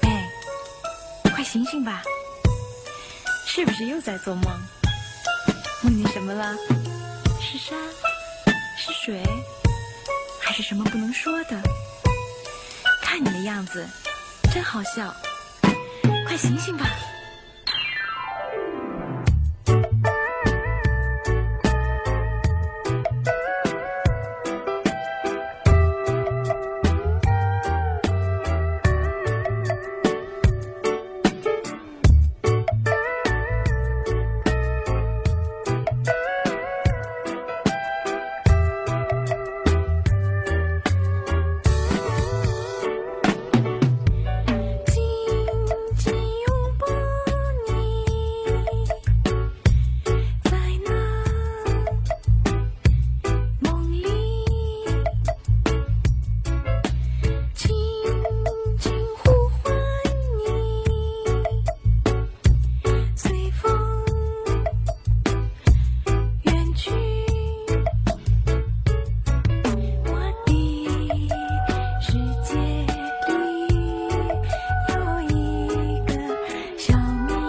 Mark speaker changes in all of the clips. Speaker 1: 哎快醒醒吧！是不是又在做梦？梦见什么了？是山，是水，还是什么不能说的？看你的样子，真好笑！快醒醒吧！
Speaker 2: 紧紧拥抱你，在那梦里，轻轻呼唤你，随风远去。我的世界里有一个小秘密，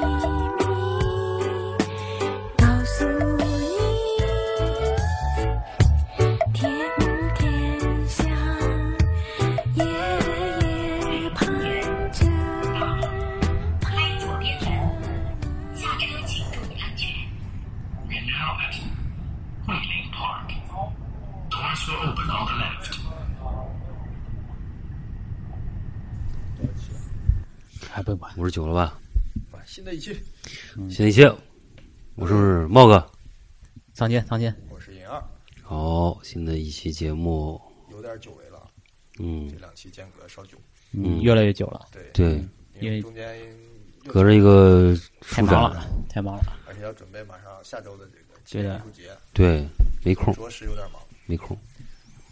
Speaker 2: 告诉你，甜甜香，夜夜盼着，盼着你。
Speaker 3: And now at Wheeling Park. Doors will open on the left.
Speaker 4: 还不管，
Speaker 5: 五十九了吧？
Speaker 6: 新的一期，
Speaker 5: 现在一切，我是茂哥。
Speaker 4: 苍天，苍天，
Speaker 6: 我是银二，
Speaker 5: 好，新的一期节目，
Speaker 6: 有点久违了啊，
Speaker 5: 嗯
Speaker 6: 这，两期间隔稍久，
Speaker 4: 嗯，越来越久了，
Speaker 6: 对，
Speaker 5: 对，
Speaker 6: 因
Speaker 4: 因
Speaker 6: 为
Speaker 4: 为
Speaker 6: 中间又
Speaker 5: 隔着一个
Speaker 4: 太
Speaker 5: 书
Speaker 4: 忙
Speaker 5: 展，
Speaker 4: 了，太忙了，
Speaker 6: 而且要准备马上下周的这个
Speaker 4: 对的
Speaker 6: 艺术节，
Speaker 5: 对，没空，
Speaker 6: 着实有点忙。
Speaker 5: 没空，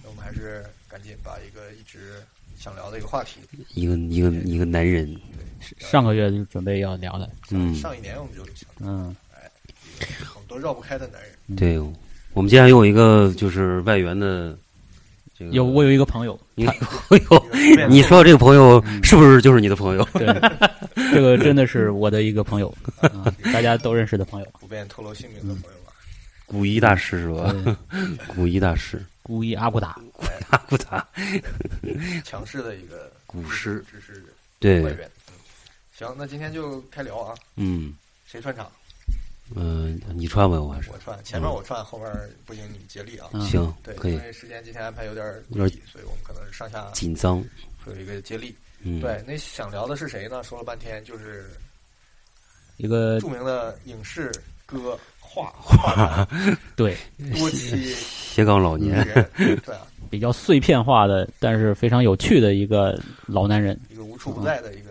Speaker 6: 那我们还是赶紧把一个一直想聊的一个话题，
Speaker 5: 一个一个一个男人，
Speaker 4: 上个月就准备要聊的，
Speaker 5: 嗯
Speaker 6: 上上一年我们就想
Speaker 4: 嗯，
Speaker 6: 很多绕不开的男人，
Speaker 5: 对，我们今天有一个就是外援的，这个
Speaker 4: 有我有一个朋 友，
Speaker 5: 你朋 友，你说的这个朋友是不是就是你的朋友？
Speaker 4: 对，这个真的是我的一个朋友，啊，大家都认识的朋友，
Speaker 6: 不便透露姓名的朋友啊，
Speaker 5: 古一大师是吧？古一 大师，
Speaker 4: 孤一阿古达，
Speaker 5: 阿古达，
Speaker 6: 强势的一个
Speaker 5: 古诗，
Speaker 6: 知识外
Speaker 5: 嗯对，
Speaker 6: 援。嗯，行，那今天就开聊啊，
Speaker 5: 嗯
Speaker 6: 谁串场？
Speaker 5: 嗯、呃你穿吧，我还是
Speaker 6: 我串，前面我串，后面不行你们接力啊。
Speaker 4: 嗯
Speaker 5: 行，
Speaker 6: 对，
Speaker 5: 嗯可以
Speaker 6: 因，为时间今天安排有点儿
Speaker 5: 有点
Speaker 6: 紧，所以我们可能是上下
Speaker 5: 紧张，
Speaker 6: 会有一个接力。
Speaker 5: 嗯，
Speaker 6: 对，那想聊的是谁呢？说了半天就是
Speaker 4: 一个
Speaker 6: 著名的影视、歌、 画、画家
Speaker 4: 对
Speaker 6: 多栖
Speaker 5: 斜杠老年，
Speaker 6: 人， 对啊，
Speaker 4: 比较碎片化的，但是非常有趣的一个老男人，
Speaker 6: 一个无处不在的一个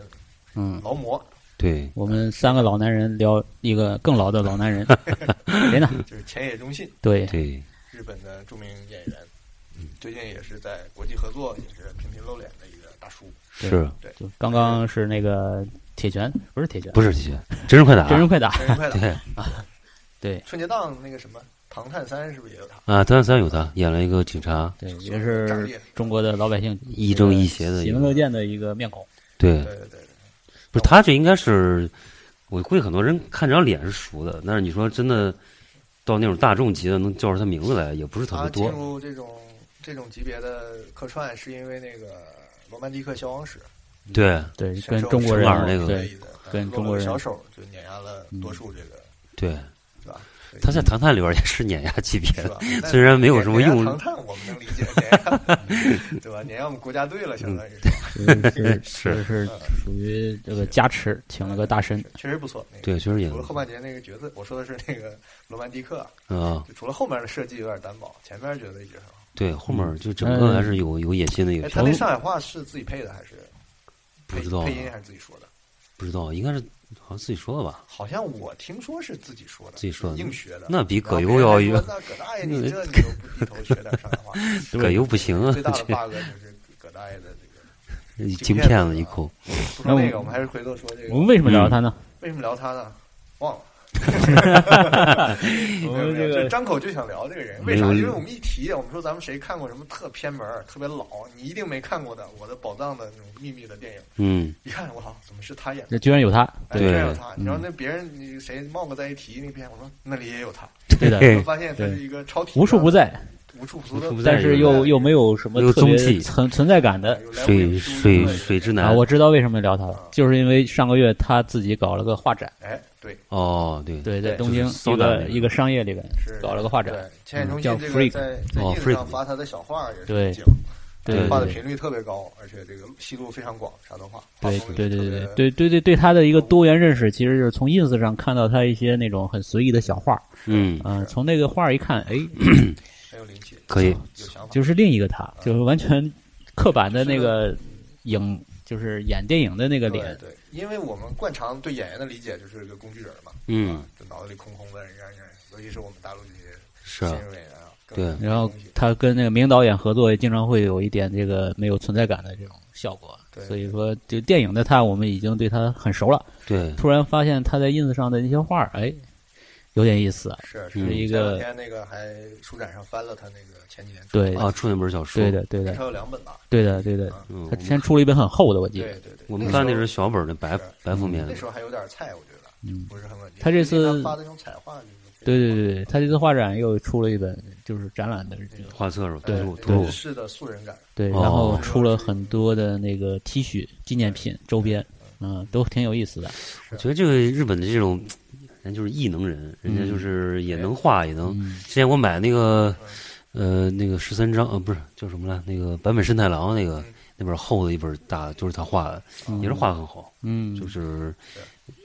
Speaker 4: 嗯，
Speaker 6: 劳模，
Speaker 5: 对，
Speaker 4: 我们三个老男人聊一个更老的老男人，谁呢？
Speaker 6: 就是前野忠信，
Speaker 4: 对，
Speaker 5: 对，
Speaker 6: 日本的著名演员，
Speaker 5: 嗯
Speaker 6: 最近也是在国际合作也是频频露脸的一个大叔。
Speaker 5: 是，
Speaker 4: 就刚刚是那个铁拳，不是铁拳，
Speaker 5: 不是啊姐，真人快打，
Speaker 4: 真人快打，
Speaker 6: 真人快
Speaker 5: 对
Speaker 6: 打，
Speaker 4: 对
Speaker 6: 春节档那个什么《唐探三》是不是也有他？
Speaker 5: 啊，唐探三有他演了一个警察，
Speaker 4: 对，也是中国的老百姓
Speaker 5: 亦正亦邪的一
Speaker 4: 喜
Speaker 5: 个
Speaker 4: 闻乐见的一个面孔，
Speaker 5: 对
Speaker 6: 对，对对，
Speaker 5: 不是他这应该是，我估计很多人看这张脸是熟的，但是你说真的到那种大众级的能叫出他名字来，也不是特
Speaker 6: 他
Speaker 5: 别
Speaker 6: 啊进
Speaker 5: 多。
Speaker 6: 入这种这种级别的客串，是因为那个《罗曼蒂克消亡史》
Speaker 5: 对
Speaker 4: 对，
Speaker 6: 深
Speaker 4: 跟
Speaker 6: 受
Speaker 4: 中国
Speaker 5: 深
Speaker 4: 人
Speaker 5: 耳那个
Speaker 4: 对
Speaker 6: 类的，
Speaker 4: 跟
Speaker 6: 呃
Speaker 4: 中国人
Speaker 6: 露了个小手就碾压了多数这个，
Speaker 5: 对，
Speaker 6: 是吧？所以
Speaker 5: 嗯他在《唐探》里边也是碾压级别
Speaker 6: 是吧
Speaker 5: 的，？虽然没有什么用
Speaker 6: 碾压唐探我们能理解，碾压 对吧？碾压我们国家队了，相当于是吧，
Speaker 4: 是
Speaker 5: 是
Speaker 4: 是是属于这个加持，请了个大神，
Speaker 6: 确实不错。那个
Speaker 5: 嗯对，确实演
Speaker 6: 除了后半截那个角色，我说的是那个罗曼蒂克啊，
Speaker 5: 啊，
Speaker 6: 就除了后面的设计有点单薄，前面觉得一直很好。
Speaker 5: 对，后面就整个还是有有野心的一
Speaker 6: 嗯哎，
Speaker 5: 个
Speaker 6: 他
Speaker 5: 片
Speaker 6: 那
Speaker 5: 子，
Speaker 6: 上海话是自己配的还是
Speaker 5: 不
Speaker 6: 配
Speaker 5: 知道啊
Speaker 6: 配音还是自己说的？
Speaker 5: 不知道应该是好像自己说的吧？
Speaker 6: 好像我听说是自己说的，
Speaker 5: 自己说的
Speaker 6: 硬学的。
Speaker 5: 那比葛
Speaker 6: 然
Speaker 5: 优
Speaker 6: 后
Speaker 5: 要
Speaker 6: 别人
Speaker 5: 优
Speaker 6: 还，说那葛大爷，你这你都不低头学点上海 话。
Speaker 5: 葛优不行啊
Speaker 6: 最，大的 bug 就是葛大爷的这个。
Speaker 5: 这京片子一口。
Speaker 6: 不说那个，我们还是回头说这
Speaker 4: 我们
Speaker 6: 个。
Speaker 4: 为什么聊他呢？
Speaker 6: 为什么聊他呢？忘了，没有没有，就张口就想聊这个人，为啥？
Speaker 5: 没有
Speaker 6: 因为我们一提，我们说咱们谁看过什么特偏门儿、特别老，你一定没看过的《我的宝藏》的那种秘密的电影，
Speaker 5: 嗯，
Speaker 6: 一看我靠，怎么是他演的？
Speaker 4: 这居然有他，
Speaker 6: 哎，
Speaker 5: 对
Speaker 6: 居然有他！
Speaker 4: 嗯
Speaker 6: 然后那别人你谁茂哥在一提那篇，我说那里也有他，
Speaker 4: 对的，
Speaker 5: 嘿
Speaker 6: 我发现他是一个超体的
Speaker 4: 无处不在，
Speaker 6: 无处不在
Speaker 5: 无处不在
Speaker 4: 但是又又没有什么
Speaker 5: 有
Speaker 4: 特别
Speaker 5: 踪迹
Speaker 4: 存存在感的
Speaker 6: 有来回
Speaker 5: 水
Speaker 6: 有
Speaker 5: 水
Speaker 6: 书
Speaker 5: 水之
Speaker 4: 啊！
Speaker 5: 南，
Speaker 4: 我知道为什么聊他了，就是因为上个月他自己搞了个画展，
Speaker 6: 哎，对，
Speaker 5: 哦，对
Speaker 4: 对，在
Speaker 6: 对
Speaker 4: 东京
Speaker 5: 就是
Speaker 4: 一
Speaker 5: Soda 那
Speaker 4: 个
Speaker 5: 个
Speaker 4: 一个商业里边
Speaker 6: 是
Speaker 4: 搞了个画展嗯
Speaker 6: 对，千叶中
Speaker 4: 叫
Speaker 6: 心这
Speaker 4: Freak
Speaker 6: 个在在
Speaker 5: 哦
Speaker 6: ins
Speaker 5: Freak
Speaker 6: 上发他的小画也
Speaker 4: 对
Speaker 6: 是景，
Speaker 4: 对
Speaker 5: 对
Speaker 6: 画的
Speaker 4: 对
Speaker 6: 频率特别高，而且这个戏路非常广，啥都画。画
Speaker 4: 对
Speaker 6: 风也
Speaker 4: 对对
Speaker 6: 特别
Speaker 4: 对对对对对对他的一个多元认识，其实就是从 ins 上看到他一些那种很随意的小画，
Speaker 5: 嗯，
Speaker 4: 嗯、从那个画儿一看，哎，
Speaker 6: 很有灵气，
Speaker 5: 可以
Speaker 6: 有想法，
Speaker 4: 就是另一个他，就是完全刻板的那个影，就是演电影的那个
Speaker 6: 对
Speaker 4: 脸，
Speaker 6: 对，因为我们惯常对演员的理解就是个工具人嘛，
Speaker 5: 嗯
Speaker 6: 啊，就脑子里空空的，人家人家，尤其是我们大陆这些
Speaker 5: 是啊
Speaker 6: 新入演员啊，更
Speaker 5: 对
Speaker 6: 没
Speaker 4: 然后
Speaker 6: 东西
Speaker 4: 他跟那个名导演合作，也经常会有一点这个没有存在感的这种效果。
Speaker 6: 对
Speaker 4: 所以说，就电影的他，我们已经对他很熟了。
Speaker 5: 对，
Speaker 4: 突然发现他在 ins 上的那些画儿，哎，有点意思。啊
Speaker 6: 是
Speaker 5: 嗯
Speaker 6: 是
Speaker 4: 一
Speaker 6: 前两
Speaker 4: 个
Speaker 6: 天那个还书展上翻了他那个前几年
Speaker 4: 对
Speaker 5: 啊，出那本小说，
Speaker 4: 对，的，对
Speaker 6: 至
Speaker 4: 的，
Speaker 6: 少有两本吧，
Speaker 4: 对的，对的。
Speaker 5: 嗯，我
Speaker 4: 他嗯
Speaker 5: 们
Speaker 4: 先出了一本很厚的，我记
Speaker 6: 对
Speaker 4: 得。
Speaker 6: 对对，
Speaker 5: 我们
Speaker 6: 那
Speaker 5: 看
Speaker 6: 时
Speaker 5: 那
Speaker 6: 候
Speaker 5: 是小本的白
Speaker 6: 是
Speaker 5: 白封面
Speaker 6: 嗯那
Speaker 5: 的
Speaker 6: 时，候还有点菜，我觉得，
Speaker 4: 嗯
Speaker 6: 不是很稳定。
Speaker 4: 他
Speaker 6: 因
Speaker 4: 这
Speaker 6: 为他
Speaker 4: 次
Speaker 6: 发的那种彩画就是非常好，
Speaker 4: 对对对对，他这次画展又出了一本，就是展览的这个
Speaker 5: 画册是吧？
Speaker 4: 对
Speaker 6: 哎
Speaker 5: 图
Speaker 6: 那
Speaker 5: 图
Speaker 6: 个日
Speaker 5: 录，
Speaker 6: 式的素人感，
Speaker 4: 对，
Speaker 5: 哦
Speaker 4: 然后出了很多的那个 T 恤纪念品周边，嗯，都挺有意思的。
Speaker 5: 我觉得这个日本的这种人就是异能人，人家就是也能画，也能。
Speaker 4: 嗯，
Speaker 5: 之前我买那个呃那个十三章呃不是叫什么来，那个坂本慎太郎那个
Speaker 6: 嗯
Speaker 5: 那本厚的一本大，就是他画的，也是画的很好，
Speaker 4: 嗯，
Speaker 5: 就是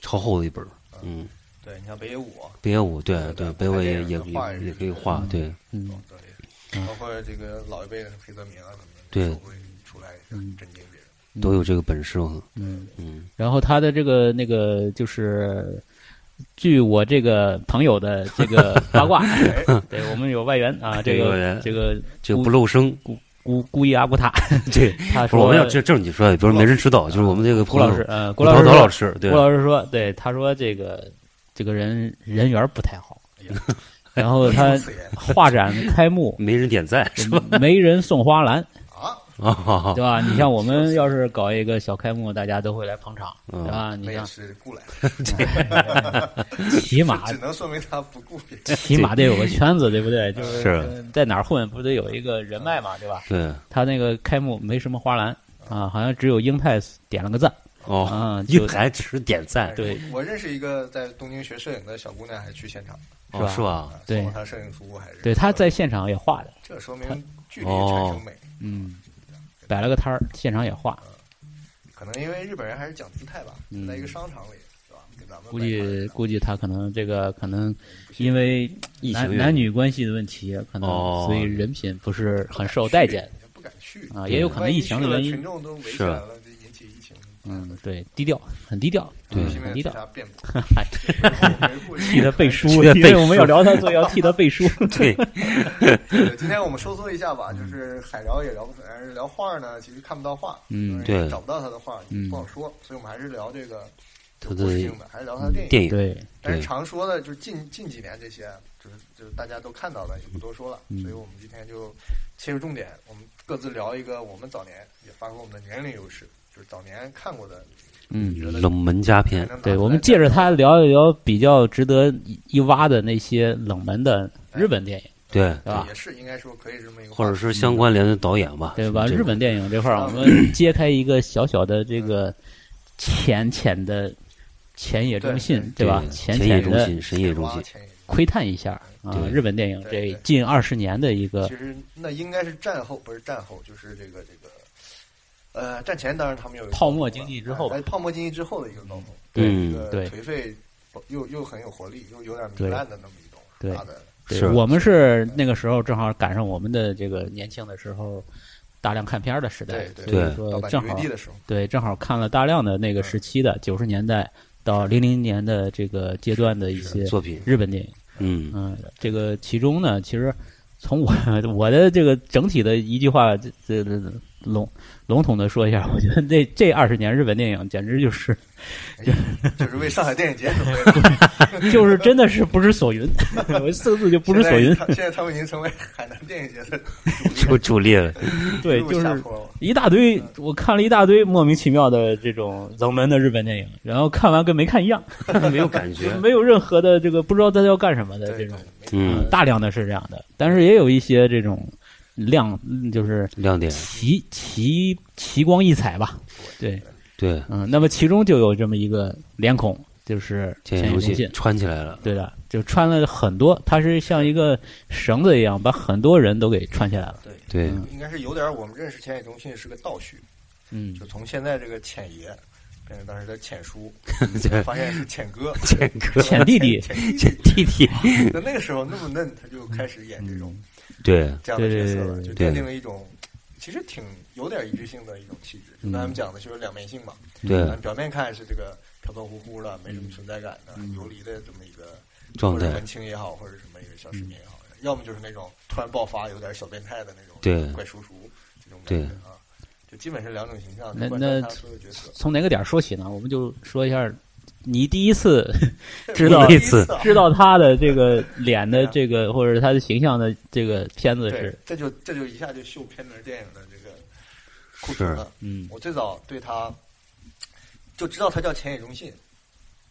Speaker 5: 超厚的一本，嗯。
Speaker 6: 对你像北野武，啊
Speaker 5: 北野武，对
Speaker 6: 对对
Speaker 5: 对，北野武
Speaker 6: 拍电
Speaker 5: 也
Speaker 6: 影
Speaker 5: 也
Speaker 6: 的话
Speaker 5: 也
Speaker 6: 也
Speaker 5: 也
Speaker 6: 是
Speaker 5: 可以画，对
Speaker 4: 嗯
Speaker 6: 哦对，包括这个老一辈的黑泽明啊，可
Speaker 5: 对
Speaker 6: 能都会出来是很震惊别人。
Speaker 5: 都有这个本事，
Speaker 4: 嗯，
Speaker 5: 嗯，
Speaker 4: 然后他的这个那个就是。据我这个朋友的这个 八卦，对我们有外援啊，这
Speaker 5: 有外
Speaker 4: 个
Speaker 5: 援
Speaker 4: 这个
Speaker 5: 这个不露声，
Speaker 4: 孤孤一阿古塔，
Speaker 5: 对，
Speaker 4: 他
Speaker 5: 不是
Speaker 4: 说
Speaker 5: 我们要正正经说，也不是没人指导，就是我们这个嗯
Speaker 4: 郭
Speaker 5: 朋友
Speaker 4: 老师，呃，
Speaker 5: 古
Speaker 4: 郭老师
Speaker 5: 陶
Speaker 4: 说，
Speaker 5: 陶老师，对
Speaker 4: 郭，老师说，对，他说这个这个人人缘不太 好，然后他
Speaker 6: 如此言
Speaker 4: 画展开幕
Speaker 5: 没人点赞 是吧？
Speaker 4: 没人送花篮，
Speaker 6: 啊，
Speaker 5: 啊，好好
Speaker 4: 对吧？你像我们要是搞一个小开幕，大家都会来捧场，
Speaker 5: 嗯
Speaker 4: 对吧？你
Speaker 6: 那也
Speaker 4: 像
Speaker 6: 是雇来的，
Speaker 4: 起 码
Speaker 6: 只能说明他不顾别人。
Speaker 4: 起码得有个圈子，对不 对？就是
Speaker 5: 是，
Speaker 4: 在哪儿混，不得有一个人脉嘛，对吧？
Speaker 5: 对，
Speaker 4: 他那个开幕没什么花篮
Speaker 5: 嗯
Speaker 4: 啊，好像只有英泰点了个赞，
Speaker 5: 哦
Speaker 4: 啊，
Speaker 5: 一
Speaker 4: 就
Speaker 5: 还只点赞，
Speaker 4: 对
Speaker 6: 我认识一个在东京学摄影的小姑娘，还去现场，
Speaker 5: 哦
Speaker 4: 是吧
Speaker 5: 是吧？
Speaker 6: 啊
Speaker 4: 对
Speaker 6: 送了她摄影书，还是
Speaker 4: 对，他在现场也画的，
Speaker 6: 这说明距离产生美。
Speaker 4: 嗯，摆了个摊儿，现场也画，
Speaker 6: 可能因为日本人还是讲姿态吧
Speaker 4: 嗯，
Speaker 6: 在一个商场里，是吧？给咱们
Speaker 4: 估计
Speaker 6: 摆摊
Speaker 4: 估计他可能这个可能因为
Speaker 5: 异性
Speaker 4: 男
Speaker 5: 恋
Speaker 4: 男女关系的问题，可能
Speaker 5: 哦
Speaker 4: 所以人品不是很受待见，
Speaker 6: 人家不敢去
Speaker 4: 啊也有可能
Speaker 6: 万一
Speaker 4: 疫情的
Speaker 6: 去了
Speaker 4: 原因
Speaker 6: 群众都围起来了，就引起疫情。
Speaker 4: 嗯，对，低调，很低调，
Speaker 5: 对
Speaker 4: 嗯
Speaker 6: 因
Speaker 4: 很
Speaker 6: 为
Speaker 4: 低
Speaker 6: 自
Speaker 4: 调。
Speaker 6: 家辩驳，
Speaker 4: 哎
Speaker 6: 维护
Speaker 4: 替他背书，
Speaker 5: 替他
Speaker 4: 因
Speaker 5: 背
Speaker 4: 为
Speaker 5: 书
Speaker 4: 我们要聊他，所以要替他背 书。
Speaker 5: 对，
Speaker 6: 对今天我们收缩一下吧，就是海聊也聊不，但是聊画呢，其实看不到画，
Speaker 4: 嗯
Speaker 6: 就是
Speaker 5: 对
Speaker 6: 找不到他的画，
Speaker 4: 嗯
Speaker 6: 不好说，所以我们还是聊这个
Speaker 5: 他的
Speaker 6: 故事性的，还是聊他的电影。
Speaker 5: 电影，
Speaker 4: 对，
Speaker 6: 但是
Speaker 5: 对
Speaker 6: 常说的，就是近近几年这些，就是就是大家都看到的，也不多说了。
Speaker 4: 嗯
Speaker 6: 所以我们今天就切入重点，我们各自聊一个我们早年也发挥我们的年龄优势，就是早年看过的，
Speaker 4: 嗯，
Speaker 6: 觉得
Speaker 5: 冷门佳
Speaker 6: 还
Speaker 5: 片
Speaker 6: 能，拿出
Speaker 4: 对，
Speaker 6: 来
Speaker 4: 我们
Speaker 6: 再
Speaker 4: 借着
Speaker 6: 聊
Speaker 4: 他聊一聊比较值得一一挖的那些冷门的日本电影，
Speaker 5: 对，
Speaker 4: 对吧
Speaker 6: 也是应该说可以这么一个话题，
Speaker 5: 或者是相关联的导演吧，
Speaker 4: 对吧？
Speaker 5: 这种
Speaker 4: 日本电影这块儿，我们揭开一个小小的这个浅浅的浅野忠信，
Speaker 5: 对
Speaker 4: 吧？
Speaker 5: 浅
Speaker 4: 浅
Speaker 5: 野
Speaker 4: 浅
Speaker 5: 中
Speaker 4: 的
Speaker 5: 心，深夜中
Speaker 6: 挖
Speaker 5: 心，
Speaker 6: 潜移默
Speaker 4: 窥探一下啊
Speaker 5: 对，
Speaker 4: 日本电影
Speaker 6: 对
Speaker 4: 这
Speaker 6: 对
Speaker 4: 近二十年的一个
Speaker 6: 化其实那应该是战后，不是战后，就是这个这个，呃，战前当然他们有一个
Speaker 4: 泡沫经济之后吧
Speaker 6: 哎，泡沫经济之后的一个高峰，
Speaker 5: 嗯
Speaker 6: 一个
Speaker 4: 对
Speaker 6: 颓废又又很有活力，又有点
Speaker 4: 对
Speaker 6: 糜烂的那么一种
Speaker 4: 对
Speaker 6: 大的，
Speaker 4: 对
Speaker 5: 是
Speaker 4: 我们是那个时候正好赶上我们的这个年轻的时候大量看片儿的时代，
Speaker 6: 对
Speaker 4: 所
Speaker 5: 对
Speaker 6: 盗版
Speaker 4: 以说呃正好
Speaker 6: DVD 的时嗯候，
Speaker 4: 对正好看了大量的那个时期的九十年代到零零年的这个阶段的一些
Speaker 5: 作品，
Speaker 4: 日本电影，
Speaker 5: 嗯，
Speaker 4: 嗯，这个其中呢，其实从我我的这个整体的一句话这这这笼笼统的说一下，我觉得这这二十年日本电影简直就是
Speaker 6: 就是为上海电影节准备的。
Speaker 4: 就是真的是不知所云， 我四个字 就不知所云
Speaker 6: 现在。他现在他们已经成为海南电影节的
Speaker 5: 就主力了。
Speaker 4: 对，
Speaker 6: 入
Speaker 4: 就
Speaker 6: 下
Speaker 4: 是
Speaker 6: 坡了。
Speaker 4: 一大堆，我看了一大堆莫名其妙的这种冷门的日本电影，然后看完跟没看一样，。
Speaker 5: 没有感觉
Speaker 4: 没有任何的这个不知道他要干什么的
Speaker 6: 对
Speaker 4: 这
Speaker 6: 对
Speaker 4: 种，
Speaker 5: 嗯，
Speaker 4: 大量的是这样的，但是也有一些这种亮，嗯就是
Speaker 5: 亮点
Speaker 4: 奇奇奇光异彩吧，对，
Speaker 5: 对，
Speaker 4: 嗯，那么其中就有这么一个脸孔，就是
Speaker 5: 这
Speaker 4: 千
Speaker 5: 游
Speaker 4: 叶
Speaker 5: 戏
Speaker 4: 信。
Speaker 5: 穿起来了。
Speaker 4: 对的，就穿了很多，它是像一个绳子一样，把很多人都给串起来了。
Speaker 5: 对，
Speaker 4: 嗯
Speaker 6: 应该是有点我们认识浅野忠信是个倒叙，
Speaker 4: 嗯
Speaker 6: 就，从现在这个浅爷变成当时的浅 叔，
Speaker 5: 对，
Speaker 6: 发现是浅哥、
Speaker 5: 这个
Speaker 4: 浅弟弟，
Speaker 6: 浅
Speaker 5: 这弟弟，
Speaker 6: 那那个时候那么嫩，他就开始演这种
Speaker 5: 对
Speaker 6: 这样的角色了，
Speaker 4: 嗯对对
Speaker 6: 就
Speaker 5: 对
Speaker 6: 奠定了一种其实挺有点一致性的一种气质。就刚才我们
Speaker 4: 嗯
Speaker 6: 讲的就是两面性嘛，嗯
Speaker 5: 对，
Speaker 6: 表面看是这个飘飘忽忽的、没什么存在感的、
Speaker 4: 嗯
Speaker 6: 游离的这么一个
Speaker 5: 状
Speaker 6: 或者
Speaker 5: 态嗯
Speaker 6: 文，青也好，或者什么一个小市民也好，要么就是那种突然爆发、有点小变态的那种
Speaker 5: 对
Speaker 6: 怪叔叔这种感觉啊，就基本是两种形象，
Speaker 4: 那
Speaker 6: 贯穿
Speaker 4: 那
Speaker 6: 他所有角色。
Speaker 4: 从哪个点儿说起呢？我们就说一下，你第一 次知道
Speaker 5: 我
Speaker 6: 第
Speaker 5: 那
Speaker 6: 一
Speaker 5: 次
Speaker 6: 啊
Speaker 4: 知道他的这个脸的这个，或者是他的形象的这个片子
Speaker 6: 对
Speaker 4: 是，，
Speaker 6: 这就这就一下就秀片名电影的这个库存了。
Speaker 4: 嗯
Speaker 6: 我最早对他就知道他叫浅野忠信，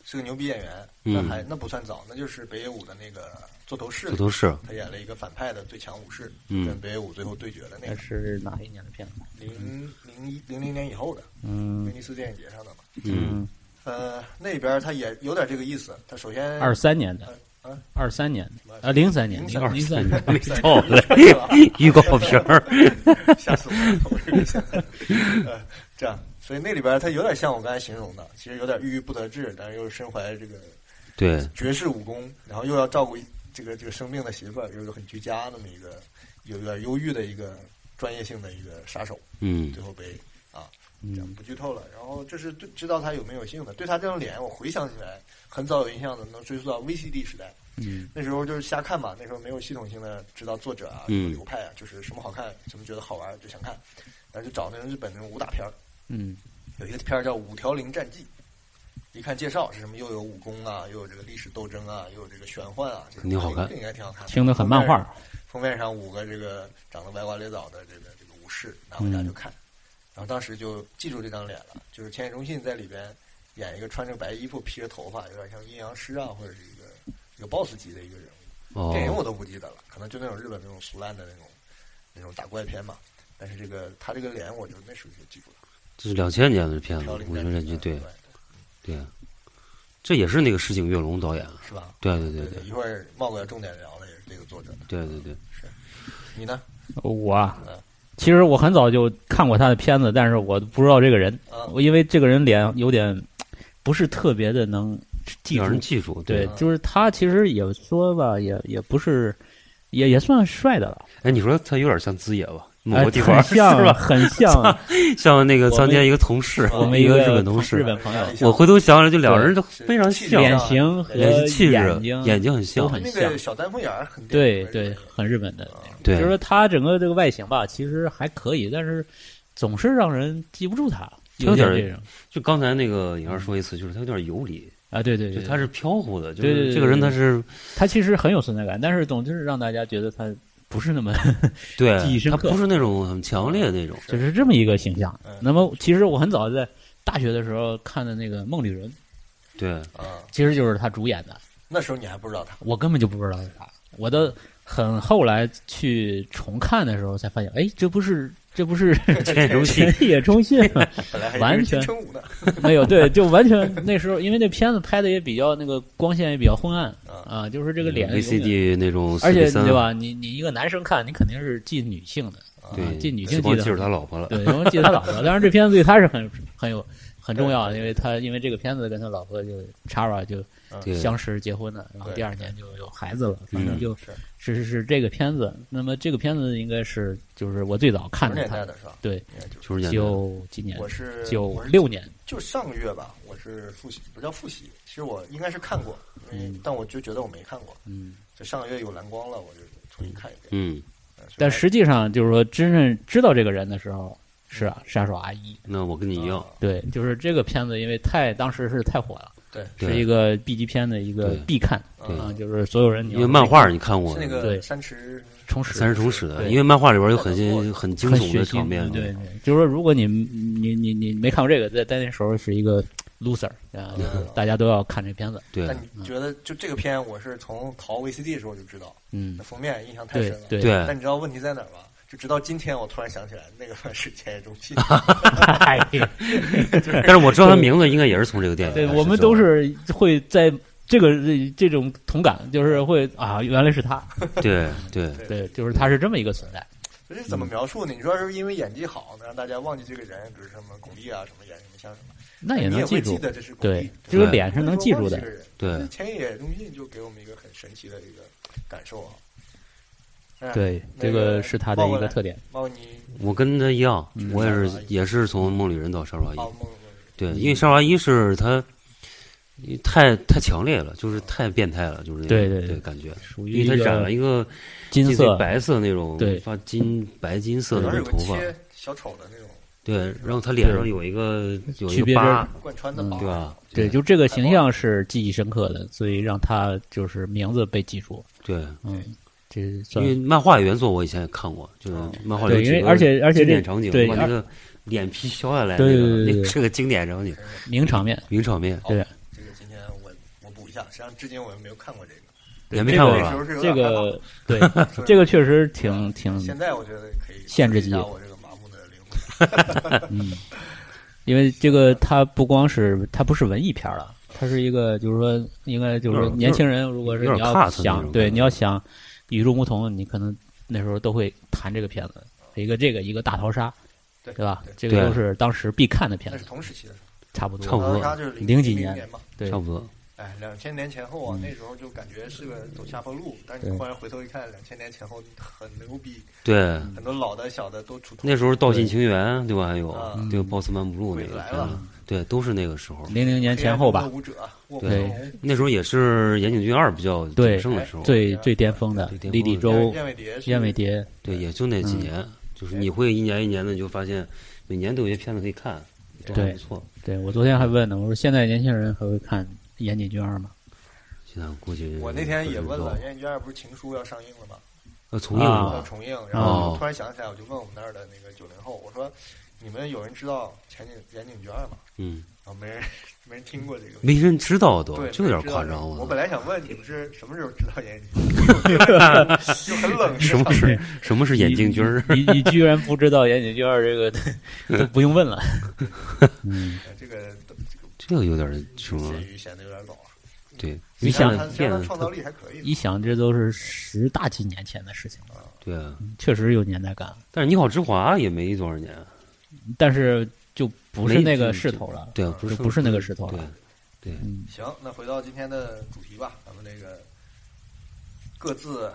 Speaker 6: 是个牛逼演员，那
Speaker 5: 嗯
Speaker 6: 还那不算早，那就是北野武的那个座头市
Speaker 5: 这，都是
Speaker 6: 他演了一个反派的最强武士，
Speaker 5: 嗯哎
Speaker 6: 跟北野武最后对决的那
Speaker 4: 那
Speaker 6: 个
Speaker 4: 是哪一年的片子？
Speaker 6: 零零一零零年以后的
Speaker 4: 嗯
Speaker 6: 威尼斯电影节上的嘛。
Speaker 5: 嗯，
Speaker 6: 呃，那边他也有点这个意思，他首先
Speaker 4: 嗯二三年的
Speaker 6: 呃啊，
Speaker 4: 二三年的
Speaker 6: 么
Speaker 4: 啊，零三年，
Speaker 6: 03
Speaker 4: 零三年，
Speaker 5: 没错了， 预告片儿，
Speaker 6: 吓死我了！我这个想法呃，这样，所以那里边它有点像我刚才形容的，其实有点郁郁不得志，但是又身怀这个
Speaker 5: 对，
Speaker 6: 绝世武功，然后又要照顾这个这个生病的媳妇儿，又有很居家那么一个有点忧郁的一个专业性的一个杀手，
Speaker 5: 嗯
Speaker 6: 最后被啊，这样不剧透了。然后这是对知道他有没有性的，对他这张脸，我回想起来很早有印象的，能追溯到 VCD 时代。
Speaker 4: 嗯
Speaker 6: 那时候就是瞎看嘛，那时候没有系统性的知道作者啊、
Speaker 5: 嗯
Speaker 6: 流派啊，就是什么好看，什么觉得好玩就想看，然后就找那种日本那种武打片儿，
Speaker 4: 嗯
Speaker 6: 有一个片儿叫《五条灵战记》，一看介绍是什么，又有武功啊，又有这个历史斗争啊，又有这个玄幻啊，这个
Speaker 5: 肯定好看
Speaker 6: 这应该挺好看的，
Speaker 4: 听得很漫画
Speaker 6: 封面上。封面上五个这个长得歪瓜裂枣的这个这个武士，拿回家就看，然后当时就记住这张脸了，就是千叶忠信在里边演一个穿着白衣服、披着头发，有点像阴阳师啊，或者是一个一个 BOSS 级的一个人物。
Speaker 5: 哦，
Speaker 6: 电影我都不记得了，可能就那种日本那种俗烂的那种那种打怪片嘛。但是这个他这个脸，我就那时候就记住了。
Speaker 5: 这是两千年的片子，
Speaker 6: 飘
Speaker 5: 《
Speaker 6: 零
Speaker 5: 五
Speaker 6: 战
Speaker 5: 嗯人战
Speaker 6: 记
Speaker 5: 局》，对
Speaker 6: 对
Speaker 5: 对，这也是那个石井跃龙导演，啊
Speaker 6: 是吧？
Speaker 5: 对对对
Speaker 6: 对一会儿茂哥要重点聊的也是这个作者。
Speaker 5: 对对对，
Speaker 6: 你呢？
Speaker 4: 我啊
Speaker 6: 嗯
Speaker 4: 其实我很早就看过他的片子，但是我不知道这个人，
Speaker 6: 啊，
Speaker 4: 我因为这个人脸有点不是特别的能记住
Speaker 5: 让，人记住，
Speaker 4: 对
Speaker 5: 对，，啊
Speaker 4: 就是他其实也说吧，也也不是，也也算帅的了，
Speaker 5: 哎，你说他有点像资野吧？某
Speaker 4: 哎
Speaker 5: 个地方
Speaker 4: 很像，
Speaker 5: 是吧？
Speaker 4: 很像
Speaker 5: 像那个
Speaker 4: 我
Speaker 5: 当
Speaker 4: 们
Speaker 5: 年一个同事，
Speaker 6: 我
Speaker 4: 们
Speaker 5: 一
Speaker 4: 一
Speaker 5: 个
Speaker 4: 个
Speaker 5: 日本同事
Speaker 4: 日，本朋友
Speaker 5: 我回头想想，这两人都
Speaker 6: 是
Speaker 5: 非常
Speaker 6: 气质
Speaker 5: 像，
Speaker 4: 脸型和
Speaker 5: 脸型气质、
Speaker 4: 呃眼睛，
Speaker 5: 眼睛很像
Speaker 4: 都，很
Speaker 6: 那个
Speaker 4: 像
Speaker 6: 小丹凤眼儿很啊
Speaker 4: 对
Speaker 6: 典型
Speaker 4: 对，很日本的那种。
Speaker 5: 对
Speaker 4: 就是说他整个这个外形吧，其实还可以，但是总是让人记不住他，有
Speaker 5: 有
Speaker 4: 这
Speaker 5: 点
Speaker 4: 种
Speaker 5: 就刚才那个颖儿说一次，就是他有点游离，
Speaker 4: 啊，对对
Speaker 5: 就
Speaker 4: 对，
Speaker 5: 他是飘忽的，就
Speaker 4: 对对
Speaker 5: 是
Speaker 4: 对
Speaker 5: 这个人他是
Speaker 4: 他其实很有存在感，但是总是让大家觉得他不是那 么
Speaker 5: 对
Speaker 4: 记忆，深
Speaker 5: 他
Speaker 4: 刻
Speaker 5: 不是那种很强烈的那种，
Speaker 4: 就是这么一个形象
Speaker 6: 嗯。
Speaker 4: 那么其实我很早在大学的时候看的那个《梦里人》，
Speaker 5: 对，
Speaker 4: 嗯
Speaker 6: 啊。
Speaker 4: 其实就是他主演的，
Speaker 6: 那时候你还不知道他，
Speaker 4: 我根本就不知道是啥。我到很后来去重看的时候才发现，哎，这不是这不是
Speaker 5: 这种戏
Speaker 4: 陈野忠信吗？
Speaker 6: 本来还
Speaker 4: 完
Speaker 6: 以为是
Speaker 4: 全
Speaker 6: 金城武呢。
Speaker 4: 没有，对，就完全那时候，因为那片子拍的也比较那个光线也比较昏暗
Speaker 6: 啊
Speaker 4: 啊，就是这个脸永
Speaker 5: 嗯
Speaker 4: 远
Speaker 5: VCD 那种四
Speaker 4: 而
Speaker 5: 比
Speaker 4: 且
Speaker 5: 三，
Speaker 4: 对？吧？你你一个男生看，你肯定是记女性的，啊
Speaker 5: 对，
Speaker 4: 记女
Speaker 5: 时
Speaker 4: 性
Speaker 5: 光
Speaker 4: 记
Speaker 5: 记住
Speaker 4: 得
Speaker 5: 他老婆了，
Speaker 4: 对，然后记得他老婆。当然，这片子对他是很很有很重要的，因为他因为这个片子跟他老婆就 Chara 就
Speaker 5: 对，
Speaker 4: 相识结婚了，然后
Speaker 6: 对
Speaker 4: 第二年就有孩子了，反
Speaker 5: 嗯
Speaker 4: 正就是是是是这个片子。那么这个片子应该是就是我最早
Speaker 6: 九
Speaker 4: 看
Speaker 6: 十
Speaker 4: 的
Speaker 6: 年代
Speaker 4: 他，
Speaker 6: 的是吧？
Speaker 4: 对，
Speaker 6: 应该就是
Speaker 5: 就是演的
Speaker 4: 九几年
Speaker 6: 我是
Speaker 4: 九
Speaker 6: 我是
Speaker 4: 六年，
Speaker 6: 就上个月吧，我是复习，不叫复习，其实我应该是看过，因为但我就觉得我没看过。
Speaker 4: 嗯。
Speaker 6: 就上个月有蓝光了，我就重新看一遍。
Speaker 5: 嗯，
Speaker 6: 嗯
Speaker 4: 但实际上就是说，真正知道这个人的时候，是啊，杀手阿姨。
Speaker 5: 那我跟你一样，
Speaker 4: 对，就是这个片子，因为太当时是太火了，
Speaker 6: 对，
Speaker 5: 对
Speaker 4: 是一个 B 级片的一个
Speaker 5: 对
Speaker 4: 必看
Speaker 5: 对
Speaker 4: 啊，就是所有人你要
Speaker 5: 因为漫画你看过
Speaker 6: 是那
Speaker 4: 对
Speaker 6: 个山池
Speaker 4: 重拾
Speaker 5: 三十重史的，
Speaker 4: 对
Speaker 5: 因为漫画里边有
Speaker 6: 看
Speaker 5: 很
Speaker 6: 得
Speaker 5: 些
Speaker 6: 过
Speaker 5: 很惊
Speaker 4: 很
Speaker 5: 悚
Speaker 4: 血
Speaker 5: 的
Speaker 4: 腥
Speaker 5: 场面，
Speaker 4: 对，对就是说如果你你你你没看过这个，在在那时候是一个 loser 啊，就是大家都要看这片子，
Speaker 5: 对
Speaker 6: 但你觉得就这个片，我是从淘 VCD 的时候就知道，
Speaker 4: 嗯
Speaker 6: 那，封面印象太
Speaker 4: 对
Speaker 6: 深了。
Speaker 4: 对，
Speaker 6: 但
Speaker 5: 对，
Speaker 6: 你知道问题在哪儿吗？就直到今天，我突然想起来，那个是千叶中 信。
Speaker 4: 哎
Speaker 5: 但是我知道他名字应该也是从这个电影开
Speaker 4: 对
Speaker 5: 始，
Speaker 4: 我们都是会在这个这这种同感，就是会啊，原来是他，
Speaker 5: 对对
Speaker 4: 对，就是他是这么一个存在，
Speaker 6: 这是怎
Speaker 4: 嗯
Speaker 6: 么描述呢？你说是因为演技好呢，让大家忘记这个人，比如什么巩俐啊，什么演什么像什么，
Speaker 4: 那也
Speaker 6: 你
Speaker 4: 能
Speaker 6: 也
Speaker 4: 记
Speaker 6: 会
Speaker 4: 住
Speaker 6: 记，得这是巩
Speaker 4: 对
Speaker 6: 俐，，
Speaker 4: 这个脸是能记住
Speaker 6: 不会说忘记这
Speaker 4: 的，
Speaker 6: 个人
Speaker 5: 对，
Speaker 6: 千叶中信就给我们一个很神奇的一个感受啊。哎，
Speaker 4: 对，
Speaker 6: 那
Speaker 4: 这个是他的一个特点，
Speaker 6: 包括你
Speaker 5: 我跟他一样，
Speaker 4: 嗯
Speaker 5: 我也是也是从梦里人到沙阿
Speaker 6: 啊，
Speaker 5: 姨，
Speaker 6: 梦
Speaker 5: 对，因为沙阿姨是他太太强烈了，就是太变态了，就是那种
Speaker 4: 对对对
Speaker 5: 对感觉，
Speaker 4: 属
Speaker 5: 因
Speaker 4: 于
Speaker 5: 为
Speaker 4: 一
Speaker 5: 他染
Speaker 4: 个
Speaker 5: 了一个
Speaker 4: 金
Speaker 5: 类似
Speaker 4: 色，
Speaker 5: 白色那种，
Speaker 4: 对
Speaker 5: 发金白金色
Speaker 6: 主
Speaker 5: 的
Speaker 6: 要
Speaker 5: 那
Speaker 6: 是有个
Speaker 5: 种头发，
Speaker 6: 切小丑的那种
Speaker 5: 对，然后他脸上
Speaker 4: 对
Speaker 5: 有一个有一
Speaker 4: 区
Speaker 5: 个
Speaker 4: 别
Speaker 5: 疤，
Speaker 6: 贯穿的
Speaker 4: 嗯
Speaker 6: 疤，
Speaker 5: 对吧？
Speaker 4: 对，就这个形象是记忆深刻的，所以让他就是名字被记住，
Speaker 5: 对，
Speaker 4: 嗯，这
Speaker 5: 因
Speaker 4: 算
Speaker 5: 为漫画原作我以前也看过，就是
Speaker 6: 哦
Speaker 5: 漫画里有
Speaker 4: 对因为
Speaker 5: 几个
Speaker 4: 而且而且
Speaker 5: 经典
Speaker 4: 这
Speaker 5: 场景，
Speaker 4: 对
Speaker 5: 把
Speaker 4: 而
Speaker 5: 那个脸皮削下来，那
Speaker 4: 对对
Speaker 5: 个
Speaker 4: 对对
Speaker 5: 那
Speaker 4: 对
Speaker 5: 是个经典场景，
Speaker 4: 名场面，
Speaker 5: 名场
Speaker 6: 哦
Speaker 5: 面，
Speaker 4: 对，
Speaker 6: 这个今天我我补一下，实际上至今我也没有看过这个。
Speaker 5: 也没
Speaker 4: 这
Speaker 5: 看过
Speaker 4: 个
Speaker 6: 时候
Speaker 5: 吧？
Speaker 6: 是有
Speaker 4: 这
Speaker 6: 点
Speaker 4: 个 对，
Speaker 6: 害怕
Speaker 4: 啊这个确实挺挺
Speaker 6: 现在我觉得可以
Speaker 4: 限制级
Speaker 6: 一下我这个麻木的灵魂。
Speaker 4: 嗯，因为这个它不光是它不是文艺片儿了，它是一个就是说应该就是说
Speaker 5: 有点
Speaker 4: 年轻人，如果是
Speaker 5: 有
Speaker 4: 你
Speaker 5: 点 cut
Speaker 4: 要
Speaker 5: 那种
Speaker 4: 想对
Speaker 5: 感觉
Speaker 4: 你要想与众不同，你可能那时候都会谈这个片子，一个这个一个大逃杀，
Speaker 6: 对
Speaker 4: 对吧
Speaker 6: 对？
Speaker 4: 这个
Speaker 5: 对
Speaker 4: 都是当时必看的片
Speaker 6: 那是
Speaker 4: 子，
Speaker 6: 同时期的时候，
Speaker 4: 差不多，
Speaker 5: 差不多
Speaker 6: 他就是零
Speaker 4: 啊零几年
Speaker 6: 年嘛，
Speaker 4: 对
Speaker 5: 差不多，
Speaker 6: 哎，两千年前后啊，那时候就感觉是个走下坡路，但是你
Speaker 4: 对
Speaker 6: 忽然回头一看，两千年前后很牛逼，
Speaker 5: 对，
Speaker 6: 很多老的小的都出头。
Speaker 5: 那时候《道尽情缘》对吧？还有
Speaker 6: 嗯
Speaker 5: 这个《鲍斯曼不入》那
Speaker 6: 鬼
Speaker 5: 个
Speaker 6: 子来
Speaker 5: 片子
Speaker 6: 了，
Speaker 5: 对，都是那个时候。
Speaker 4: 零零年前后
Speaker 6: 黑暗中
Speaker 4: 吧
Speaker 6: 的，舞者，啊卧虎
Speaker 5: 对
Speaker 6: 藏龙，
Speaker 5: 那时候也是岩井俊二比较
Speaker 4: 对
Speaker 5: 鼎盛的时候，
Speaker 4: 最最巅峰的
Speaker 5: 最巅峰的
Speaker 4: 李李
Speaker 6: 燕
Speaker 4: 周、
Speaker 6: 燕尾蝶是，
Speaker 4: 哦燕尾蝶，
Speaker 5: 对，也就那
Speaker 4: 嗯
Speaker 5: 几年，就是你会一年一年的，你就发现每年都有一些片子可以看，都还
Speaker 4: 对
Speaker 5: 不错。
Speaker 4: 对我昨天还问呢，我说现在年轻人还会看岩井俊二吗？
Speaker 5: 现在我估计
Speaker 6: 我那天也问
Speaker 5: 不
Speaker 6: 了，
Speaker 5: 知道
Speaker 6: 燕尾蝶二不是情书要上映了吗？
Speaker 5: 呃，重映了
Speaker 4: 啊
Speaker 6: 要
Speaker 5: 吧，
Speaker 6: 重映，然后
Speaker 5: 哦
Speaker 6: 我突然想起来，我就问我们那儿的那个九零后，我说你们有人知道前景岩井俊二吗？
Speaker 5: 嗯，
Speaker 6: 然后没人没人听过这个。
Speaker 5: 没人知道都，
Speaker 6: 对，
Speaker 5: 哦这有点夸张
Speaker 6: 我
Speaker 5: 啊。
Speaker 6: 本来想问你们是什么时候知道岩井俊 二，就很冷
Speaker 5: 什么是什么是眼镜军儿？
Speaker 4: 你你居然不知道岩井俊二这 个，都不用问了。 嗯，
Speaker 6: 哎这个这个
Speaker 5: 这个有点什么
Speaker 6: 介？于显得有点老了。
Speaker 5: 对，
Speaker 4: 你
Speaker 5: 现
Speaker 4: 想
Speaker 5: 在
Speaker 6: 他
Speaker 5: 变
Speaker 6: 虽
Speaker 5: 得
Speaker 6: 然创造
Speaker 5: 特
Speaker 6: 力还可以，
Speaker 4: 一想这都是十大几年前的事情了，
Speaker 5: 对啊，
Speaker 4: 确实有年代感，
Speaker 5: 但是你好之华也没多少年，啊
Speaker 4: 但是就不是
Speaker 5: 没
Speaker 4: 那
Speaker 5: 就
Speaker 4: 个
Speaker 5: 就
Speaker 4: 势头了。
Speaker 5: 对啊，不是
Speaker 4: 就不是那个石头
Speaker 5: 对
Speaker 4: 了，嗯，
Speaker 6: 行，那回到今天的主题吧，咱们这个各自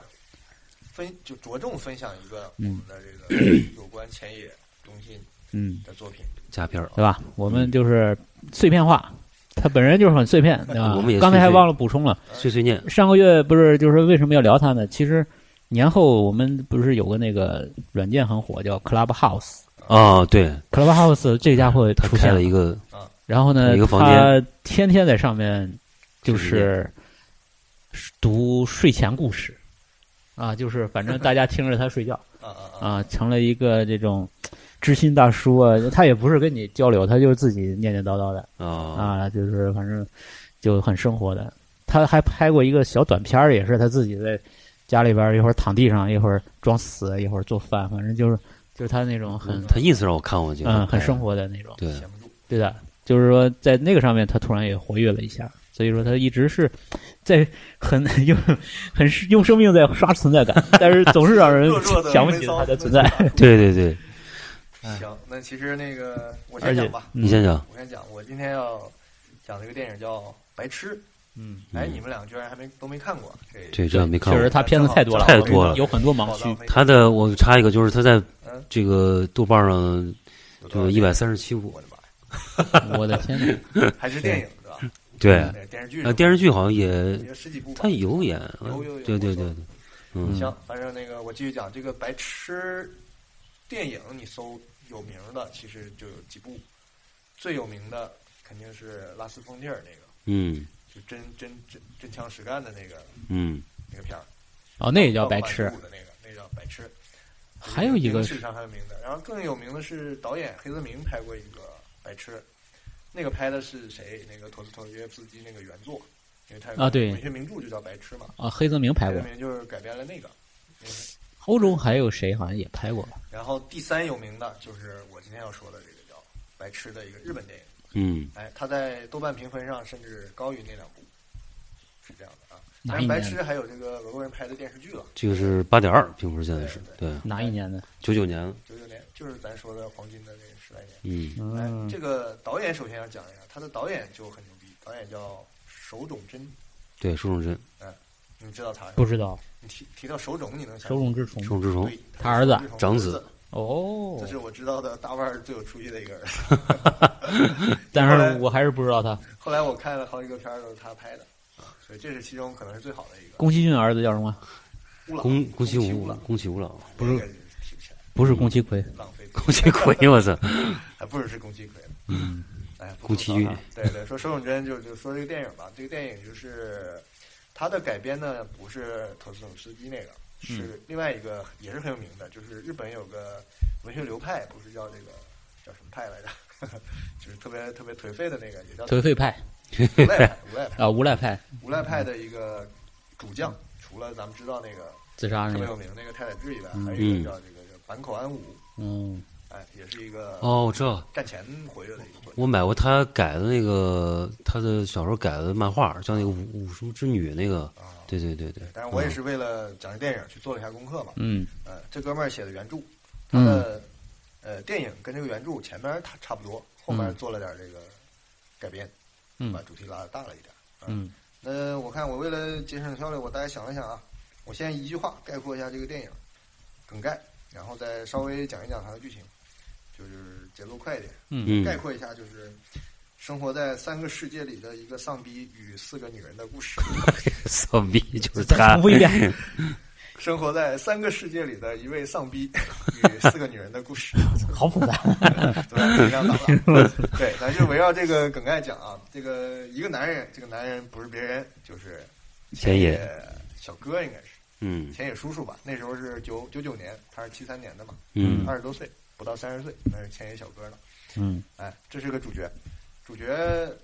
Speaker 6: 分就着重分享一个我们的这个
Speaker 5: 嗯
Speaker 6: 有关前野中信
Speaker 4: 嗯，
Speaker 6: 的作品。
Speaker 5: 加片儿啊
Speaker 4: 对吧？我
Speaker 5: 嗯
Speaker 4: 们就是碎片化，他本人就是很碎片，对吧？
Speaker 5: 我们也
Speaker 4: 刚才
Speaker 5: 碎
Speaker 4: 还
Speaker 5: 碎
Speaker 4: 忘了补充了，
Speaker 5: 碎碎念，
Speaker 4: 上个月不是就是为什么要聊他呢？其实年后我们不是有个那个软件很火，叫 Clubhouse，Clubhouse
Speaker 5: 啊，对，
Speaker 4: 这家伙
Speaker 5: 啊他
Speaker 4: 出
Speaker 5: 开
Speaker 4: 现
Speaker 5: 了一个
Speaker 4: 然后呢
Speaker 5: 有一个，房
Speaker 4: 他天天在上面就
Speaker 5: 睡
Speaker 4: 是读睡前故事啊，就是反 正大家听着他睡觉
Speaker 6: 啊啊啊！
Speaker 4: 啊，成了一个这种知心大叔啊。他也不是跟你交流，他就是自己念念叨叨的
Speaker 5: 啊，
Speaker 4: 啊，就是反正就很生活的。他还拍过一个小短片儿，也是他自己在家里边儿一会儿躺地上，一会儿装死，一会儿做饭，反正就是就是他那种很
Speaker 5: 他 ins 让我看过去，
Speaker 4: 嗯很生，活的那种。
Speaker 5: 对，
Speaker 6: 闲不住，
Speaker 4: 对的，就是说在那个上面，他突然也活跃了一下，所以说他一直是在很 用很用生命在刷存 在感，但是总是让人
Speaker 6: 弱弱的
Speaker 4: 想不起他的存 在。。
Speaker 5: 对对对，
Speaker 6: 行，那其实那个 我
Speaker 4: 而
Speaker 6: 先
Speaker 4: 且
Speaker 6: 讲吧，
Speaker 5: 你想
Speaker 4: 嗯
Speaker 5: 想，
Speaker 6: 我先讲，我今天要讲的一个电影叫《白痴》。
Speaker 4: 嗯，
Speaker 6: 哎，
Speaker 5: 嗯
Speaker 6: 你们俩居然还没都没看过，这
Speaker 5: 这这没看
Speaker 4: 确
Speaker 5: 过
Speaker 4: 实。他片子太多了，
Speaker 5: 太多了
Speaker 4: 有很多盲
Speaker 6: 报道
Speaker 4: 区。
Speaker 6: 没
Speaker 5: 他的我插一个，就是他在
Speaker 6: 嗯
Speaker 5: 这个豆瓣上
Speaker 6: 有多
Speaker 5: 就
Speaker 6: 少
Speaker 5: 是
Speaker 6: 人
Speaker 5: 一百，三十七部
Speaker 6: 我，的妈呀，
Speaker 4: 我的天 哪！
Speaker 6: 还是电影是吧？
Speaker 5: 对，
Speaker 6: 对，电视剧
Speaker 5: 呃，电视
Speaker 6: 剧
Speaker 5: 剧好像也
Speaker 6: 也十几部吧，
Speaker 5: 他有嗯演，啊
Speaker 6: 有有有
Speaker 5: 对对
Speaker 6: 我
Speaker 5: 对
Speaker 6: 说
Speaker 5: 对，嗯，
Speaker 6: 行，反正那个我继续讲这个白痴电影，你搜有名儿的其实就有几部，最有名的肯定是《拉斯冯蒂尔》那个，
Speaker 5: 嗯
Speaker 6: 就真真真真枪实干的那个
Speaker 5: 嗯
Speaker 6: 那个片儿，
Speaker 4: 哦，那也叫
Speaker 6: 盗
Speaker 4: 白
Speaker 6: 版
Speaker 4: 痴
Speaker 6: 录。的那个，那个叫白痴。
Speaker 4: 还有一个
Speaker 6: 是上很有名的，然后更有名的是导演黑泽明拍过一个《白痴》，那个拍的是谁？那个陀思妥耶夫斯基那个原作，因为他有个
Speaker 4: 啊对
Speaker 6: 文学名著就叫《白痴》嘛，
Speaker 4: 啊，黑泽明拍
Speaker 6: 黑
Speaker 4: 过
Speaker 6: 泽，明就是改编了那个。
Speaker 4: 欧洲还有谁好像也拍过吧？
Speaker 6: 然后第三有名的就是我今天要说的这个叫《白痴》的一个日本电影，
Speaker 5: 嗯
Speaker 6: 哎，他在豆瓣评分上甚至高于那两部，是这样的啊。
Speaker 4: 哪
Speaker 6: 但是
Speaker 4: 一
Speaker 6: 《白
Speaker 4: 年
Speaker 6: 痴》还有这个俄国人拍的电视剧了，
Speaker 5: 这个是八点二评分，现在是对
Speaker 4: 哪一年的？
Speaker 5: 九九年，
Speaker 6: 九九年就是咱说的黄金的这个十来年。
Speaker 5: 嗯
Speaker 6: 哎
Speaker 4: 嗯，，
Speaker 6: 这个导演首先要讲一下，他的导演就很牛逼，导演叫手冢真，
Speaker 5: 对，手
Speaker 6: 嗯
Speaker 5: 冢真，
Speaker 6: 你知道他是吧
Speaker 4: 不知道。
Speaker 6: 你提提到手冢，你能想
Speaker 4: 手冢治虫。
Speaker 5: 手冢治虫
Speaker 6: 对，
Speaker 4: 他儿子
Speaker 6: 是手冢治虫
Speaker 5: 长
Speaker 6: 的
Speaker 5: 子
Speaker 6: 儿子，
Speaker 4: 哦
Speaker 6: 这，是我知道的大腕儿最有出息的一个儿子。
Speaker 4: 但
Speaker 6: 后来
Speaker 4: 是我还是不知道他。
Speaker 6: 后来我看了好几个片儿都是他拍的，啊所以这是其中可能是最好的一个。
Speaker 4: 宫崎骏儿子叫什么？
Speaker 6: 乌朗
Speaker 5: 宫
Speaker 6: 宫
Speaker 5: 宫崎
Speaker 6: 吾
Speaker 5: 吾
Speaker 6: 朗，
Speaker 5: 宫崎吾朗，
Speaker 4: 不是
Speaker 6: 那个提不起来，
Speaker 4: 不是宫崎葵，
Speaker 6: 浪费。
Speaker 5: 宫崎葵，我 操，
Speaker 6: 还哎不只是宫崎葵了，
Speaker 4: 嗯，
Speaker 6: 哎，不
Speaker 5: 宫
Speaker 6: 吐
Speaker 5: 崎
Speaker 6: 槽
Speaker 5: 骏
Speaker 6: 他对对，说手冢真就就说这个电影吧，这个电影就是它的改编呢，不是陀思妥耶夫斯基那个，
Speaker 4: 嗯
Speaker 6: 是另外一个也是很有名的，就是日本有个文学流派，不是叫这个叫什么派来着？ 就是特别特别颓废的那个，也叫
Speaker 4: 颓废派
Speaker 6: 无赖派，无赖派，
Speaker 4: 啊，无赖派，
Speaker 6: 无赖派的一个主将，除了咱们知道那个
Speaker 4: 自杀
Speaker 6: 特
Speaker 4: 那
Speaker 6: 别
Speaker 4: 个
Speaker 6: 有。名那个太宰治以外，
Speaker 4: 哎嗯
Speaker 6: 还有一个叫这个叫坂口安吾，
Speaker 4: 嗯，
Speaker 6: 哎，也是一个
Speaker 5: 哦，我知道，
Speaker 6: 战前活跃的一个作家。
Speaker 5: 我买过他改的那个他的小时候改的漫画，叫那个《武武术之女》那个，
Speaker 6: 啊
Speaker 5: 对对对对，
Speaker 6: 但是我也
Speaker 5: 嗯
Speaker 6: 是为了讲这电影去做了一下功课嘛。
Speaker 4: 嗯
Speaker 6: 呃，这哥们儿写的原著，他
Speaker 4: 嗯
Speaker 6: 的、呃电影跟这个原著前面他差不多，后面
Speaker 4: 嗯
Speaker 6: 做了点这个改编，
Speaker 4: 嗯
Speaker 6: 把主题拉的大了一点。
Speaker 4: 嗯，
Speaker 6: 那我看我为了节省效率，我大概想了想啊，我先一句话概括一下这个电影梗概，然后再稍微讲一讲它的剧情，就是节奏快一点。
Speaker 5: 嗯
Speaker 6: 概括一下就是。生活在三个世界里的一个丧逼与四个女人的故事。
Speaker 5: 骚 逼就是
Speaker 4: 再
Speaker 5: 他
Speaker 4: 重，复一遍。
Speaker 6: 生活在三个世界里的一位丧 逼与四个女人的故事，
Speaker 4: 好复杂。
Speaker 6: 对吧？尽量打 了。对，咱就围绕这个梗概讲啊。这个一个男人，这个男人不是别人，就是
Speaker 5: 前野
Speaker 6: 小哥，应该是
Speaker 5: 嗯
Speaker 6: 前野叔叔吧？那时候是九九九年，他是七三年的嘛，
Speaker 5: 嗯
Speaker 6: 二十多岁，不到三十岁，那是前野小哥呢。
Speaker 4: 嗯
Speaker 6: 哎，这是个主角。主角，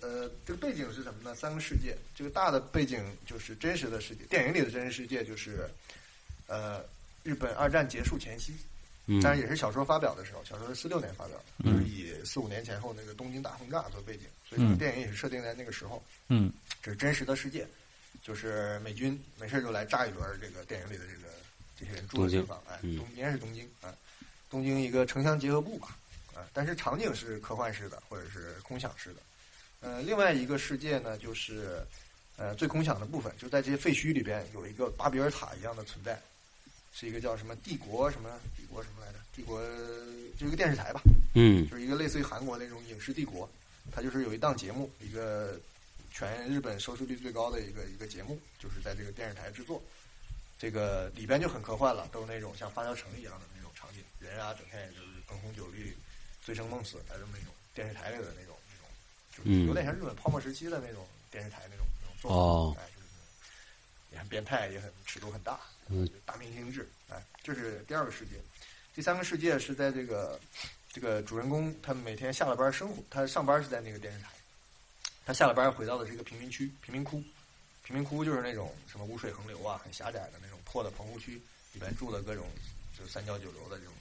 Speaker 6: 呃，这个背景是什么呢？三个世界，这个大的背景就是真实的世界，电影里的真实世界就是，呃，日本二战结束前夕，
Speaker 5: 嗯，
Speaker 6: 但是也是小说发表的时候，小说是四六年发表的，就是以四五年前后那个东京大轰炸做背景，所以这个
Speaker 4: 嗯
Speaker 6: 电影也是设定在那个时候，
Speaker 4: 嗯
Speaker 6: 这是真实的世界，就是美军没事就来炸一轮儿这个电影里的这个这些人住的地方，哎，
Speaker 5: 嗯
Speaker 6: 东应该是东京啊，东京一个城乡结合部吧，啊，但是场景是科幻式的或者是空想式的，呃，另外一个世界呢就是。呃，最空想的部分就在这些废墟里边有一个巴比尔塔一样的存在，是一个叫什么帝国什么帝国什么来着？帝国就是一个电视台吧，
Speaker 5: 嗯
Speaker 6: 就是一个类似于韩国那种影视帝国，它就是有一档节目，一个全日本收视率最高的一个一个节目，就是在这个电视台制作。这个里边就很科幻了，都是那种像发条城一样的那种场景，人啊，整天也就是灯红酒绿、醉生梦死的这么一种电视台里的那种那种，就是有点像日本泡沫时期的那种电视台那种那种做法，
Speaker 5: 哦
Speaker 6: 哎，就是也很变态，也很尺度很大，
Speaker 5: 嗯
Speaker 6: 大明星制，哎，这是第二个世界。第三个世界是在这个这个主人公他每天下了班生活，他上班是在那个电视台，他下了班回到的是一个贫民区、贫民窟，贫民窟就是那种什么污水横流啊，很狭窄的那种破的棚户区，里边住的各种就是三教九流的这种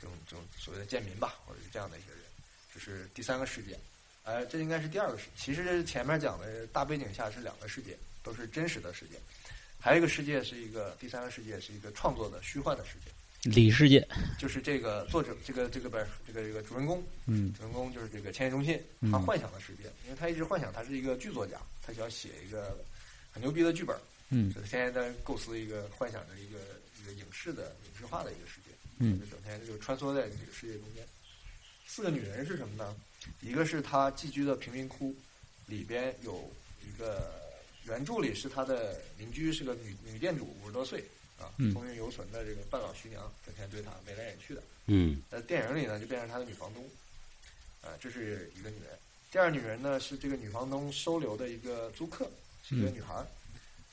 Speaker 6: 这种这种所谓的贱民吧，或者是这样的一些人，这是第三个世界。呃，这应该是第二个世界。其实前面讲的大背景下是两个世界，都是真实的世界。还有一个世界是一个第三个世界是一个创作的虚幻的世界，
Speaker 4: 里世界。
Speaker 6: 就是这个作者这个这个不是这个这个主人公
Speaker 4: 嗯
Speaker 6: 主人公就是这个千叶忠信，
Speaker 4: 嗯
Speaker 6: 他幻想的世界，因为他一直幻想他是一个剧作家，他想写一个很牛逼的剧本，
Speaker 4: 嗯
Speaker 6: 就是现在在构思一个幻想着一个一个影视的影视化的一个世界，
Speaker 4: 嗯
Speaker 6: 就整天就穿梭在这个世界中间。四个女人是什么呢？一个是她寄居的贫民窟，里边有一个原著里是她的邻居，是个女女店主，五十多岁，啊
Speaker 4: 嗯，
Speaker 6: 风韵犹存的这个半老徐娘，整天对他眉来眼去的。
Speaker 5: 嗯
Speaker 6: 在电影里呢，就变成他的女房东，啊、这是一个女人。第二女人呢是这个女房东收留的一个租客，是一个
Speaker 4: 嗯
Speaker 6: 女孩儿。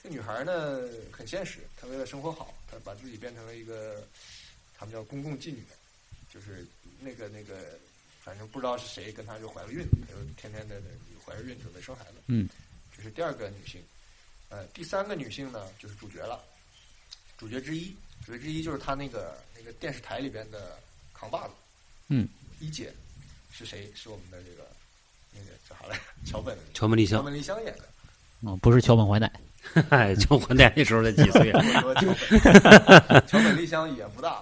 Speaker 6: 这女孩儿呢很现实，她为了生活好，她把自己变成了一个，他们叫公共妓女，就是那个那个，反正不知道是谁跟她就怀了孕，她就天天的怀着孕准备生孩子。
Speaker 4: 嗯，
Speaker 6: 这是第二个女性。呃，第三个女性呢就是主角了，主角之一，主角之一就是她那个那个电视台里边的扛把子。
Speaker 4: 嗯，
Speaker 6: 一姐是谁？是我们的这个那个叫啥来着？桥本
Speaker 5: 桥本丽
Speaker 6: 桥
Speaker 5: 香，
Speaker 6: 本丽香演的。
Speaker 4: 哦，不是桥本环奈，
Speaker 5: 哎，就我奶那时候才几 岁啊
Speaker 6: 我说桥本桥本丽香也不大，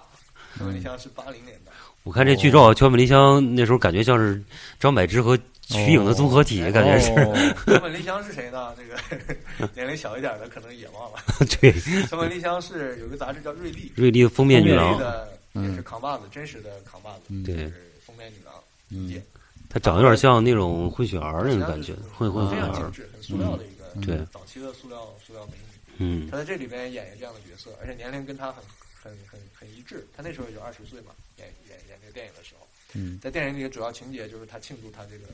Speaker 6: 桥本丽香是八零年的。
Speaker 5: 我看这剧
Speaker 6: 哦
Speaker 5: 照，桥本丽香那时候感觉像是张柏芝和瞿颖的综合
Speaker 6: 哦
Speaker 5: 体，感觉是、
Speaker 4: 是，
Speaker 6: 桥本丽香是谁呢？这个年龄小一点的可能也忘了。
Speaker 5: 对
Speaker 6: 桥本丽香是有一个杂志叫《瑞丽》，
Speaker 5: 瑞丽的封面女
Speaker 6: 瑞
Speaker 5: 郎
Speaker 6: 丽，的也是
Speaker 4: 嗯
Speaker 6: 扛把子，真实的扛把子，
Speaker 4: 嗯
Speaker 5: 对
Speaker 6: 就是封面女郎一
Speaker 4: 嗯
Speaker 6: 姐，
Speaker 5: 她长得有点像那种混血儿那种感觉
Speaker 6: 实际，上
Speaker 5: 混
Speaker 6: 是
Speaker 5: 混
Speaker 6: 非
Speaker 5: 血
Speaker 6: 常
Speaker 5: 儿
Speaker 6: 精，
Speaker 5: 嗯
Speaker 6: 致，很塑料的一个，嗯
Speaker 5: 对
Speaker 6: 早期的塑料塑料美女。
Speaker 5: 嗯
Speaker 6: 他在这里边演一个这样的角色，而且年龄跟他很很很很一致。他那时候也就二十岁嘛，演演演这个电影的时候，
Speaker 4: 嗯
Speaker 6: 在电影里的主要情节就是他庆祝他这个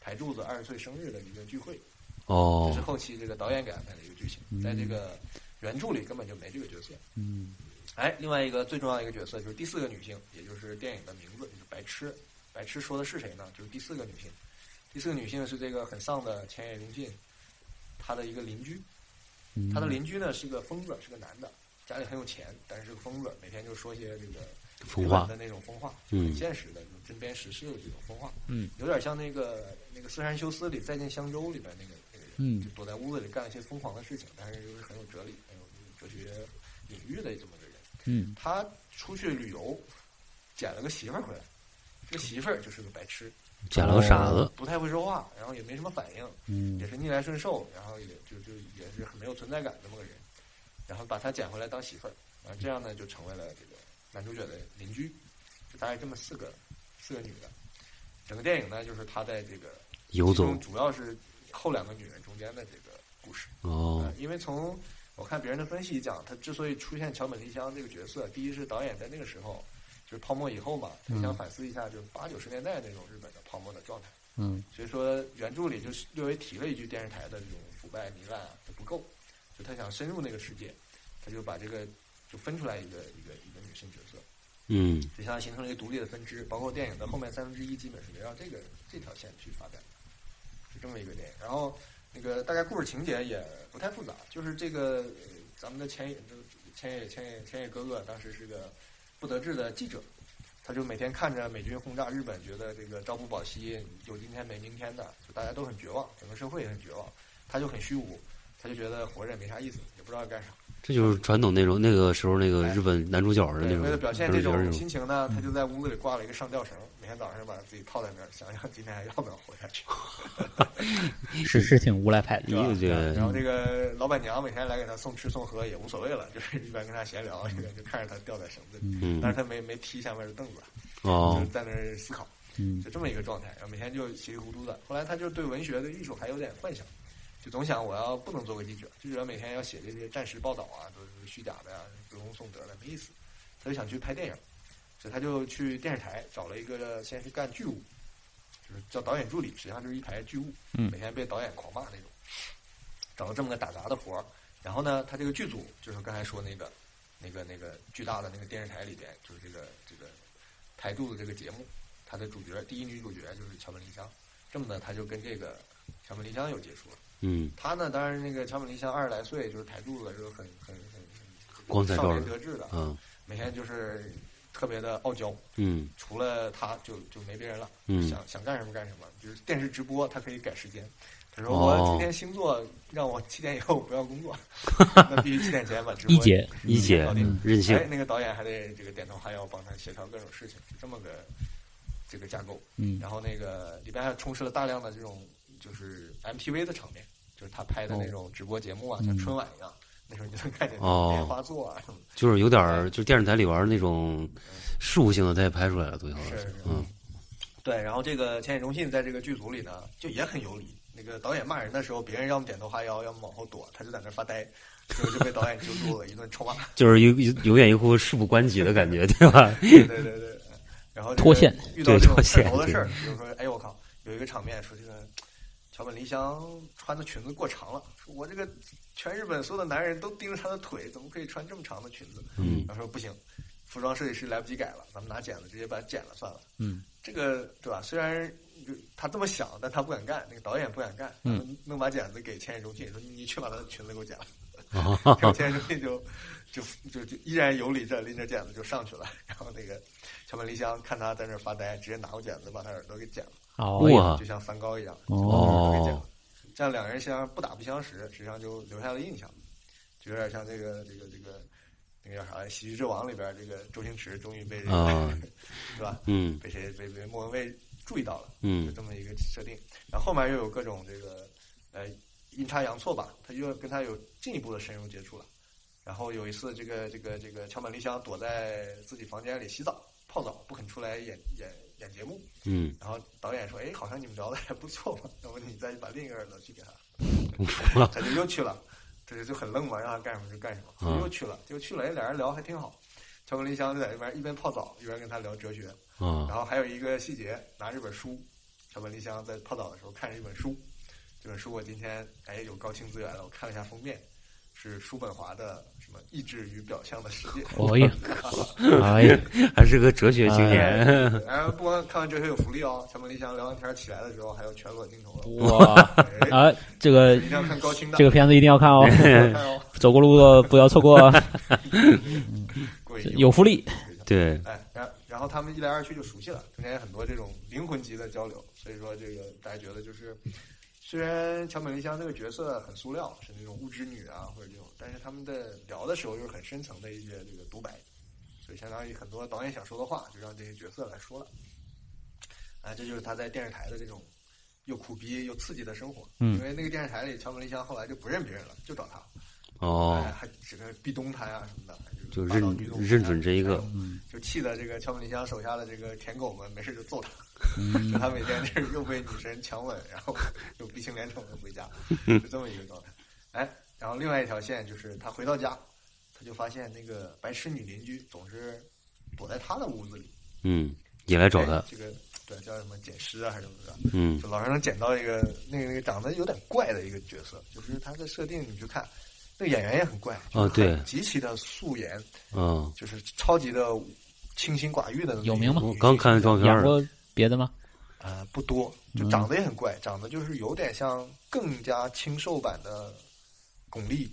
Speaker 6: 台柱子二十岁生日的一个聚会，这
Speaker 5: 哦
Speaker 6: 是，后期这个导演给安排的一个剧情，在这个原著里根本就没这个角色。
Speaker 4: 嗯
Speaker 6: 哎，另外一个最重要的一个角色就是第四个女性，也就是电影的名字，就是白痴。白痴说的是谁呢？就是第四个女性。第四个女性是这个很丧的千叶荣信，她的一个邻居。
Speaker 4: 嗯，
Speaker 6: 他的邻居呢是个疯子，是个男的，家里很有钱，但是是个疯子，每天就说些这个
Speaker 5: 风
Speaker 6: 日
Speaker 5: 化
Speaker 6: 本的那种疯话，
Speaker 5: 嗯
Speaker 6: 很现实的，就针砭时事的这种疯话，
Speaker 4: 嗯，
Speaker 6: 有点像那个那个《斯山修斯》里《再见襄州》里边那个那个人，
Speaker 4: 嗯
Speaker 6: 就躲在屋子里干一些疯狂的事情，但是又是很有哲理、很有哲学隐喻的这么个人。
Speaker 4: 嗯
Speaker 6: 他出去旅游，捡了个媳妇儿回来，这个媳妇儿就是个白痴，
Speaker 5: 捡了个傻子，
Speaker 6: 不太会说话，然后也没什么反应，
Speaker 4: 嗯
Speaker 6: 也是逆来顺受，然后也就就也是很没有存在感这么个人，然后把她捡回来当媳妇儿，然后这样呢就成为了这个男主角的邻居，就大概这么四个四个女的，整个电影呢就是他在这个
Speaker 5: 游
Speaker 6: 其
Speaker 5: 走
Speaker 6: 中主要是后两个女人中间的这个故事，
Speaker 5: 哦
Speaker 6: 呃，因为从我看别人的分析讲，他之所以出现桥本丽香这个角色，第一是导演在那个时候就是泡沫以后嘛，
Speaker 5: 嗯
Speaker 6: 他想反思一下就是八九十年代那种日本的泡沫的状态。
Speaker 4: 嗯
Speaker 6: 所以说原著里就是略微提了一句电视台的这种腐败糜烂啊，它不够，就他想深入那个世界，他就把这个就分出来一个一个一个女性角色，
Speaker 5: 嗯
Speaker 6: 就相当于形成了一个独立的分支，包括电影的后面三分之一基本是围绕这个这条线去发展的，是这么一个电影。然后那个大概故事情节也不太复杂，就是这个、呃咱们的千叶就是千叶千叶千叶哥哥当时是个不得志的记者，他就每天看着美军轰炸日本，觉得这个朝不保夕，有今天没明天的，就大家都很绝望，整个社会也很绝望，他就很虚无，他就觉得活着也没啥意思，也不知道要干啥。
Speaker 5: 这就是传统那种那个时候那个日本男主角的那
Speaker 6: 对，
Speaker 5: 种，
Speaker 6: 为了表现
Speaker 5: 男
Speaker 6: 这
Speaker 5: 主角那
Speaker 6: 种
Speaker 5: 种
Speaker 6: 心情呢，他就在屋子里挂了一个上吊绳，每天早上把自己套在那儿，想想今天还要不要活下去。
Speaker 4: 是是挺无赖派的，嗯
Speaker 5: 一个这
Speaker 6: 然
Speaker 5: 个
Speaker 6: 后这个老板娘每天来给他送吃送喝也无所谓了，就是一般跟他闲聊，这个就看着他吊在绳子里，
Speaker 5: 嗯
Speaker 6: 但是他没没踢下面的凳子，就
Speaker 5: 哦
Speaker 6: 是在那儿思考，
Speaker 4: 嗯
Speaker 6: 就这么一个状态。然后每天就稀里糊涂的。后来他就对文学、对艺术还有点幻想，就总想我要不能做个记者，记者每天要写这些战时报道啊，都是虚假的呀、歌功颂德的，没意思。他就想去拍电影，所以他就去电视台找了一个，先是干剧务，就是叫导演助理，实际上就是一排剧务，
Speaker 4: 嗯
Speaker 6: 每天被导演狂骂那种。找了这么个打杂的活儿，然后呢，他这个剧组就是刚才说那个、那个、那个巨大的那个电视台里边，就是这个这个台柱子这个节目，它的主角第一女主角就是桥本丽香，这么呢，他就跟这个桥本丽香有接触了。
Speaker 5: 嗯
Speaker 6: 他呢，当然那个桥本丽香二十来岁，就是台柱子，就是很很很
Speaker 5: 光彩
Speaker 6: 少
Speaker 5: 照
Speaker 6: 年
Speaker 5: 人
Speaker 6: 得志的，
Speaker 5: 啊
Speaker 6: 每天就是特别的傲娇，
Speaker 5: 嗯
Speaker 6: 除了他就就没别人了，
Speaker 5: 嗯
Speaker 6: 想想干什么干什么，就是电视直播他可以改时间。他说
Speaker 5: 哦
Speaker 6: 我今天星座让我七点以后不要工 作，那必须七点前把直播
Speaker 4: 一姐
Speaker 5: 一姐
Speaker 6: 搞定
Speaker 4: 嗯
Speaker 5: 任性
Speaker 6: 哎，那个导演还得这个点头哈腰帮他协调各种事情，是这么个这个架构。
Speaker 4: 嗯
Speaker 6: 然后那个里边还充斥了大量的这种就是 MTV 的场面，就是他拍的那种直播节目啊，
Speaker 4: 嗯
Speaker 6: 像春晚一样，那时候你就能看见
Speaker 5: 哦
Speaker 6: 莲花座啊什么的。
Speaker 5: 就是有点儿，就是电视台里玩儿那种事务性的，他也拍出来了，都有。
Speaker 6: 是是
Speaker 5: 嗯，
Speaker 6: 对，然后这个千野荣信在这个剧组里呢，就也很有理。那个导演骂人的时候，别人要么点头哈腰，要么往后躲，他就在那儿发呆，结果就被导演揪住了，一顿臭骂。
Speaker 5: 就是有有有远一乎事不关己的感觉，对吧？
Speaker 6: 对对对对。然后这个
Speaker 4: 脱线
Speaker 6: 遇到这种
Speaker 5: 对脱
Speaker 6: 刺
Speaker 5: 线
Speaker 6: 头的事儿
Speaker 5: 对，
Speaker 6: 比如说，哎我靠，有一个场面说这个桥本梨香穿的裙子过长了，说我这个全日本所有的男人都盯着她的腿，怎么可以穿这么长的裙子？
Speaker 5: 嗯，
Speaker 6: 他说不行，服装设计师来不及改了，咱们拿剪子直接把它剪了算了。
Speaker 4: 嗯，
Speaker 6: 这个对吧？虽然就他这么想，但他不敢干，那个导演不敢干，
Speaker 4: 嗯
Speaker 6: 弄弄把剪子给千叶中信说你去把他的裙子给我剪 了。
Speaker 5: 啊
Speaker 6: 然后千叶中信就就就就依然有理着拎着剪子就上去了，然后那个桥本梨香看他在那儿发呆，直接拿过剪子把他耳朵给剪了，
Speaker 4: 哦，
Speaker 5: 哇
Speaker 6: 就像三高一样，
Speaker 4: 哦
Speaker 6: 就把他耳朵给剪了。这样两个人实际上不打不相识，实际上就留下了印象，就有点像这个这个这个那个叫啥《喜剧之王》里边这个周星驰终于被这个、
Speaker 5: 啊
Speaker 6: 是吧？
Speaker 5: 嗯
Speaker 6: 被谁被被莫文蔚注意到了，就
Speaker 5: 嗯
Speaker 6: 这么一个设定。然后后面又有各种这个呃阴差阳错吧，他又跟他有进一步的深入接触了。然后有一次，这个这个这个桥本梨香躲在自己房间里洗澡泡澡，不肯出来演演演节目。
Speaker 5: 嗯，
Speaker 6: 然后导演说：“哎，好像你们聊的还不错嘛，要不你再把另一个耳朵去给他。”
Speaker 5: 哇
Speaker 6: 他就又去了，这就很愣嘛，让他干什么就干什么，
Speaker 5: 嗯
Speaker 6: 就又去了，就去了，哎，俩人聊还挺好。乔本林香就在那边一边泡澡一边跟他聊哲学，
Speaker 5: 啊
Speaker 6: 然后还有一个细节，拿着本书，乔本林香在泡澡的时候看着一本书，这本书我今天哎有高清资源了，我看了一下封面，是叔本华的什么《意志与表象的世界》。
Speaker 4: 哎呀，哎呀，
Speaker 5: 还是个哲学青年，
Speaker 6: 然哎后不光看完哲学有福利哦，乔本林香聊完天起来的时候还有全裸镜头了，
Speaker 4: 哇
Speaker 6: 哎，
Speaker 4: 啊，这个
Speaker 6: 一定要看高清的，
Speaker 4: 哦这个片子一定要 看哦，
Speaker 6: 看哦，
Speaker 4: 走过路过不要错 过哦，
Speaker 6: 过瘾
Speaker 4: 有福利。
Speaker 5: 对，
Speaker 6: 哎，然然后他们一来二去就熟悉了，中间有很多这种灵魂级的交流，所以说这个大家觉得就是，虽然桥本梨香这个角色很塑料，是那种物质女啊或者这种，但是他们的聊的时候又是很深层的一些这个独白，所以相当于很多导演想说的话就让这些角色来说了，啊，这就是他在电视台的这种又苦逼又刺激的生活，
Speaker 4: 嗯
Speaker 6: 因为那个电视台里桥本梨香后来就不认别人了，就找他，
Speaker 5: 哦
Speaker 6: 哎，，还指着壁咚他啊呀什么的，
Speaker 5: 就是认
Speaker 6: 霸道女总裁
Speaker 5: 认准这一个，
Speaker 4: 嗯
Speaker 6: 哎就气得这个桥本梨香手下的这个舔狗们没事就揍他，
Speaker 4: 嗯
Speaker 6: 就他每天就是又被女神强吻，然后又鼻青脸肿的回 家，就这么一个状态。哎，然后另外一条线就是他回到家，他就发现那个白痴女邻居总是躲在他的屋子里
Speaker 5: 嗯，也来找
Speaker 6: 哎
Speaker 5: 他，
Speaker 6: 这个对叫什么捡尸啊还是怎么着？
Speaker 5: 嗯
Speaker 6: 就老是能捡到一个那个那个长得有点怪的一个角色，就是他的设定你去看，那个演员也很怪
Speaker 5: 啊对
Speaker 6: 就是很极其的素颜，
Speaker 5: 嗯，
Speaker 6: 就是超级的清心寡欲的那种
Speaker 4: 有名吗
Speaker 5: 我刚看照片
Speaker 4: 演
Speaker 5: 儿，
Speaker 4: 过别的吗？
Speaker 6: 呃，不多，就长得也很怪，长得就是有点像更加清瘦版的巩俐，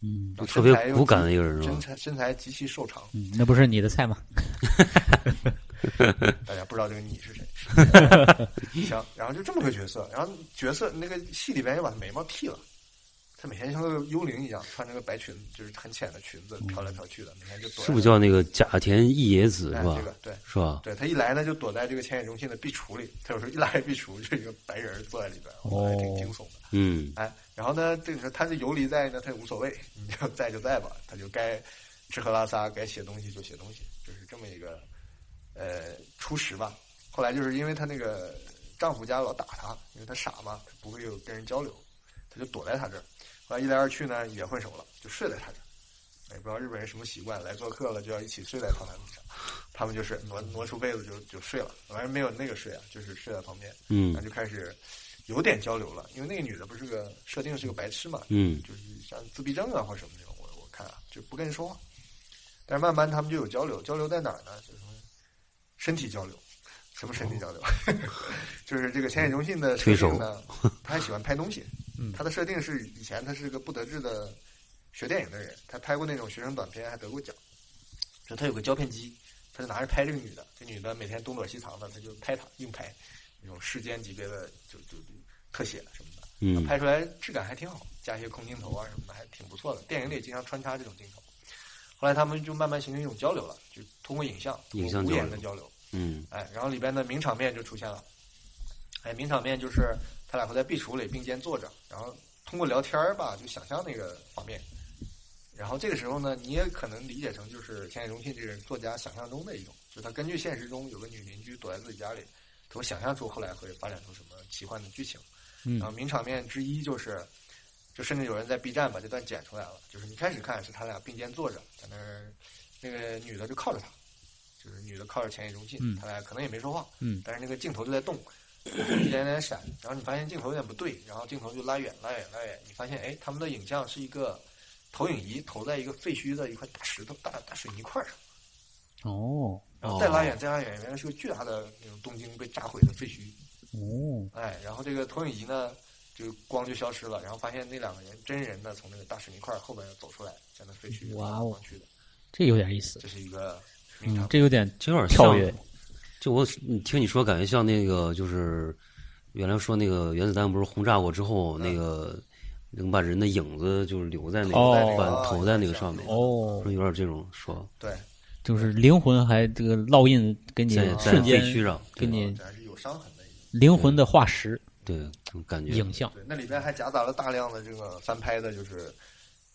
Speaker 4: 嗯
Speaker 6: 然后
Speaker 5: 特别
Speaker 6: 身材又
Speaker 5: 骨感
Speaker 6: 极
Speaker 5: 的一个人是吧
Speaker 6: 身？材身材极其瘦长，
Speaker 4: 嗯，那不是你的菜吗？
Speaker 6: 大家不知道这个你是谁。 行，然后就这么个角色，然后角色那个戏里边又把他眉毛剃了，他每天像个幽灵一样，穿着个白裙，就是很浅的裙子，飘来飘去的，每天就躲在
Speaker 5: 是不是叫那个甲田义野子
Speaker 6: 哎
Speaker 5: 是吧
Speaker 6: 这？个对。
Speaker 5: 是吧？
Speaker 6: 对他一来呢，就躲在这个千野中心的壁橱里。他有时候一拉开壁橱，就一个白人坐在里边，我还挺
Speaker 4: 哦
Speaker 6: 惊悚的。
Speaker 5: 嗯
Speaker 6: 哎，然后呢，这个时候他是游离在呢， 他也无所谓，你就在就在吧，他就该吃喝拉撒，该写东西就写东西，就是这么一个呃初识吧。后来就是因为她那个丈夫家老打她，因为她傻嘛，她不会有跟人交流，她就躲在他这儿。后来一来二去呢，也混熟了，就睡在他这儿。也不知道日本人什么习惯，来做客了就要一起睡在榻榻米上。他们就是挪挪出被子就就睡了，反正没有那个睡啊，就是睡在旁边。
Speaker 5: 嗯
Speaker 6: 那就开始有点交流了，因为那个女的不是个设定是个白痴嘛，
Speaker 5: 嗯
Speaker 6: 就是像自闭症啊或者什么这种，我我看啊就不跟人说话。但是慢慢他们就有交流，交流在哪儿呢？就是说身体交流，什么身体交
Speaker 5: 哦
Speaker 6: 流？ 就是这个千野中信的设定 呢，他还喜欢拍东西。
Speaker 4: 嗯
Speaker 6: 他的设定是以前他是个不得志的学电影的人，他拍过那种学生短片，还得过奖。就他有个胶片机，他就拿着拍这个女的，这女的每天东躲西藏的，他就拍她，硬拍那种世间级别的就就就特写什么的。
Speaker 5: 嗯
Speaker 6: 拍出来质感还挺好，加一些空镜头啊什么的，还挺不错的。电影里经常穿插这种镜头。后来他们就慢慢形成一种交流了，就通过影像、通
Speaker 5: 影
Speaker 6: 过
Speaker 5: 像
Speaker 6: 无
Speaker 5: 交
Speaker 6: 言
Speaker 5: 流
Speaker 6: 的交流。
Speaker 5: 嗯
Speaker 6: 哎，然后里边的名场面就出现了。哎，名场面就是他俩会在壁橱里并肩坐着，然后通过聊天儿吧，就想象那个画面。然后这个时候呢，你也可能理解成就是千叶中信这个人作家想象中的一种，就他根据现实中有个女邻居躲在自己家里，我想象出后来会发展出什么奇幻的剧情。
Speaker 4: 嗯
Speaker 6: 然后啊名场面之一就是，就甚至有人在 B 站把这段剪出来了，就是你开始看是他俩并肩坐着在那儿，那个女的就靠着他，就是女的靠着浅野忠信，
Speaker 4: 嗯
Speaker 6: 他俩可能也没说话，
Speaker 4: 嗯
Speaker 6: 但是那个镜头就在动，一点点闪，然后你发现镜头有点不对，然后镜头就拉远拉远拉远，你发现哎，他们的影像是一个投影仪投在一个废墟的一块大石头大大水泥块上。嗯
Speaker 4: 哦
Speaker 6: 然后再拉远，再拉远，原来是个巨大的那种东京被炸毁的废墟。
Speaker 4: 哦，
Speaker 6: 哎，然后这个投影仪呢，就光就消失了，然后发现那两个人真人呢，从那个大水泥块后边走出来，在那废墟
Speaker 4: 哇哦
Speaker 6: 晃来晃去的，
Speaker 4: 这有点意思，
Speaker 6: 这是一个名
Speaker 4: 嗯
Speaker 6: 场，
Speaker 4: 这有点
Speaker 5: 这有点
Speaker 4: 跳
Speaker 5: 像
Speaker 4: 跃，
Speaker 5: 就我你听你说，感觉像那个就是原来说那个原子弹不是轰炸过之后，那个能把人的影子就是留在那个
Speaker 4: 哦
Speaker 5: 把投在那个上面，
Speaker 4: 哦
Speaker 5: 说，有点这种说，
Speaker 6: 对，
Speaker 4: 就是灵魂还这个烙印，给你
Speaker 5: 在在
Speaker 4: 瞬
Speaker 5: 废
Speaker 4: 间
Speaker 5: 墟上，
Speaker 4: 给你
Speaker 6: 这还是有伤痕的一个。
Speaker 4: 灵魂的化石
Speaker 5: 对感觉
Speaker 4: 影像，
Speaker 6: 对，那里边还夹杂了大量的这个翻拍的，就是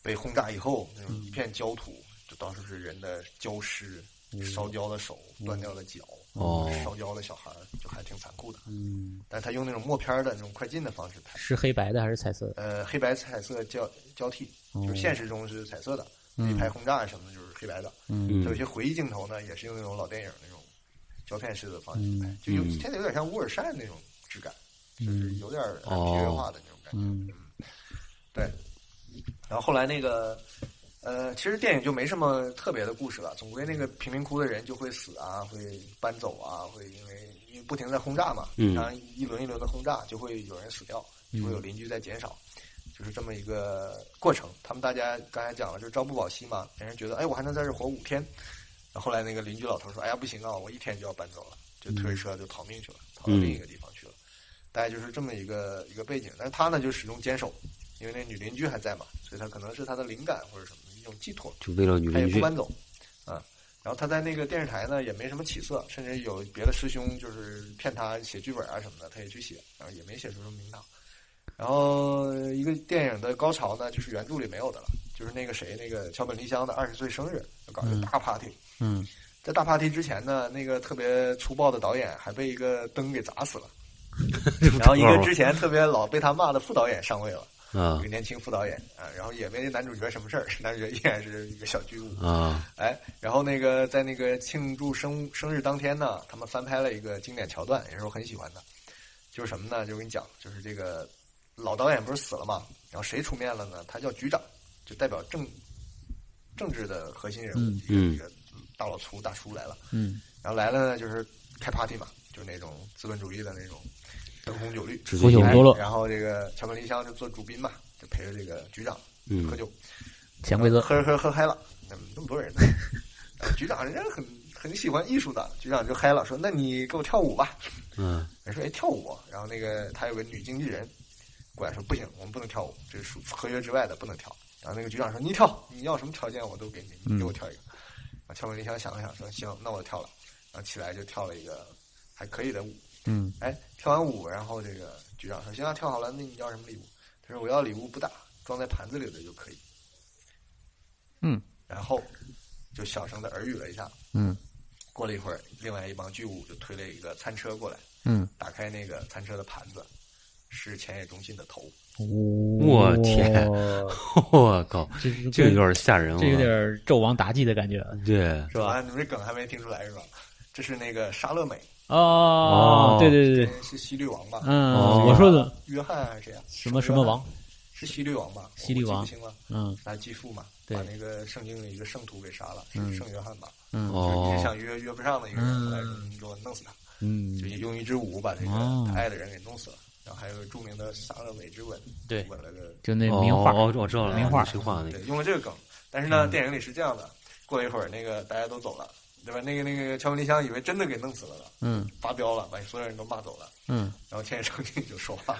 Speaker 6: 被轰炸以后那
Speaker 4: 嗯
Speaker 6: 种一片焦土，就到处是人的焦尸、
Speaker 4: 嗯
Speaker 6: 烧焦的手、断掉的脚、
Speaker 5: 哦
Speaker 6: 烧焦的小孩儿，就还挺残酷的。
Speaker 4: 嗯，
Speaker 6: 但是他用那种默片儿的那种快进的方式拍。
Speaker 4: 是黑白的还是彩色的？
Speaker 6: 呃，黑白彩色交交替，就是现实中是彩色的，一拍轰炸什么的，就是黑白的。
Speaker 5: 嗯
Speaker 6: 它有些回忆镜头呢，也是用那种老电影那种胶片式的方式拍，就有
Speaker 5: 嗯
Speaker 6: 现在有点像乌尔善那种质感，就是有点儿
Speaker 5: 哦
Speaker 6: 皮约化的那种感觉。
Speaker 4: 嗯
Speaker 6: 对。然后后来那个，呃，其实电影就没什么特别的故事了，总归那个贫民窟的人就会死啊，会搬走啊，会因为因为不停地在轰炸嘛，
Speaker 5: 嗯
Speaker 6: 然后一轮一轮的轰炸，就会有人死掉，就会有邻居在减少。就是这么一个过程，他们大家刚才讲了，就是朝不保夕嘛。别人觉得，哎，我还能在这儿活五天。然后后来那个邻居老头说，哎呀，不行啊，我一天就要搬走了，就推着车就逃命去了，逃到另一个地方去了。大概就是这么一个一个背景。但是他呢，就始终坚守，因为那女邻居还在嘛，所以他可能是他的灵感或者什么一种寄托，
Speaker 5: 就为了女
Speaker 6: 他也
Speaker 5: 邻
Speaker 6: 不
Speaker 5: 居，
Speaker 6: 搬走，啊。然后他在那个电视台呢也没什么起色，甚至有别的师兄就是骗他写剧本啊什么的，他也去写，然后也没写出什么名堂。然后一个电影的高潮呢，就是原著里没有的了，就是那个谁，那个桥本梨香的二十岁生日，就搞一个大 party，
Speaker 4: 嗯，
Speaker 6: 在大 party 之前呢，那个特别粗暴的导演还被一个灯给砸死 了，然后一个之前特别老被他骂的副导演上位了，
Speaker 5: 啊
Speaker 6: 一个年轻副导演啊，然后也没男主角什么事儿，男主角依然是一个小剧务。
Speaker 5: 啊
Speaker 6: 哎，然后那个在那个庆祝生生日当天呢，他们翻拍了一个经典桥段，也是我很喜欢的，就是什么呢？就跟你讲，就是这个老导演不是死了嘛，然后谁出面了呢？他叫局长，就代表政政治的核心人物，一个
Speaker 5: 嗯
Speaker 6: 一个大老粗大叔来了，
Speaker 4: 嗯，
Speaker 6: 然后来了呢就是开 party 嘛，就是那种资本主义的那种灯红酒绿，
Speaker 5: 纸醉
Speaker 4: 喝酒
Speaker 5: 金迷
Speaker 4: 多了，
Speaker 6: 然后这个桥本梨香就做主宾嘛，就陪着这个局长
Speaker 5: 嗯
Speaker 6: 喝酒，
Speaker 4: 潜规则，
Speaker 6: 喝着喝着喝嗨了，嗯怎么那么多人呢？然呃后局长人家很很喜欢艺术的，局长就嗨了，说那你给我跳舞吧。
Speaker 5: 嗯
Speaker 6: 人说哎跳舞，然后那个他有个女经纪人过来说不行，我们不能跳舞，这是属合约之外的，不能跳。然后那个局长说你跳，你要什么条件我都给你，你给
Speaker 4: 嗯
Speaker 6: 我跳一个。然后乔本林想想了想说行，那我跳了，然后起来就跳了一个还可以的舞。
Speaker 4: 嗯，
Speaker 6: 哎，跳完舞，然后这个局长说：“行啊，跳好了，那你要什么礼物？”他说：“我要礼物不大，装在盘子里的就可以。”
Speaker 4: 嗯，
Speaker 6: 然后就小声的耳语了一下。
Speaker 4: 嗯
Speaker 6: 过了一会儿，另外一帮剧务就推了一个餐车过来，
Speaker 4: 嗯，
Speaker 6: 打开那个餐车的盘子，是前野中信的头。
Speaker 4: 我
Speaker 5: 天我靠，
Speaker 4: 这是
Speaker 5: 这有点吓人，
Speaker 4: 这有点纣王妲己的感觉，
Speaker 5: 对，
Speaker 4: 是吧？
Speaker 6: 啊，你们这梗还没听出来是吧？这是那个沙乐美，
Speaker 4: 哦
Speaker 5: 哦，
Speaker 4: 对对对对，
Speaker 6: 是西律王吧？
Speaker 4: 嗯，
Speaker 5: 哦
Speaker 4: 我说的
Speaker 6: 约翰还是谁啊？
Speaker 4: 什么什么王，
Speaker 6: 是西律王吧？
Speaker 4: 西律王
Speaker 6: 我记不清了。
Speaker 4: 嗯
Speaker 6: 他继父嘛，
Speaker 4: 对
Speaker 6: 把那个圣经的一个圣徒给杀了，是圣约翰吧？
Speaker 4: 嗯
Speaker 6: 就是一直
Speaker 5: 哦
Speaker 6: 想约约不上的一个人，后来说你给我弄死他，
Speaker 4: 嗯
Speaker 6: 就用一支舞把这个
Speaker 4: 哦
Speaker 6: 他爱的人给弄死了。然后还有著名的沙勒美之吻，
Speaker 4: 对
Speaker 6: 吻了个
Speaker 4: 就那
Speaker 5: 哦
Speaker 4: 名画，
Speaker 5: 哦，我知道了，
Speaker 4: 名画
Speaker 5: 谁画的那
Speaker 6: 对
Speaker 5: 个，
Speaker 6: 用了这个梗。但是呢，电影里是这样的，过了一会儿，那个大家都走了，对吧？那个那个乔本丽香以为真的给弄死了的，
Speaker 4: 嗯
Speaker 6: 发飙了，把所有人都骂走了。
Speaker 4: 嗯，
Speaker 6: 然后千叶成进就说话，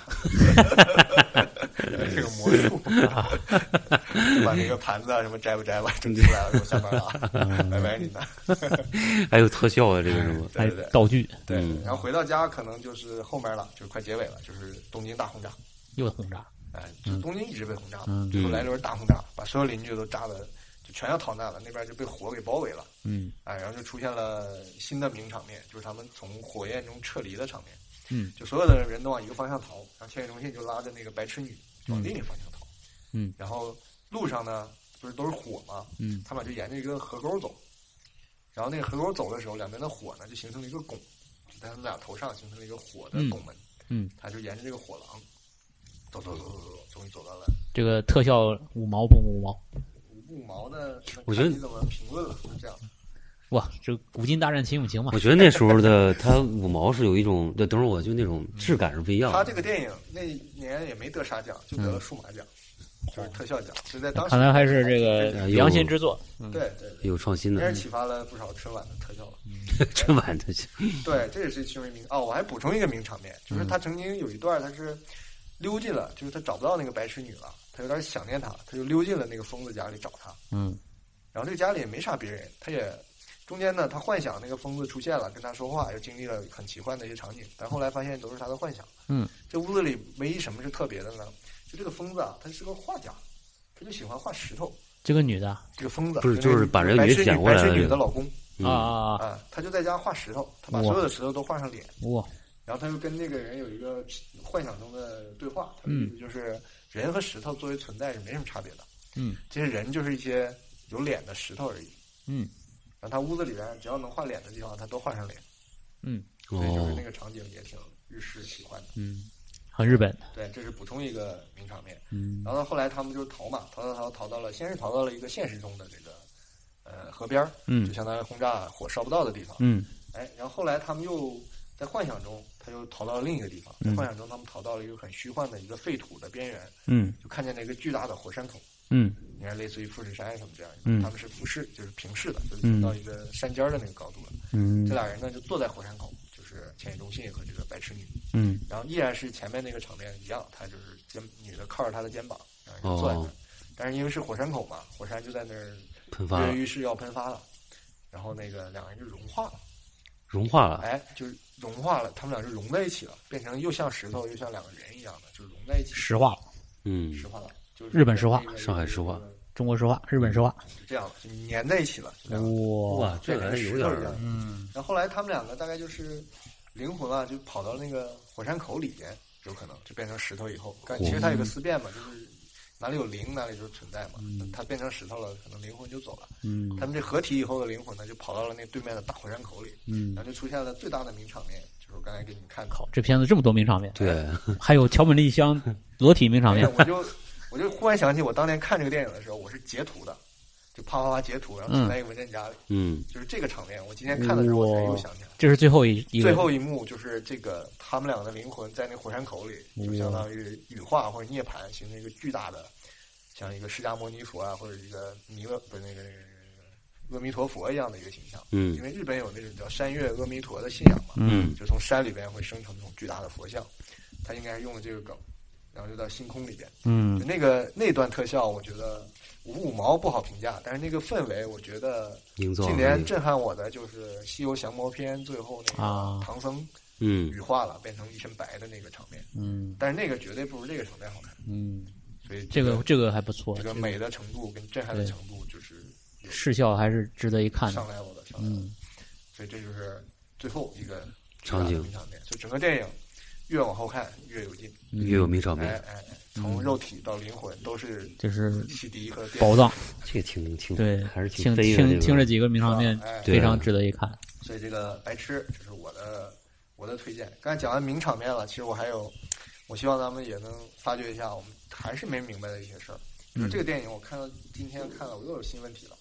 Speaker 6: 这个魔术，就把那个盘子啊什么摘吧摘吧，整出来了，我下班了啊，拜拜你们。
Speaker 5: 还有特效啊，这个什么，
Speaker 4: 还
Speaker 6: 对
Speaker 4: 有
Speaker 6: 对对
Speaker 4: 道具
Speaker 6: 对
Speaker 5: 嗯，
Speaker 6: 然后回到家可能就是后面了，就是快结尾了，就是东京大轰炸，
Speaker 4: 又轰炸，
Speaker 6: 哎，就东京一直被轰炸嘛，
Speaker 4: 嗯
Speaker 6: 后来一轮大轰炸，把所有邻居都炸的，就就全要逃难了，那边就被火给包围了。
Speaker 4: 嗯
Speaker 6: 哎，然后就出现了新的名场面，就是他们从火焰中撤离的场面。
Speaker 4: 嗯
Speaker 6: 就所有的人都往一个方向逃，然后千与中信就拉着那个白痴女就往另一个方向逃。
Speaker 4: 嗯
Speaker 6: 然后路上呢，不是都是火吗？
Speaker 4: 嗯
Speaker 6: 他们俩就沿着一个河沟走，然后那个河沟走的时候，两边的火呢就形成了一个拱，就在他们俩头上形成了一个火的拱门。
Speaker 4: 嗯，
Speaker 6: 他就沿着这个火廊走走走走走，终于走到了
Speaker 4: 这个特效五毛不五毛？
Speaker 6: 五步毛的。
Speaker 5: 我觉得
Speaker 6: 你怎么评论了？就这样，
Speaker 4: 哇，这古今大战秦俑情嘛
Speaker 5: 我，觉得那时候的他五毛是有一种，就等会儿我就那种质感是不一样
Speaker 6: 他
Speaker 5: 的。
Speaker 6: 这个电影那年也没得啥奖，就得了数码奖，就是特效奖，就在当时。
Speaker 4: 嗯看来还是这个呃
Speaker 5: 哎呦
Speaker 4: 良心之作。
Speaker 6: 对对对。
Speaker 5: 有创新
Speaker 6: 应该
Speaker 4: 嗯
Speaker 5: 的
Speaker 6: 是，启发了不少春晚的特效了。
Speaker 5: 春晚的 行
Speaker 6: 对，这也是其中一名哦。我还补充一个名场面，就是
Speaker 4: 嗯
Speaker 6: 他曾经有一段他是溜进了，就是他找不到那个白痴女了，他有点想念她，他就溜进了那个疯子家里找她。
Speaker 4: 嗯
Speaker 6: 然后这个家里也没啥别人，他也中间呢，他幻想那个疯子出现了，跟他说话，又经历了很奇幻的一些场景，但后来发现都是他的幻想。
Speaker 4: 嗯，
Speaker 6: 这屋子里唯一什么是特别的呢？就这个疯子啊，他是个画家，他就喜欢画石头。
Speaker 4: 这个女的啊
Speaker 6: 这个疯子
Speaker 5: 不是
Speaker 6: 那
Speaker 5: 就是把人
Speaker 6: 白
Speaker 5: 给
Speaker 6: 痴女
Speaker 5: 捡过来
Speaker 6: 白痴
Speaker 5: 了
Speaker 6: 女
Speaker 5: 这
Speaker 6: 的
Speaker 5: 个
Speaker 6: 老公。
Speaker 5: 嗯
Speaker 4: 啊啊！
Speaker 6: 啊，他就在家画石头，他把
Speaker 4: 哇
Speaker 6: 所有的石头都画上脸，
Speaker 4: 哇，
Speaker 6: 然后他就跟那个人有一个幻想中的对话，他的意
Speaker 4: 嗯
Speaker 6: 思就是人和石头作为存在是没什么差别的，
Speaker 4: 嗯
Speaker 6: 这些人就是一些有脸的石头而已。
Speaker 4: 嗯
Speaker 6: 然后他屋子里边只要能画脸的地方，他都画上脸，
Speaker 4: 嗯
Speaker 6: 所以就是
Speaker 5: 哦
Speaker 6: 那，个场景也挺日式奇幻的。
Speaker 4: 嗯，很日本的。
Speaker 6: 对，这是补充一个名场面。
Speaker 4: 嗯
Speaker 6: 然后到后来他们就逃嘛，逃逃逃逃到了，先是逃到了一个现实中的这个呃河边儿，就
Speaker 4: 嗯
Speaker 6: 相当于轰炸火烧不到的地方。
Speaker 4: 嗯
Speaker 6: 哎，然后后来他们又在幻想中，他又逃到了另一个地方，在
Speaker 4: 嗯
Speaker 6: 幻想中他们逃到了一个很虚幻的一个废土的边缘，
Speaker 4: 嗯
Speaker 6: 就看见了一个巨大的火山口，
Speaker 4: 嗯
Speaker 6: 你看类似于富士山什么这样，
Speaker 4: 嗯
Speaker 6: 他们是俯视，就是平视的，就是停到一个山尖儿的那个高度了。
Speaker 4: 嗯
Speaker 6: 这俩人呢就坐在火山口，就是千野中信和这个白痴女，
Speaker 4: 嗯
Speaker 6: 然后依然是前面那个场面一样，他就是肩女的靠着他的肩膀，然后就坐在那儿。
Speaker 5: 哦
Speaker 6: 但是因为是火山口嘛，火山就在那儿
Speaker 5: 喷发
Speaker 6: 跃
Speaker 5: 了
Speaker 6: 跃欲试要喷发了，然后那个两人就融化了。
Speaker 5: 融化了，
Speaker 6: 哎，就是融化了，他们俩就融在一起了，变成又像石头又像两个人一样的，就融在一起，
Speaker 4: 石化了，
Speaker 5: 嗯，
Speaker 6: 石化了，就是
Speaker 4: 日本石化
Speaker 6: 跟那个
Speaker 5: 上海石化，
Speaker 4: 中国石化，日本石化。
Speaker 6: 就这样了，就粘在一起了，就这样。
Speaker 4: 哇，
Speaker 5: 哇，哦这个还有点
Speaker 6: 石头一
Speaker 5: 儿
Speaker 6: 样
Speaker 4: 嗯
Speaker 6: 然后后来他们两个大概就是灵魂啊，就跑到那个火山口里边，有可能就变成石头以后，但其实它有个思辨嘛，就是哪里有灵哪里就是存在嘛，它变成石头了，可能灵魂就走了。
Speaker 4: 嗯
Speaker 6: 他们这合体以后的灵魂呢，就跑到了那对面的大火山口里，
Speaker 4: 嗯
Speaker 6: 然，后就出现了最大的名场面，就是我刚才给你们看考。
Speaker 4: 这片子这么多名场面，
Speaker 5: 对，
Speaker 4: 还有桥本丽香裸体名场
Speaker 6: 哎
Speaker 4: 面
Speaker 6: 呀，我就我就忽然想起我当年看这个电影的时候，我是截图的，就啪啪啪截图，然后存在一个文件夹里，
Speaker 5: 嗯，
Speaker 6: 就是这个场面。我今天看的时候，我才又想起来。
Speaker 4: 这是最后一一个
Speaker 6: 最后一幕就是这个他们两个的灵魂在那火山口里，就相当于羽化或者涅槃，形成一个巨大的，像一个释迦牟尼佛啊，或者一个弥勒不是那个阿弥陀佛一样的一个形象。
Speaker 5: 嗯
Speaker 6: 因为日本有那种叫山岳阿弥陀的信仰嘛，
Speaker 5: 嗯
Speaker 6: 就从山里边会生成这种巨大的佛像，他应该是用了这个梗，然后就到星空里边。
Speaker 4: 嗯
Speaker 6: 那个那段特效，我觉得五五毛不好评价，但是那个氛围，我觉得
Speaker 5: 营造
Speaker 6: 今
Speaker 5: 了
Speaker 6: 年
Speaker 5: 那个，
Speaker 6: 震撼我的就是《西游降魔篇》最后那
Speaker 4: 啊
Speaker 6: 个唐僧
Speaker 5: 嗯
Speaker 6: 羽化了，变成一身白的那个场面，
Speaker 4: 嗯
Speaker 6: 但是那个绝对不如这个场面好看，
Speaker 4: 嗯，
Speaker 6: 所以
Speaker 4: 这个这个还不错
Speaker 6: 这，个美的程度跟震撼的程度就是
Speaker 4: 视效还是值得一看
Speaker 6: 上
Speaker 4: 的。
Speaker 6: level 的上 level 的
Speaker 4: 嗯，
Speaker 6: 所以这就是最后一个
Speaker 5: 场景
Speaker 6: 巨大的名场面，就整个电影越往后看越有劲，
Speaker 5: 也有名
Speaker 4: 嗯
Speaker 5: 场
Speaker 6: 哎
Speaker 5: 面，
Speaker 6: 哎，哎从肉体到灵魂都是
Speaker 4: 就是
Speaker 6: 启迪和奠定
Speaker 4: 宝藏，
Speaker 5: 这个挺挺
Speaker 4: 对，
Speaker 5: 还是挺
Speaker 4: 听
Speaker 5: 飞的
Speaker 4: 听听这
Speaker 5: 这个
Speaker 4: 几个名场面
Speaker 6: 哎
Speaker 4: 非常值得一看。
Speaker 6: 所以这个白痴，这是我的我的推荐。刚才讲完名场面了，其实我还有，我希望咱们也能发掘一下我们还是没明白的一些事儿。比如
Speaker 4: 嗯
Speaker 6: 这个电影，我看到今天看了，我又有新问题了。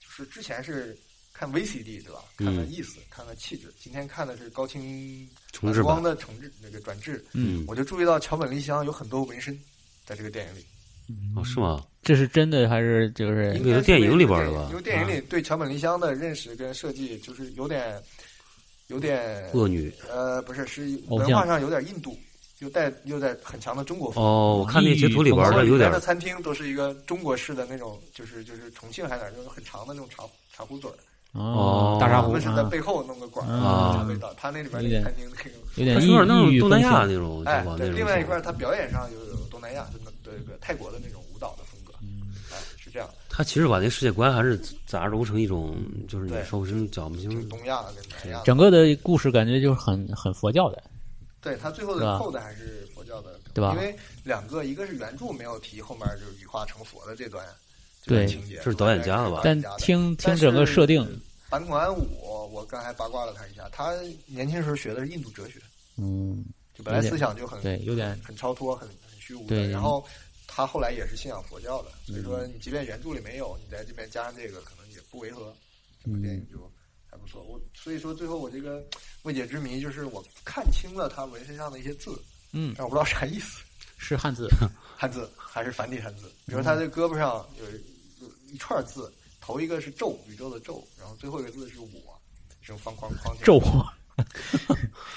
Speaker 6: 就是之前是看 VCD 对吧？
Speaker 5: 嗯
Speaker 6: 看看意思，看看气质。今天看的是高清
Speaker 5: 重置
Speaker 6: 光
Speaker 5: 版，
Speaker 6: 的重置那个转制，
Speaker 5: 嗯，
Speaker 6: 我就注意到桥本丽香有很多纹身在这个电影里。
Speaker 5: 哦，是吗？
Speaker 4: 这是真的还是就是
Speaker 6: 应
Speaker 5: 那
Speaker 6: 该
Speaker 5: 个
Speaker 6: 是
Speaker 5: 电影里边
Speaker 6: 为
Speaker 5: 的吧嗯
Speaker 6: 因为电影里对桥本丽香的认识跟设计就是有点，有点
Speaker 5: 恶女
Speaker 6: 呃，不是，是
Speaker 4: 偶
Speaker 6: 文
Speaker 4: 像
Speaker 6: 化上有点印度，又带又带很强的中国风。
Speaker 5: 哦，我看那截图里边
Speaker 4: 玩
Speaker 5: 的有点
Speaker 6: 的餐厅都是一个中国式的那种，就是就是重庆还是哪儿，就是很长的那种茶茶壶嘴儿，
Speaker 5: 哦
Speaker 4: 大茶
Speaker 5: 壶
Speaker 6: 我
Speaker 4: 壶
Speaker 6: 们是在
Speaker 4: 啊，
Speaker 6: 背后弄个管儿，
Speaker 4: 啊
Speaker 6: 这味道。他那里边那
Speaker 4: 有点
Speaker 6: 个餐厅那个。
Speaker 4: 有点
Speaker 5: 它是
Speaker 4: 异
Speaker 5: 有点那种
Speaker 4: 异域
Speaker 5: 东南
Speaker 4: 风情
Speaker 5: 亚。那种，对
Speaker 6: 哎
Speaker 5: 吧？，那
Speaker 6: 对，
Speaker 5: 种嗯
Speaker 6: 另外一块，儿，他表演上有有东南亚，就那对对泰国的那种舞蹈的风格，哎，是是这样，
Speaker 5: 他其实把那世界观还是咋揉成一种，就是你
Speaker 6: 对
Speaker 5: 说不清讲不
Speaker 6: 就是
Speaker 5: 清。
Speaker 6: 东亚跟南
Speaker 5: 嗯
Speaker 6: 亚的。
Speaker 4: 整个的故事感觉就是很很佛教的，
Speaker 6: 对他最后
Speaker 4: 是吧
Speaker 6: 的扣的还是佛教的，
Speaker 4: 对吧
Speaker 6: 因为两个，一个是原著没有提后面就是羽化成佛的这段这
Speaker 4: 对
Speaker 6: 段情节，
Speaker 5: 是导演家的吧
Speaker 6: 导
Speaker 4: 但
Speaker 6: 演家的
Speaker 4: 听听
Speaker 6: 但是
Speaker 4: 整个设定，
Speaker 6: 坂口安吾，我刚才八卦了他一下，他年轻时候学的是印度哲学，
Speaker 4: 嗯，
Speaker 6: 就本来思想就很
Speaker 4: 对，有点
Speaker 6: 很超脱、很很虚无的。
Speaker 4: 对嗯
Speaker 6: 然后他后来也是信仰佛教的，所以说你即便原著里没有，你在这边加上这个，可能也不违和。这部电影就还不错。我所以说最后我这个未解之谜就是我看清了他纹身上的一些字，
Speaker 4: 嗯
Speaker 6: 但我不知道啥意思，
Speaker 4: 是汉 字，
Speaker 6: 汉字还是繁体汉字。比如他的胳膊上有一串字，头一个是宙，宇宙的宙，然后最后一个字是我，这种方框框起来
Speaker 4: 咒我，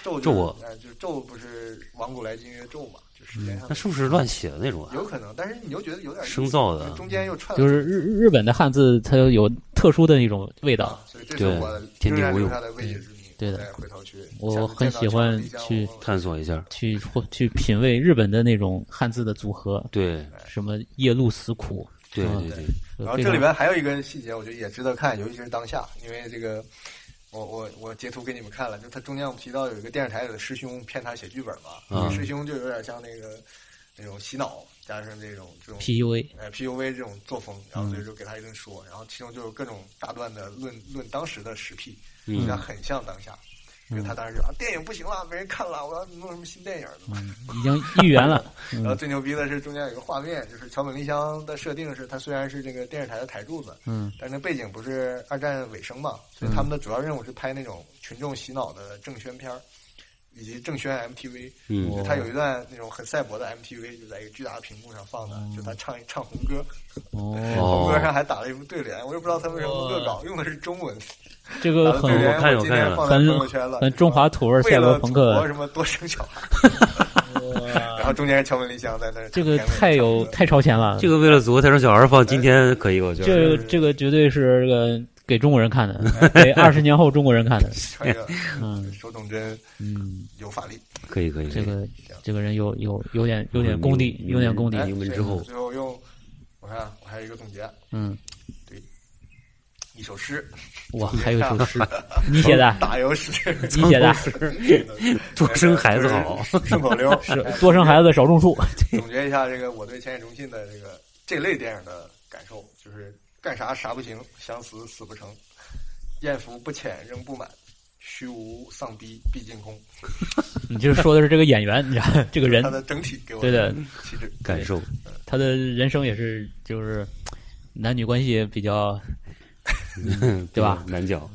Speaker 6: 咒
Speaker 5: 咒我
Speaker 6: 呃，就是咒不是亡古来今曰咒嘛，就时间上
Speaker 5: 那是不是乱写嗯的那种啊？
Speaker 6: 有可能，但是你又觉得有点意思
Speaker 5: 生造的
Speaker 6: 中间又串
Speaker 4: 就是日日本的汉字，它有特殊的一种味道。
Speaker 6: 啊，所以这是我
Speaker 5: 对
Speaker 6: 仍然
Speaker 5: 天地无
Speaker 6: 留
Speaker 5: 用
Speaker 6: 下的未解之谜。
Speaker 4: 对的
Speaker 6: 再回头去，
Speaker 4: 我
Speaker 6: 下次
Speaker 4: 很
Speaker 6: 见到
Speaker 4: 喜欢
Speaker 6: 长笛江
Speaker 4: 去
Speaker 6: 我
Speaker 5: 探索一下。
Speaker 4: 去或去品味日本的那种汉字的组合，
Speaker 5: 对
Speaker 4: 什么夜露死苦，
Speaker 5: 对
Speaker 4: 嗯
Speaker 5: 对对，
Speaker 6: 然后
Speaker 4: 非
Speaker 6: 这里
Speaker 4: 常
Speaker 6: 边还有一个细节，我觉得也值得看，尤其是当下，因为这个，我我我截图给你们看了，就他中间我们提到有一个电视台里的师兄骗他写剧本嘛，
Speaker 4: 啊
Speaker 5: 嗯
Speaker 6: 师兄就有点像那个那种洗脑，加上这种这种
Speaker 4: PUA，
Speaker 6: 呃 PUV 这种作风，然后
Speaker 4: 嗯
Speaker 6: 所以就给他一顿说，然后其中就有各种大段的论论当时的时弊，
Speaker 5: 嗯
Speaker 6: 实际上很像当下。
Speaker 4: 嗯
Speaker 6: 因为他当时说啊，电影不行了，没人看了，我要弄什么新电影怎么办
Speaker 4: 已经预言了。
Speaker 6: 然后最牛逼的是中间有一个画面，就是桥本丽香的设定是，它虽然是这个电视台的台柱子，
Speaker 4: 嗯，
Speaker 6: 但是那背景不是二战尾声嘛，所以他们的主要任务是拍那种群众洗脑的政宣片儿，以及政宣 MTV。
Speaker 5: 嗯
Speaker 6: 就
Speaker 4: 哦
Speaker 6: 他有一段那种很赛博的 MTV，就在一个巨大的屏幕上放的，就他唱一唱红歌，
Speaker 4: 哦，
Speaker 5: 哦
Speaker 6: 红歌上还打了一副对联，我也不知道他为什么恶搞，用的是中文。
Speaker 4: 这
Speaker 6: 打
Speaker 4: 个
Speaker 6: 了
Speaker 4: 很
Speaker 6: 对联，
Speaker 5: 我看有
Speaker 6: 今
Speaker 5: 看
Speaker 6: 天
Speaker 5: 有
Speaker 6: 放在朋友圈
Speaker 4: 很
Speaker 6: 了。
Speaker 4: 很中华土味赛博朋
Speaker 6: 为了祖国
Speaker 4: 克，
Speaker 6: 什么多生小孩， 然后中间是桥本丽香在那儿
Speaker 4: 这个
Speaker 6: 唱片尾
Speaker 4: 太有
Speaker 6: 唱歌
Speaker 4: 太超前了。
Speaker 5: 这个为了祖国太上小孩放今天可以，我觉得
Speaker 4: 哎这这个绝对是这个给中国人看的，
Speaker 6: 哎
Speaker 4: 给二十年后中国 人看的。
Speaker 6: 穿越了，
Speaker 4: 嗯
Speaker 6: 手冢真
Speaker 4: 嗯，
Speaker 6: 有法力。
Speaker 5: 可以可以。可
Speaker 4: 这
Speaker 5: 以
Speaker 4: 个这个人有有有点有点功底，有点功底
Speaker 6: 哎
Speaker 5: 哎。
Speaker 6: 哎
Speaker 5: 入门
Speaker 6: 对
Speaker 5: 之后
Speaker 6: 最后用我看我还有一个总结，
Speaker 4: 嗯，
Speaker 6: 一首诗，
Speaker 4: 哇，还有一首诗，你写的，
Speaker 6: 打油诗，
Speaker 4: 你写的
Speaker 5: 多生孩子好，
Speaker 6: 顺口溜。
Speaker 4: 是多生孩子少种树。
Speaker 6: 哎 总结一下这个我对千叶忠信的这个这类电影的感受，就是干啥啥不行，想死死不成，艳福不浅仍不满，虚无丧逼必尽空。
Speaker 4: 你就是说的是这个演员，你知道这个人
Speaker 6: 它，的整体给我
Speaker 4: 嗯对的，
Speaker 6: 气质。
Speaker 5: 感受。
Speaker 4: 他的人生也是就是男女关系比较对吧？
Speaker 5: 嗯难讲，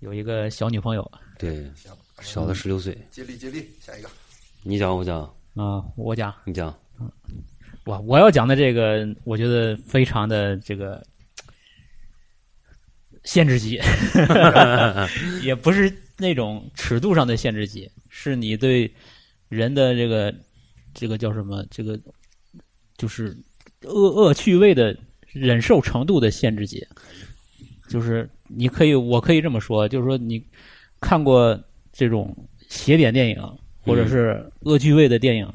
Speaker 4: 有一个小女朋友
Speaker 5: 对，
Speaker 6: 行，
Speaker 5: 小的十六岁。
Speaker 6: 接力接力，下一个。
Speaker 5: 你讲，我讲，
Speaker 4: 啊，我讲
Speaker 5: 你讲。
Speaker 4: 哇，我要讲的这个，我觉得非常的这个限制级，也不是那种尺度上的限制级，是你对人的这个这个叫什么？这个就是恶恶趣味的忍受程度的限制级，就是你可以，我可以这么说，就是说你看过这种邪典电影或者是恶趣味的电影，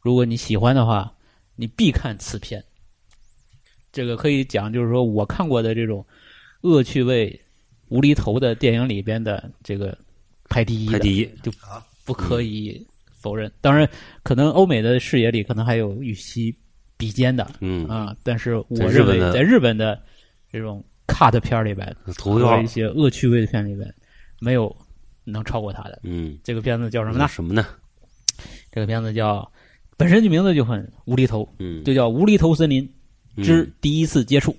Speaker 4: 如果你喜欢的话。你必看此片。这个可以讲，就是说我看过的这种恶趣味、无厘头的电影里边的这个排第一
Speaker 5: 排
Speaker 4: 的，
Speaker 5: 第一
Speaker 4: 就
Speaker 6: 啊
Speaker 4: 不可以否认。当然，可能欧美的视野里可能还有与其比肩的
Speaker 5: 嗯，
Speaker 4: 啊，但是
Speaker 5: 在
Speaker 4: 我
Speaker 5: 日
Speaker 4: 认
Speaker 5: 本
Speaker 4: 为
Speaker 5: 的
Speaker 4: 在日本的这种 cut 片里边
Speaker 5: 头
Speaker 4: 和
Speaker 5: 号
Speaker 4: 一。些恶趣味的片里边，没有能超过他的。
Speaker 5: 嗯，
Speaker 4: 这个片子叫什么
Speaker 5: 那
Speaker 4: 呢？
Speaker 5: 什么呢？
Speaker 4: 这个片子叫本身就名字就很无厘头，
Speaker 5: 嗯，
Speaker 4: 就叫《无厘头森林》。
Speaker 5: 嗯
Speaker 4: 之第一次接触、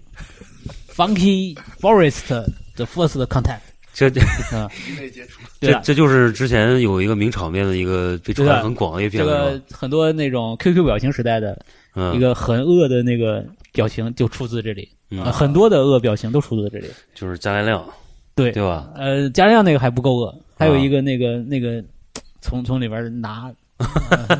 Speaker 4: f u n k y Forest the first contact
Speaker 5: 这这
Speaker 4: 啊，
Speaker 6: 一类接触，
Speaker 4: 对啊
Speaker 5: 这
Speaker 4: 吧？
Speaker 5: 这就是之前有一个名场面的一个被传得很广的一个
Speaker 4: 这
Speaker 5: 片子是
Speaker 4: 个
Speaker 5: 吧，
Speaker 4: 很多那种 QQ 表情时代的
Speaker 5: 嗯，
Speaker 4: 一个很恶的那个表情就出自这里，
Speaker 5: 嗯
Speaker 4: 啊很多的恶表情都出自这里。
Speaker 5: 就是加莱亮，
Speaker 4: 对
Speaker 5: 对嗯吧？
Speaker 4: 呃，加亮那个还不够恶，还有一个那个、那个从从里边拿、呃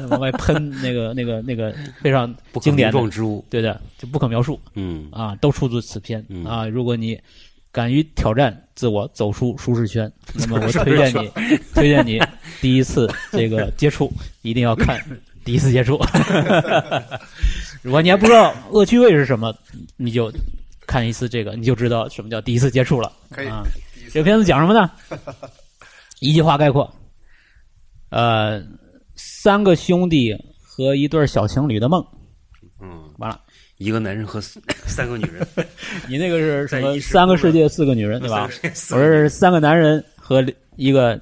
Speaker 4: 往外喷 那个那个那个非常
Speaker 5: 不可
Speaker 4: 经典
Speaker 5: 名
Speaker 4: 的
Speaker 5: 状之物，
Speaker 4: 对的，就不可描述。
Speaker 5: 嗯，
Speaker 4: 啊，都出自此片、
Speaker 5: 嗯
Speaker 4: 啊。如果你敢于挑战自我，走出舒适圈，那么我推荐你，推荐你第一次这个接触一定要看第一次接触。 如果你还不知道恶趣味是什么，你就看一次这个，你就知道什么叫第一次接触了。
Speaker 6: 可以
Speaker 4: 啊，
Speaker 6: 第一次
Speaker 4: 这个片子讲什么呢？一句话概括，呃，三个兄弟和一对儿小情侣的梦。
Speaker 5: 嗯，
Speaker 4: 完了，
Speaker 5: 一个男人和四 三个女人，
Speaker 4: 你那个是什
Speaker 5: 在
Speaker 4: 么？
Speaker 5: 一时
Speaker 4: 三个
Speaker 5: 哭了
Speaker 4: 世界，四个女人，对吧？
Speaker 5: 四
Speaker 4: 我
Speaker 5: 个女人
Speaker 4: 是三个男人和一个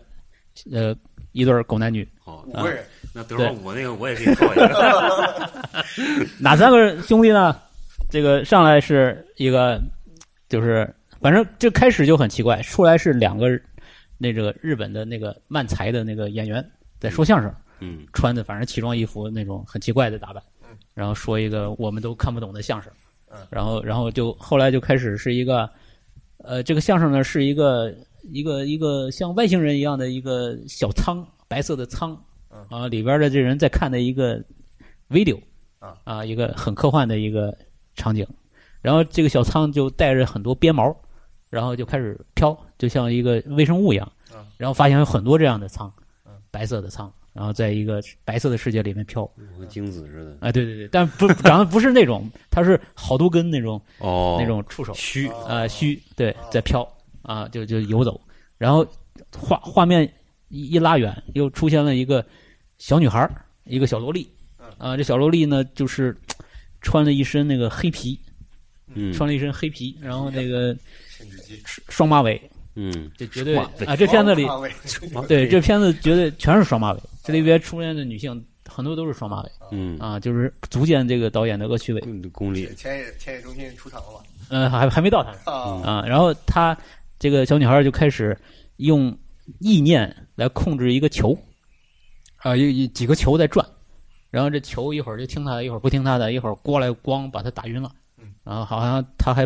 Speaker 4: 呃一对儿狗男女，
Speaker 5: 哦，
Speaker 6: 五
Speaker 5: 那
Speaker 6: 个人，
Speaker 5: 那等会儿我那个我也可以套一个，
Speaker 4: 哪三个兄弟呢？这个上来是一个，就是反正这开始就很奇怪，出来是两个那这个日本的那个漫才的那个演员在说相声，
Speaker 5: 嗯
Speaker 4: 穿的反正奇装异服那种很奇怪的打扮，然后说一个我们都看不懂的相声
Speaker 6: 嗯，
Speaker 4: 然后然后就后来就开始是一个，呃，这个相声呢是一个一个一个像外星人一样的一个小舱，白色的舱
Speaker 6: 嗯，
Speaker 4: 啊，里边的这人在看的一个 video，
Speaker 6: 啊
Speaker 4: 啊，一个很科幻的一个场景，然后这个小仓就带着很多鞭毛，然后就开始飘，就像一个微生物一样
Speaker 6: 嗯，
Speaker 4: 然后发现有很多这样的仓
Speaker 6: 嗯，
Speaker 4: 白色的仓，然后在一个白色的世界里面飘，
Speaker 5: 我跟精子似的，
Speaker 4: 啊，对对对，但不 长得不是那种，它是好多根那种
Speaker 5: 哦，
Speaker 4: 那种触手，
Speaker 5: 虚
Speaker 6: 哦
Speaker 4: 啊，虚，对，在飘啊，就就游走，然后画画面一一拉远，又出现了一个小女孩儿，一个小萝莉
Speaker 6: 嗯，
Speaker 4: 啊，这小萝莉呢就是穿了一身那个黑皮，
Speaker 5: 嗯
Speaker 4: 穿了一身黑皮，然后那个
Speaker 6: 限制机，哦
Speaker 4: 双双马尾，
Speaker 5: 嗯
Speaker 4: 这绝对
Speaker 5: 双马尾
Speaker 4: 啊，这片子里
Speaker 6: 王大卫
Speaker 4: 啊对这片子绝对全是双马尾，这里边出现的女性很多都是双马尾
Speaker 5: 嗯
Speaker 4: 啊，就是足见这个导演的恶趣味，
Speaker 5: 嗯，公里
Speaker 6: 千叶千叶中心出场了吧？
Speaker 4: 嗯，还还没到他呢。
Speaker 6: 啊，
Speaker 4: 啊，然后她这个小女孩就开始用意念来控制一个球，啊，有有几个球在转，然后这球一会儿就听她的，一会儿不听她的，一会儿过来咣把她打晕了
Speaker 6: 嗯，
Speaker 4: 然后好像她还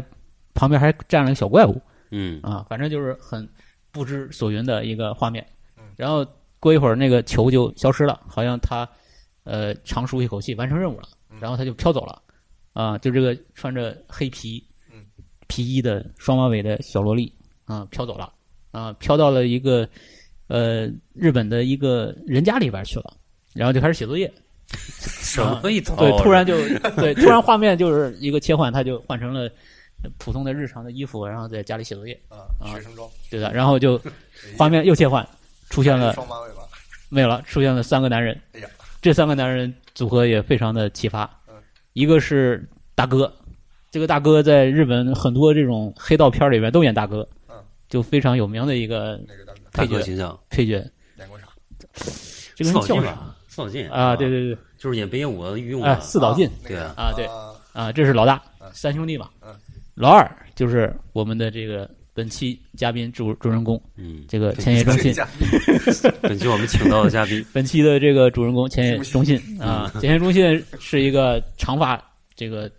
Speaker 4: 旁边还站了个小怪物
Speaker 5: 嗯
Speaker 4: 啊，反正就是很不知所云的一个画面
Speaker 6: 嗯。
Speaker 4: 然后过一会儿那个球就消失了，好像她呃长舒一口气完成任务了，然后她就飘走了。啊，就这个穿着黑皮
Speaker 6: 嗯
Speaker 4: 皮衣的双马尾的小萝莉啊，飘走了啊，飘到了一个呃日本的一个人家里边去了，然后就开始写作业。
Speaker 5: 什么一套啊？
Speaker 4: 对，突然就对，突然画面就是一个切换，他就换成了普通的日常的衣服，然后在家里写作业，
Speaker 6: 啊
Speaker 4: 啊
Speaker 6: 学生装，
Speaker 4: 对的。然后就画面又切换，出
Speaker 6: 出
Speaker 4: 现了
Speaker 6: 双马尾巴，
Speaker 4: 没有了，出现了三个男人。
Speaker 6: 哎哎呀，
Speaker 4: 这三个男人组合也非常的奇葩
Speaker 6: 嗯。
Speaker 4: 一个是大哥，这个大哥在日本很多这种黑道片里面都演大哥
Speaker 6: 嗯，
Speaker 4: 就非常有名的一个
Speaker 6: 那个大哥
Speaker 5: 大哥形象，
Speaker 4: 配角。
Speaker 6: 演过啥？
Speaker 4: 这个人
Speaker 5: 四
Speaker 4: 叫
Speaker 5: 岛
Speaker 4: 啥
Speaker 5: 吧？四岛进
Speaker 4: 啊？对，对对，
Speaker 5: 就是演北野武的御用
Speaker 4: 啊，
Speaker 5: 的，
Speaker 4: 四岛进
Speaker 6: 那
Speaker 5: 对
Speaker 6: 个
Speaker 5: 啊
Speaker 4: 啊，对
Speaker 6: 啊
Speaker 4: 啊，这是老大
Speaker 6: 嗯，
Speaker 4: 三兄弟嘛
Speaker 6: 嗯。
Speaker 4: 老二就是我们的这个本期嘉宾主主人公，
Speaker 5: 嗯，
Speaker 4: 这个千叶中
Speaker 6: 这。
Speaker 4: 信
Speaker 6: 家
Speaker 5: 本期我们请到的嘉宾，
Speaker 4: 本期的这个主人公前野中信啊，前野中信是一个长发这个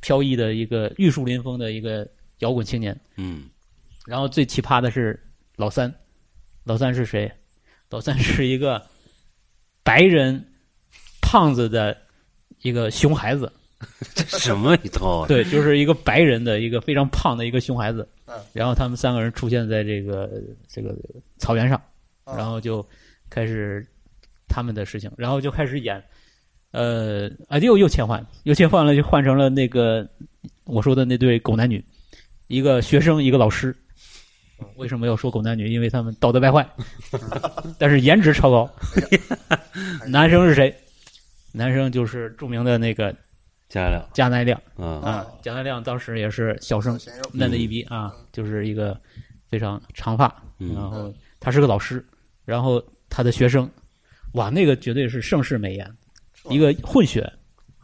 Speaker 4: 飘逸的一个玉树临风的一个摇滚青年。
Speaker 5: 嗯，
Speaker 4: 然后最奇葩的是老三，老三是谁？老三是一个白人胖子的一个熊孩子，
Speaker 5: 这什么一套啊？
Speaker 4: 对，就是一个白人的一个非常胖的一个熊孩子
Speaker 6: 嗯。
Speaker 4: 然后他们三个人出现在这个这个草原上，
Speaker 6: 嗯
Speaker 4: 然后就开始他们的事情，然后就开始演，呃啊又又切换，又切换了，就换成了那个我说的那对狗男女，一个学生，一个老师。
Speaker 6: 嗯
Speaker 4: 为什么要说狗男女？因为他们道德败坏， 但是颜值超高。
Speaker 6: 哎
Speaker 4: 男生是谁？男生就是著名的那个
Speaker 5: 加了
Speaker 4: 加奈亮
Speaker 5: 啊，
Speaker 4: 啊
Speaker 6: 哦，
Speaker 4: 加奈亮当时也是小生
Speaker 6: 小，鲜肉，
Speaker 4: 嫩的一逼啊，就是一个非常长发，
Speaker 5: 嗯
Speaker 4: 然后他是个老师，然后他的学生，哇，那个绝对是盛世美颜，
Speaker 6: 吧
Speaker 4: 一个混血。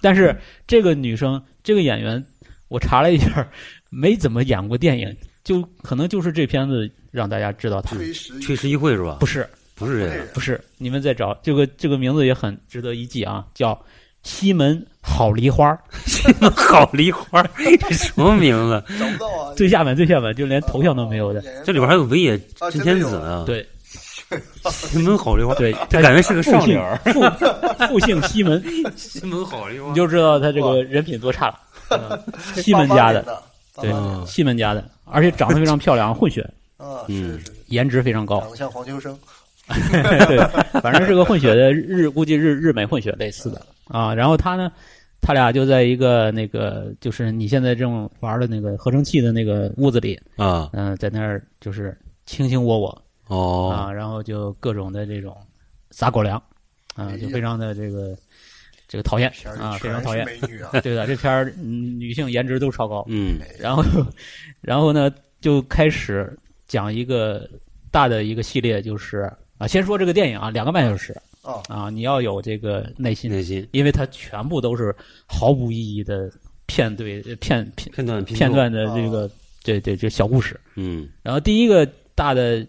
Speaker 4: 但是这个女生，这个演员，我查了一下，没怎么演过电影，就可能就是这片子让大家知道她。
Speaker 6: 吹石
Speaker 5: 确实一会是吧？
Speaker 4: 不是，
Speaker 5: 不是这个，
Speaker 4: 不是，你们再找这个这个名字也很值得一记啊，叫西门好梨花儿，
Speaker 5: 好梨花，这什么名 字？
Speaker 6: 找不到啊，
Speaker 4: 最下面最下面就连头像都没有的。
Speaker 6: 演员
Speaker 5: 这里边还有尾野
Speaker 6: 啊
Speaker 5: 真
Speaker 6: 真
Speaker 5: 天
Speaker 6: 的有
Speaker 5: 子呢，
Speaker 4: 对，
Speaker 5: 西门好梨花，
Speaker 4: 对，
Speaker 5: 这感觉是个
Speaker 4: 复
Speaker 5: 上
Speaker 4: 姓
Speaker 5: 联儿。
Speaker 4: 复复姓西门，
Speaker 5: 西门好梨花
Speaker 4: 你就知道他这个人品多差 了。西门家的，
Speaker 6: 88
Speaker 4: 对
Speaker 6: 年的，
Speaker 5: 嗯
Speaker 4: 西门家的，而且长得非常漂亮，混血，
Speaker 6: 88年的啊，
Speaker 5: 嗯
Speaker 6: 是是是，
Speaker 4: 颜值非长高
Speaker 6: 长得像黄秋生，
Speaker 4: 对，反正是个混血的日，估计日日美混血类似的啊。然后他呢，他俩就在一个那个就是你现在这种玩的那个合成器的那个屋子里，
Speaker 5: 啊，
Speaker 4: 嗯、在那儿就是卿卿我我
Speaker 5: 哦，
Speaker 4: 啊，然后就各种的这种撒狗粮啊
Speaker 6: 哎，呀
Speaker 4: 就非常的这个这个讨厌
Speaker 6: 片儿
Speaker 4: 啊，
Speaker 6: 里
Speaker 4: 非
Speaker 6: 全
Speaker 4: 常讨
Speaker 6: 是
Speaker 4: 厌。
Speaker 6: 美女 啊，
Speaker 4: 对的，这片儿嗯女性颜值都超高。
Speaker 5: 嗯
Speaker 4: 然后，然后呢，就开始讲一个大的一个系列，就是啊，先说这个电影啊，两个半小时
Speaker 6: 哦，
Speaker 4: 啊，你要有这个耐心，
Speaker 5: 内心
Speaker 4: 因为它全部都是毫无意义的片对呃片片
Speaker 5: 片段拼凑
Speaker 4: 片，段的这个对对这小故事。
Speaker 5: 嗯
Speaker 4: 然后第一个大的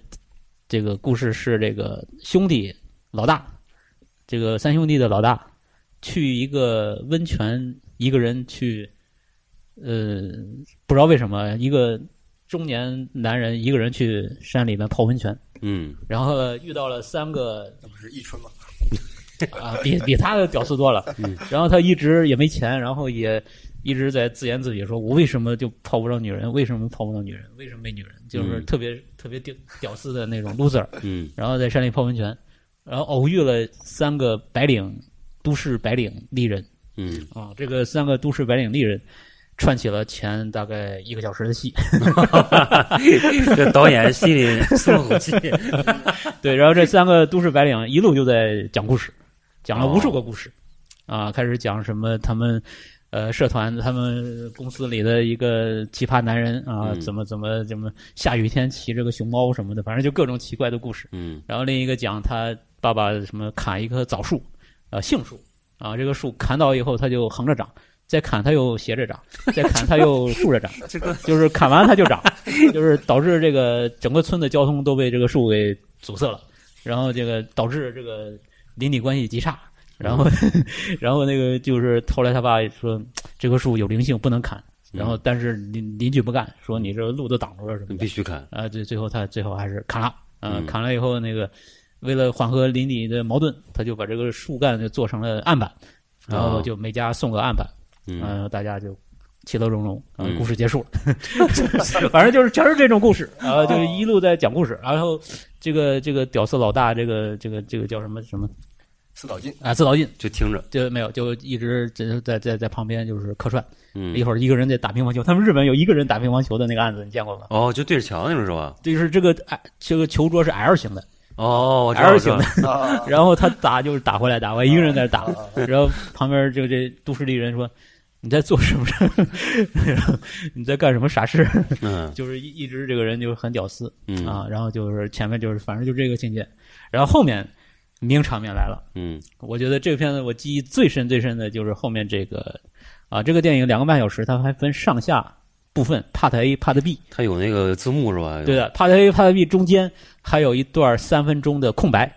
Speaker 4: 这个故事是这个兄弟老大，这个三兄弟的老大去一个温泉，一个人去，呃，不知道为什么一个中年男人一个人去山里面泡温泉，
Speaker 5: 嗯
Speaker 4: 然后遇到了三个
Speaker 6: 那不是一春吗？
Speaker 4: 啊，比比他的屌丝多了。然后他一直也没钱，然后也一直在自言自语说：“我为什么就泡不着女人？为什么泡不着女人？为什么没女人？”就是
Speaker 5: 嗯
Speaker 4: 特别、特别屌屌丝的那种 loser。
Speaker 5: 嗯
Speaker 4: 然后在山里泡温泉，然后偶遇了三个白领都市白领丽人
Speaker 5: 嗯，
Speaker 4: 啊，这个三个都市白领丽人串起了前大概一个小时的戏。
Speaker 5: 这导演心里松了 口气，
Speaker 4: 对，然后这三个都市白领一路就在讲故事，讲了无数个故事，啊，开始讲什么他们呃社团、他们公司里的一个奇葩男人啊，
Speaker 5: 嗯
Speaker 4: 怎么怎么怎么下雨天骑着个熊猫什么的，反正就各种奇怪的故事。
Speaker 5: 嗯
Speaker 4: 然后另一个讲他爸爸什么砍一棵枣树，呃，杏树啊，这个树砍倒以后它就横着长。再砍它又斜着长，再砍它又竖着长，
Speaker 5: 这个
Speaker 4: 就是砍完它就长，就是导致这个整个村的交通都被这个树给阻塞了，然后这个导致这个邻里关系极差，然后
Speaker 5: 嗯
Speaker 4: 然后那个就是后来他爸说这棵树有灵性不能砍，
Speaker 5: 嗯
Speaker 4: 然后但是邻邻居不干，说你这路都挡住了什么
Speaker 5: 你
Speaker 4: 的
Speaker 5: 必，须看，
Speaker 4: 啊，对，最后他最后还是砍了，呃
Speaker 5: 嗯
Speaker 4: 砍了以后那个为了缓和邻里的矛盾，他就把这个树干就做成了案板，然后
Speaker 5: 哦
Speaker 4: 就每家送个案板。
Speaker 5: 嗯
Speaker 4: 然呃后大家就其乐融融，然
Speaker 5: 嗯
Speaker 4: 后故事结束了。 反正就是全是这种故事，然后
Speaker 5: 哦
Speaker 4: 就是一路在讲故事，然后这个这个屌丝老大，这个这个这个叫什么什么
Speaker 6: 四 岛进
Speaker 4: 啊？自导进
Speaker 5: 就听着，
Speaker 4: 就没有，就一直在在在在旁边就是客串。
Speaker 5: 嗯
Speaker 4: 一会儿一个人在打乒乓球，他们日本有一个人打乒乓球的那个案子，你见过吗？
Speaker 5: 哦，就对着墙那种是吧？
Speaker 4: 就是这个哎这个球桌是 L 型的，
Speaker 5: 哦，我知道
Speaker 4: L 型的
Speaker 5: 我知道
Speaker 6: 啊，
Speaker 4: 然后他打就是打回来打，我一个人在那打
Speaker 6: 啊啊，
Speaker 5: 哦
Speaker 4: 然后旁边就这都市丽人说：“你在做什么？ 然后你在干什么傻事？”
Speaker 5: 嗯
Speaker 4: 就是一一直这个人就是很屌丝
Speaker 5: 嗯
Speaker 4: 啊，然后就是前面就是反正就这个情节，然后后面名场面来了。
Speaker 5: 嗯
Speaker 4: 我觉得这个片子我记忆最深最深的就是后面这个啊，这个电影两个半小时，它还分上下部分，Part A、Part B。
Speaker 5: 他有那个字幕是吧？
Speaker 4: 对的，Part A、Part B 中间还有一段三分钟的空白，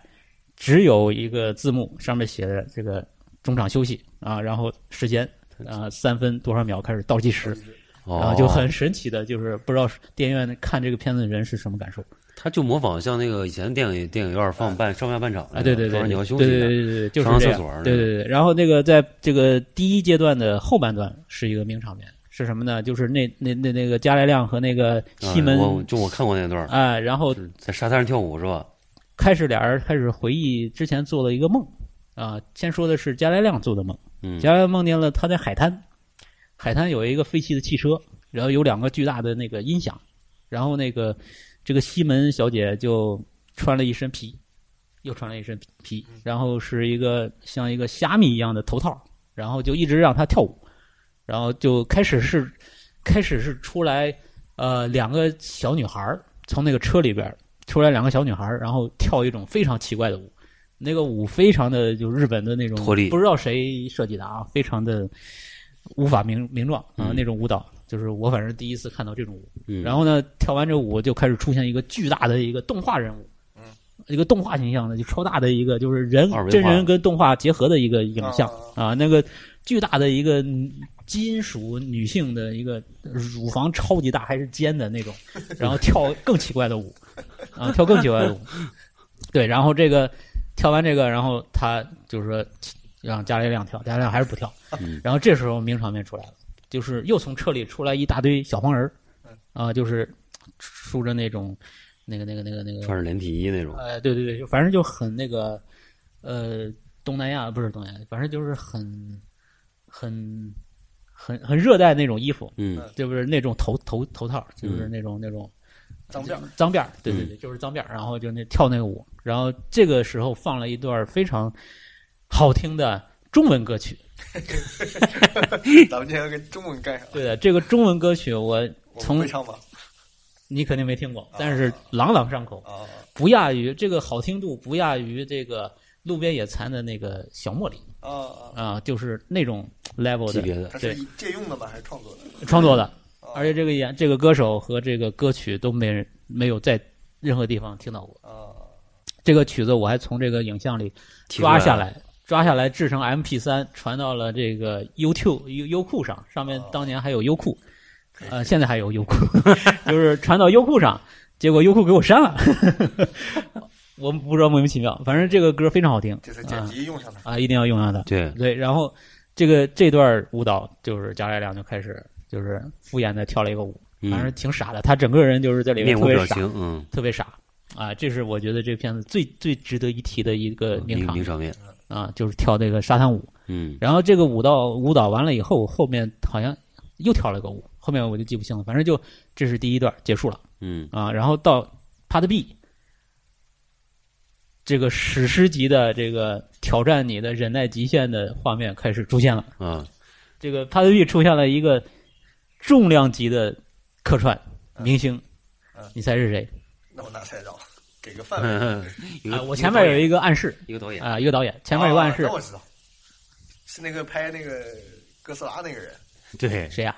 Speaker 4: 只有一个字幕，上面写着这个中场休息啊，然后时间啊三分多少秒开始倒计时，
Speaker 5: 哦，
Speaker 4: 啊然后就很神奇的，就是不知道电影院看这个片子的人是什么感受。
Speaker 5: 他就模仿像那个以前电影电影院放半上下半场
Speaker 4: 啊，对对
Speaker 5: 说
Speaker 4: 对，
Speaker 5: 你哎要休息
Speaker 4: 对
Speaker 5: 一下，
Speaker 4: 对对对对，就是
Speaker 5: 上
Speaker 4: 这
Speaker 5: 厕
Speaker 4: 样
Speaker 5: 所儿
Speaker 4: 对
Speaker 5: 那
Speaker 4: 对对。然后那个在这个第一阶段的后半段是一个名场面，是什么呢？就是那那那那个加莱亮和那个
Speaker 5: 啊
Speaker 4: 西门
Speaker 5: 我就我看过那段儿，
Speaker 4: 啊，然后
Speaker 5: 是在沙滩上跳舞是吧？
Speaker 4: 开始俩人开始回忆之前做了一个梦啊，先说的是加莱亮做的梦，
Speaker 5: 嗯
Speaker 4: 加莱亮梦见了他在海滩，海滩有一个废弃的汽车，然后有两个巨大的那个音响，然后那个这个西门小姐就穿了一身皮，又穿了一身皮，
Speaker 5: 嗯
Speaker 4: 然后是一个像一个虾米一样的头套，然后就一直让她跳舞，然后就开始是开始是出来呃两个小女孩儿从那个车里边儿出来两个小女孩儿，然后跳一种非常奇怪的舞，那个舞非常的就日本的那种
Speaker 5: 脱力
Speaker 4: 不知道谁设计的啊，非常的无法名名状啊、
Speaker 5: 嗯
Speaker 4: 那种舞蹈，就是我反正第一次看到这种舞。
Speaker 5: 嗯，
Speaker 4: 然后呢，跳完这舞就开始出现一个巨大的一个动画人物，一个动画形象的，就超大的一个，就是人
Speaker 5: 嗯二维化
Speaker 4: 真人跟动画结合的一个影像
Speaker 6: 啊
Speaker 4: 啊，那个巨大的一个嗯金属女性的一个乳房超级大还是尖的那种，然后跳更奇怪的舞，啊，跳更奇怪的舞，对，然后这个跳完这个，然后他就是说让加雷亮跳，加雷亮还是不跳，
Speaker 5: 嗯
Speaker 4: 然后这时候名场面出来了，就是又从车里出来一大堆小黄人儿，啊、就是梳着那种那个那个那个那个
Speaker 5: 穿着连体衣那种，
Speaker 4: 呃，对对对，反正就很那个，呃，东南亚不是东南亚，反正就是很很很很热带那种衣服，
Speaker 5: 嗯
Speaker 4: 就是那种头头头套，就是那种、那种
Speaker 6: 脏 辫儿
Speaker 4: 脏辫儿，对对对，就是脏辫儿，然后就那跳那个舞，然后这个时候放了一段非常好听的中文歌曲，
Speaker 6: 咱们今天跟中文干啥？
Speaker 4: 对的，这个中文歌曲我
Speaker 6: 我们
Speaker 4: 从
Speaker 6: 会唱吗？
Speaker 4: 你肯定没听过，但是朗朗上口，
Speaker 6: 啊，
Speaker 4: 不亚于这个好听度不亚于这个路边野餐的那个小茉莉。
Speaker 6: 啊啊！
Speaker 4: 啊，就是那种 level
Speaker 5: 级别
Speaker 4: 的
Speaker 5: 的，
Speaker 6: 它
Speaker 4: 对
Speaker 6: 是以借用的吗？还是创作的？
Speaker 4: 创作的，
Speaker 6: 啊
Speaker 4: 而且这个演这个歌手和这个歌曲都没人没有在任何地方听到过。
Speaker 6: 啊，
Speaker 4: 这个曲子我还从这个影像里
Speaker 5: 听
Speaker 4: 抓下
Speaker 5: 来
Speaker 4: 来，抓下来制成 MP 3传到了这个 YouTube 优优酷上，上
Speaker 6: 哦
Speaker 4: 面当年还有优酷，呃，现在还有优酷， 就是传到优酷上，结果优酷给我删了， 我不知道莫名其妙，反正这个歌非常好听
Speaker 6: 这次剪辑用上它。
Speaker 4: 啊，一定要用上它。
Speaker 5: 对，
Speaker 4: 对，然后这个这段舞蹈就是贾乃亮就开始就是敷衍的跳了一个舞，
Speaker 5: 嗯
Speaker 4: 反正挺傻的，他整个人就是在里面
Speaker 5: 面
Speaker 4: 特
Speaker 5: 无
Speaker 4: 别
Speaker 5: 表
Speaker 4: 傻，
Speaker 5: 情，嗯，
Speaker 4: 特别傻啊！这是我觉得这片子最最值得一提的一个名
Speaker 5: 名
Speaker 4: 场
Speaker 5: 哦名场面，
Speaker 4: 啊，就是跳那个沙滩舞。
Speaker 5: 嗯
Speaker 4: 然后这个舞蹈舞蹈完了以后，后面好像又跳了个舞，后面我就记不清了，反正就这是第一段结束了
Speaker 5: 嗯
Speaker 4: 啊，然后到 Part B。这个史诗级的这个挑战你的忍耐极限的画面开始出现了，
Speaker 5: 啊，
Speaker 4: 这个帕德比出现了一个重量级的客串明星
Speaker 6: 嗯，
Speaker 4: 你猜是谁？
Speaker 6: 那我哪猜到？给个
Speaker 4: 嗯
Speaker 6: 范围。
Speaker 5: 一
Speaker 4: 啊，
Speaker 5: 个
Speaker 4: 我前面有
Speaker 5: 一
Speaker 4: 一个暗示
Speaker 5: 个一个导演，
Speaker 4: 啊，一个导演，前面有个暗示
Speaker 6: 啊那，我知道，是那个拍那个哥斯拉那个人，
Speaker 5: 对
Speaker 4: 谁呀？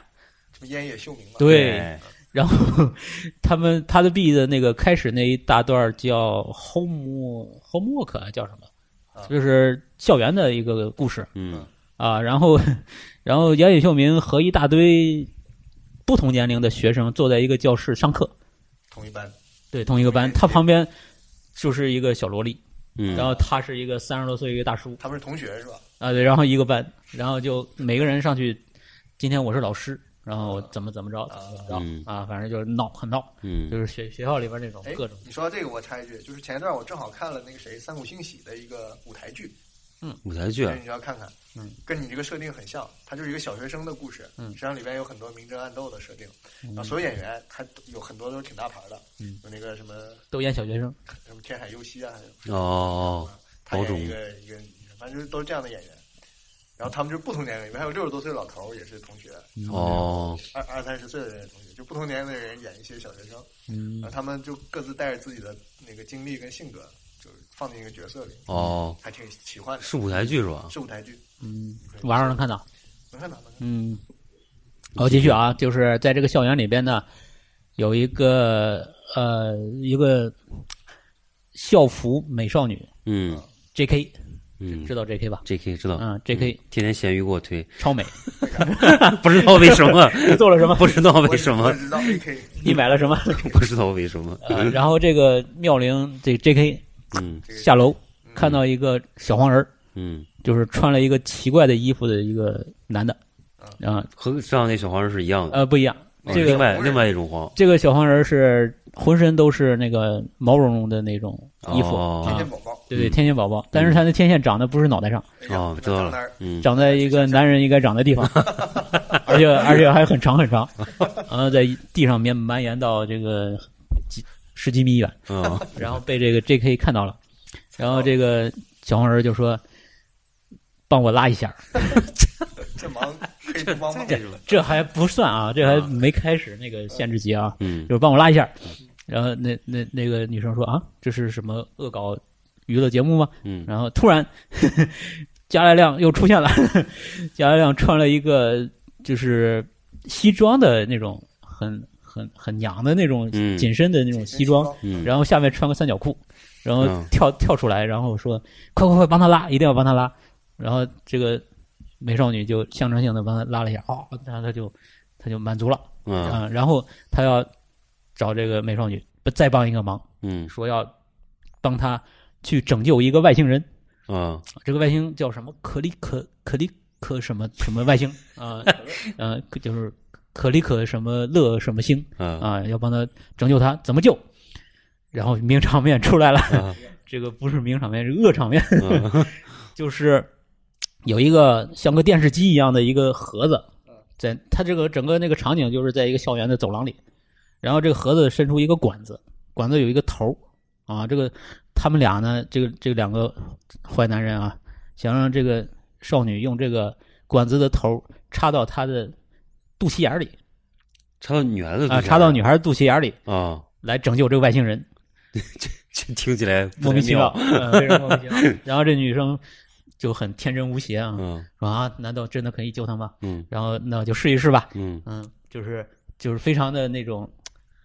Speaker 6: 这不烟野秀明吗？
Speaker 4: 对，， 然后他们帕德比的那个开始那一大段叫 home homework 啊叫什么
Speaker 6: 啊？
Speaker 4: 就是校园的一个故事
Speaker 5: 嗯
Speaker 4: 啊，然后然后杨野秀明和一大堆不同年龄的学生坐在一个教室上课，
Speaker 6: 同一班。
Speaker 4: 对，同一个班，他旁边就是一个小萝莉。
Speaker 5: 嗯，
Speaker 4: 然后他是一个三十多岁一个大叔
Speaker 6: 他们是同学是吧？
Speaker 4: 啊，对，然后一个班，然后就每个人上去，今天我是老师，然后我怎么怎么着，怎么怎么
Speaker 5: 嗯
Speaker 4: 着啊，反正就是闹很闹，就
Speaker 5: 嗯
Speaker 4: 是学学校里边那种
Speaker 6: 哎
Speaker 4: 各种，
Speaker 6: 你说到这个，我插一句，就是前一段我正好看了那个谁三谷幸喜的一个舞台剧，
Speaker 5: 舞台剧
Speaker 6: 这
Speaker 5: 啊
Speaker 6: 你，就要看看，
Speaker 4: 嗯，
Speaker 6: 跟你这个设定很像，它就是一个小学生的故事，
Speaker 4: 嗯
Speaker 6: 实际上里边有很多明争暗斗的设定，然后所有演员他都有很多都是挺大牌的，
Speaker 4: 嗯，
Speaker 6: 有那个什么
Speaker 4: 都演小学生，
Speaker 6: 什么天海佑希啊，还有
Speaker 5: 哦哦，
Speaker 6: 他演
Speaker 5: 种
Speaker 6: 一个一个女生，反正就是都是这样的演员。然后他们就是不同年龄，里面还有六十多岁的老头儿也是同学，
Speaker 5: 哦，
Speaker 6: 二二三十岁的人也是同学，就不同年龄的人演一些小学生，
Speaker 4: 嗯
Speaker 6: 然后他们就各自带着自己的那个经历跟性格，就是放进一个角色里，
Speaker 5: 哦，
Speaker 6: 还挺奇幻的，
Speaker 5: 是舞台剧是吧？
Speaker 6: 是舞台剧，
Speaker 4: 嗯，晚上能看到，
Speaker 6: 能看到能看到。
Speaker 4: 嗯，好，继续啊，就是在这个校园里边呢，有一个呃一个校服美少女
Speaker 5: 嗯
Speaker 4: J.K.
Speaker 5: 嗯
Speaker 4: 知道 J.K. 吧？
Speaker 5: ，J.K. 知道，
Speaker 4: 嗯，J.K.
Speaker 5: 天天咸鱼给我推，
Speaker 4: 超美，
Speaker 5: 不知道为什么，
Speaker 4: 做了什么？
Speaker 5: 不知道为什
Speaker 6: 我
Speaker 5: 么
Speaker 6: 只，知道 AK
Speaker 4: 你买了 什么？
Speaker 5: 不知道为什么，
Speaker 4: 呃，然后这个妙龄这 J.K.
Speaker 5: 嗯
Speaker 6: 这个
Speaker 4: 下楼看到一个小黄人儿，
Speaker 5: 嗯，
Speaker 4: 就是穿了一个奇怪的衣服的一个男的，啊
Speaker 5: 和上那小黄人是一样的，
Speaker 4: 呃不一样，
Speaker 5: 哦
Speaker 4: 这
Speaker 5: 嗯另
Speaker 4: 个
Speaker 5: 外另外一种黄，
Speaker 4: 这个小黄人儿是浑身都是那个毛茸茸的那种衣服
Speaker 5: 哦
Speaker 6: 天
Speaker 4: 啊
Speaker 6: 天，宝宝，
Speaker 4: 对对，天线宝宝，但是他的天线长得不是脑袋上，
Speaker 6: 哎呀
Speaker 5: 哦，
Speaker 6: 那
Speaker 5: 知道
Speaker 6: 张丹
Speaker 5: 了
Speaker 6: 儿，
Speaker 5: 嗯，
Speaker 4: 长在一个男人应该长的地方， 而且而且还很长很长，然后在地上面蔓延到这个几十几米远。
Speaker 5: 嗯
Speaker 4: 然后被这个 J.K. 看到了，然后这个小黄人就说：“帮我拉一下。
Speaker 6: 这 忙可以不帮忙，
Speaker 5: 这种”
Speaker 4: 这还不算啊，这还没开始那个限制级啊，
Speaker 5: 嗯
Speaker 4: 就是帮我拉一下。然后那那那个女生说：“啊，这是什么恶搞娱乐节目吗？”
Speaker 5: 嗯
Speaker 4: 然后突然， 加莱亮又出现了， 加莱亮穿了一个就是西装的那种很很很娘的那种
Speaker 5: 嗯
Speaker 4: 紧身的那种西装，
Speaker 5: 嗯，
Speaker 4: 然后下面穿个三角裤，然后
Speaker 5: 嗯
Speaker 4: 跳、跳出来，然后说快快快帮他拉，一定要帮他拉。然后这个美少女就象征性的帮他拉了一下，哦，然后他就他就满足了
Speaker 5: 嗯
Speaker 4: 啊、然后他要找这个美少女再帮一个忙，
Speaker 5: 嗯
Speaker 4: 说要帮他去拯救一个外星人，
Speaker 5: 啊，
Speaker 4: 这个外星叫什么？可里可可里可什么什么外星 啊？呃，可就是可里可什么乐什么星
Speaker 5: 嗯
Speaker 4: 啊，要帮他拯救他，怎么救？然后名场面出来了，
Speaker 5: 啊
Speaker 4: 这个不是名场面，是恶场面，
Speaker 5: 嗯
Speaker 4: 就是有一个像个电视机一样的一个盒子，在它这个整个那个场景就是在一个校园的走廊里，然后这个盒子伸出一个管子，管子有一个头儿啊，这个他们俩呢，这个这两个坏男人啊，想让这个少女用这个管子的头儿插到她的肚脐眼儿里
Speaker 5: 插到女孩子
Speaker 4: 啊、
Speaker 5: 肚脐
Speaker 4: 插到
Speaker 5: 眼
Speaker 4: 女孩肚脐眼儿里
Speaker 5: 儿啊，
Speaker 4: 来拯救这个外星人。
Speaker 5: 这听起来不
Speaker 4: 莫名
Speaker 5: 太
Speaker 4: 其妙
Speaker 5: 妙，，
Speaker 4: 嗯，非常莫名其妙。 然后这女生就很天真无邪啊，
Speaker 5: 嗯
Speaker 4: 说啊，难道真的可以救他吗？
Speaker 5: 嗯
Speaker 4: 然后那就试一试吧，
Speaker 5: 嗯
Speaker 4: 嗯，就是就是非常的那种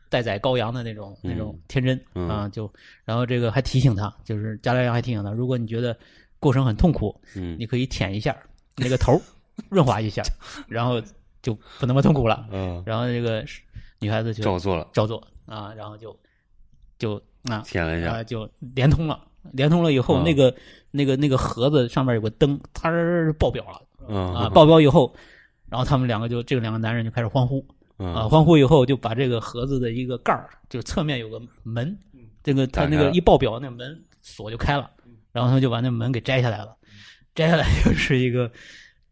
Speaker 4: 待宰羔羊的那种
Speaker 5: 嗯
Speaker 4: 那种天真
Speaker 5: 嗯
Speaker 4: 啊，就然后这个还提醒他，就是加莱良还提醒他，如果你觉得过程很痛苦，
Speaker 5: 嗯
Speaker 4: 你可以舔一下那个头，润滑一下， 然后就不那么痛苦了。
Speaker 5: 嗯，
Speaker 4: 然后这个女孩子就
Speaker 5: 照做了，
Speaker 4: 照做啊，然后就就啊
Speaker 5: 舔了一
Speaker 4: 啊，
Speaker 5: 下，
Speaker 4: 就连通了。连通了以后，
Speaker 5: 啊
Speaker 4: 那个那个那个盒子上面有个灯，它爆表了
Speaker 5: 嗯
Speaker 4: 啊！爆表以后，然后他们两个就这两个男人就开始欢呼
Speaker 5: 嗯
Speaker 4: 啊！欢呼以后，就把这个盒子的一个盖儿，就侧面有个门，这个他
Speaker 5: 嗯打开
Speaker 4: 那个
Speaker 5: 了嗯
Speaker 4: 一爆表，那门锁就开了，然后他们就把那门给摘下来了。摘下来就是一个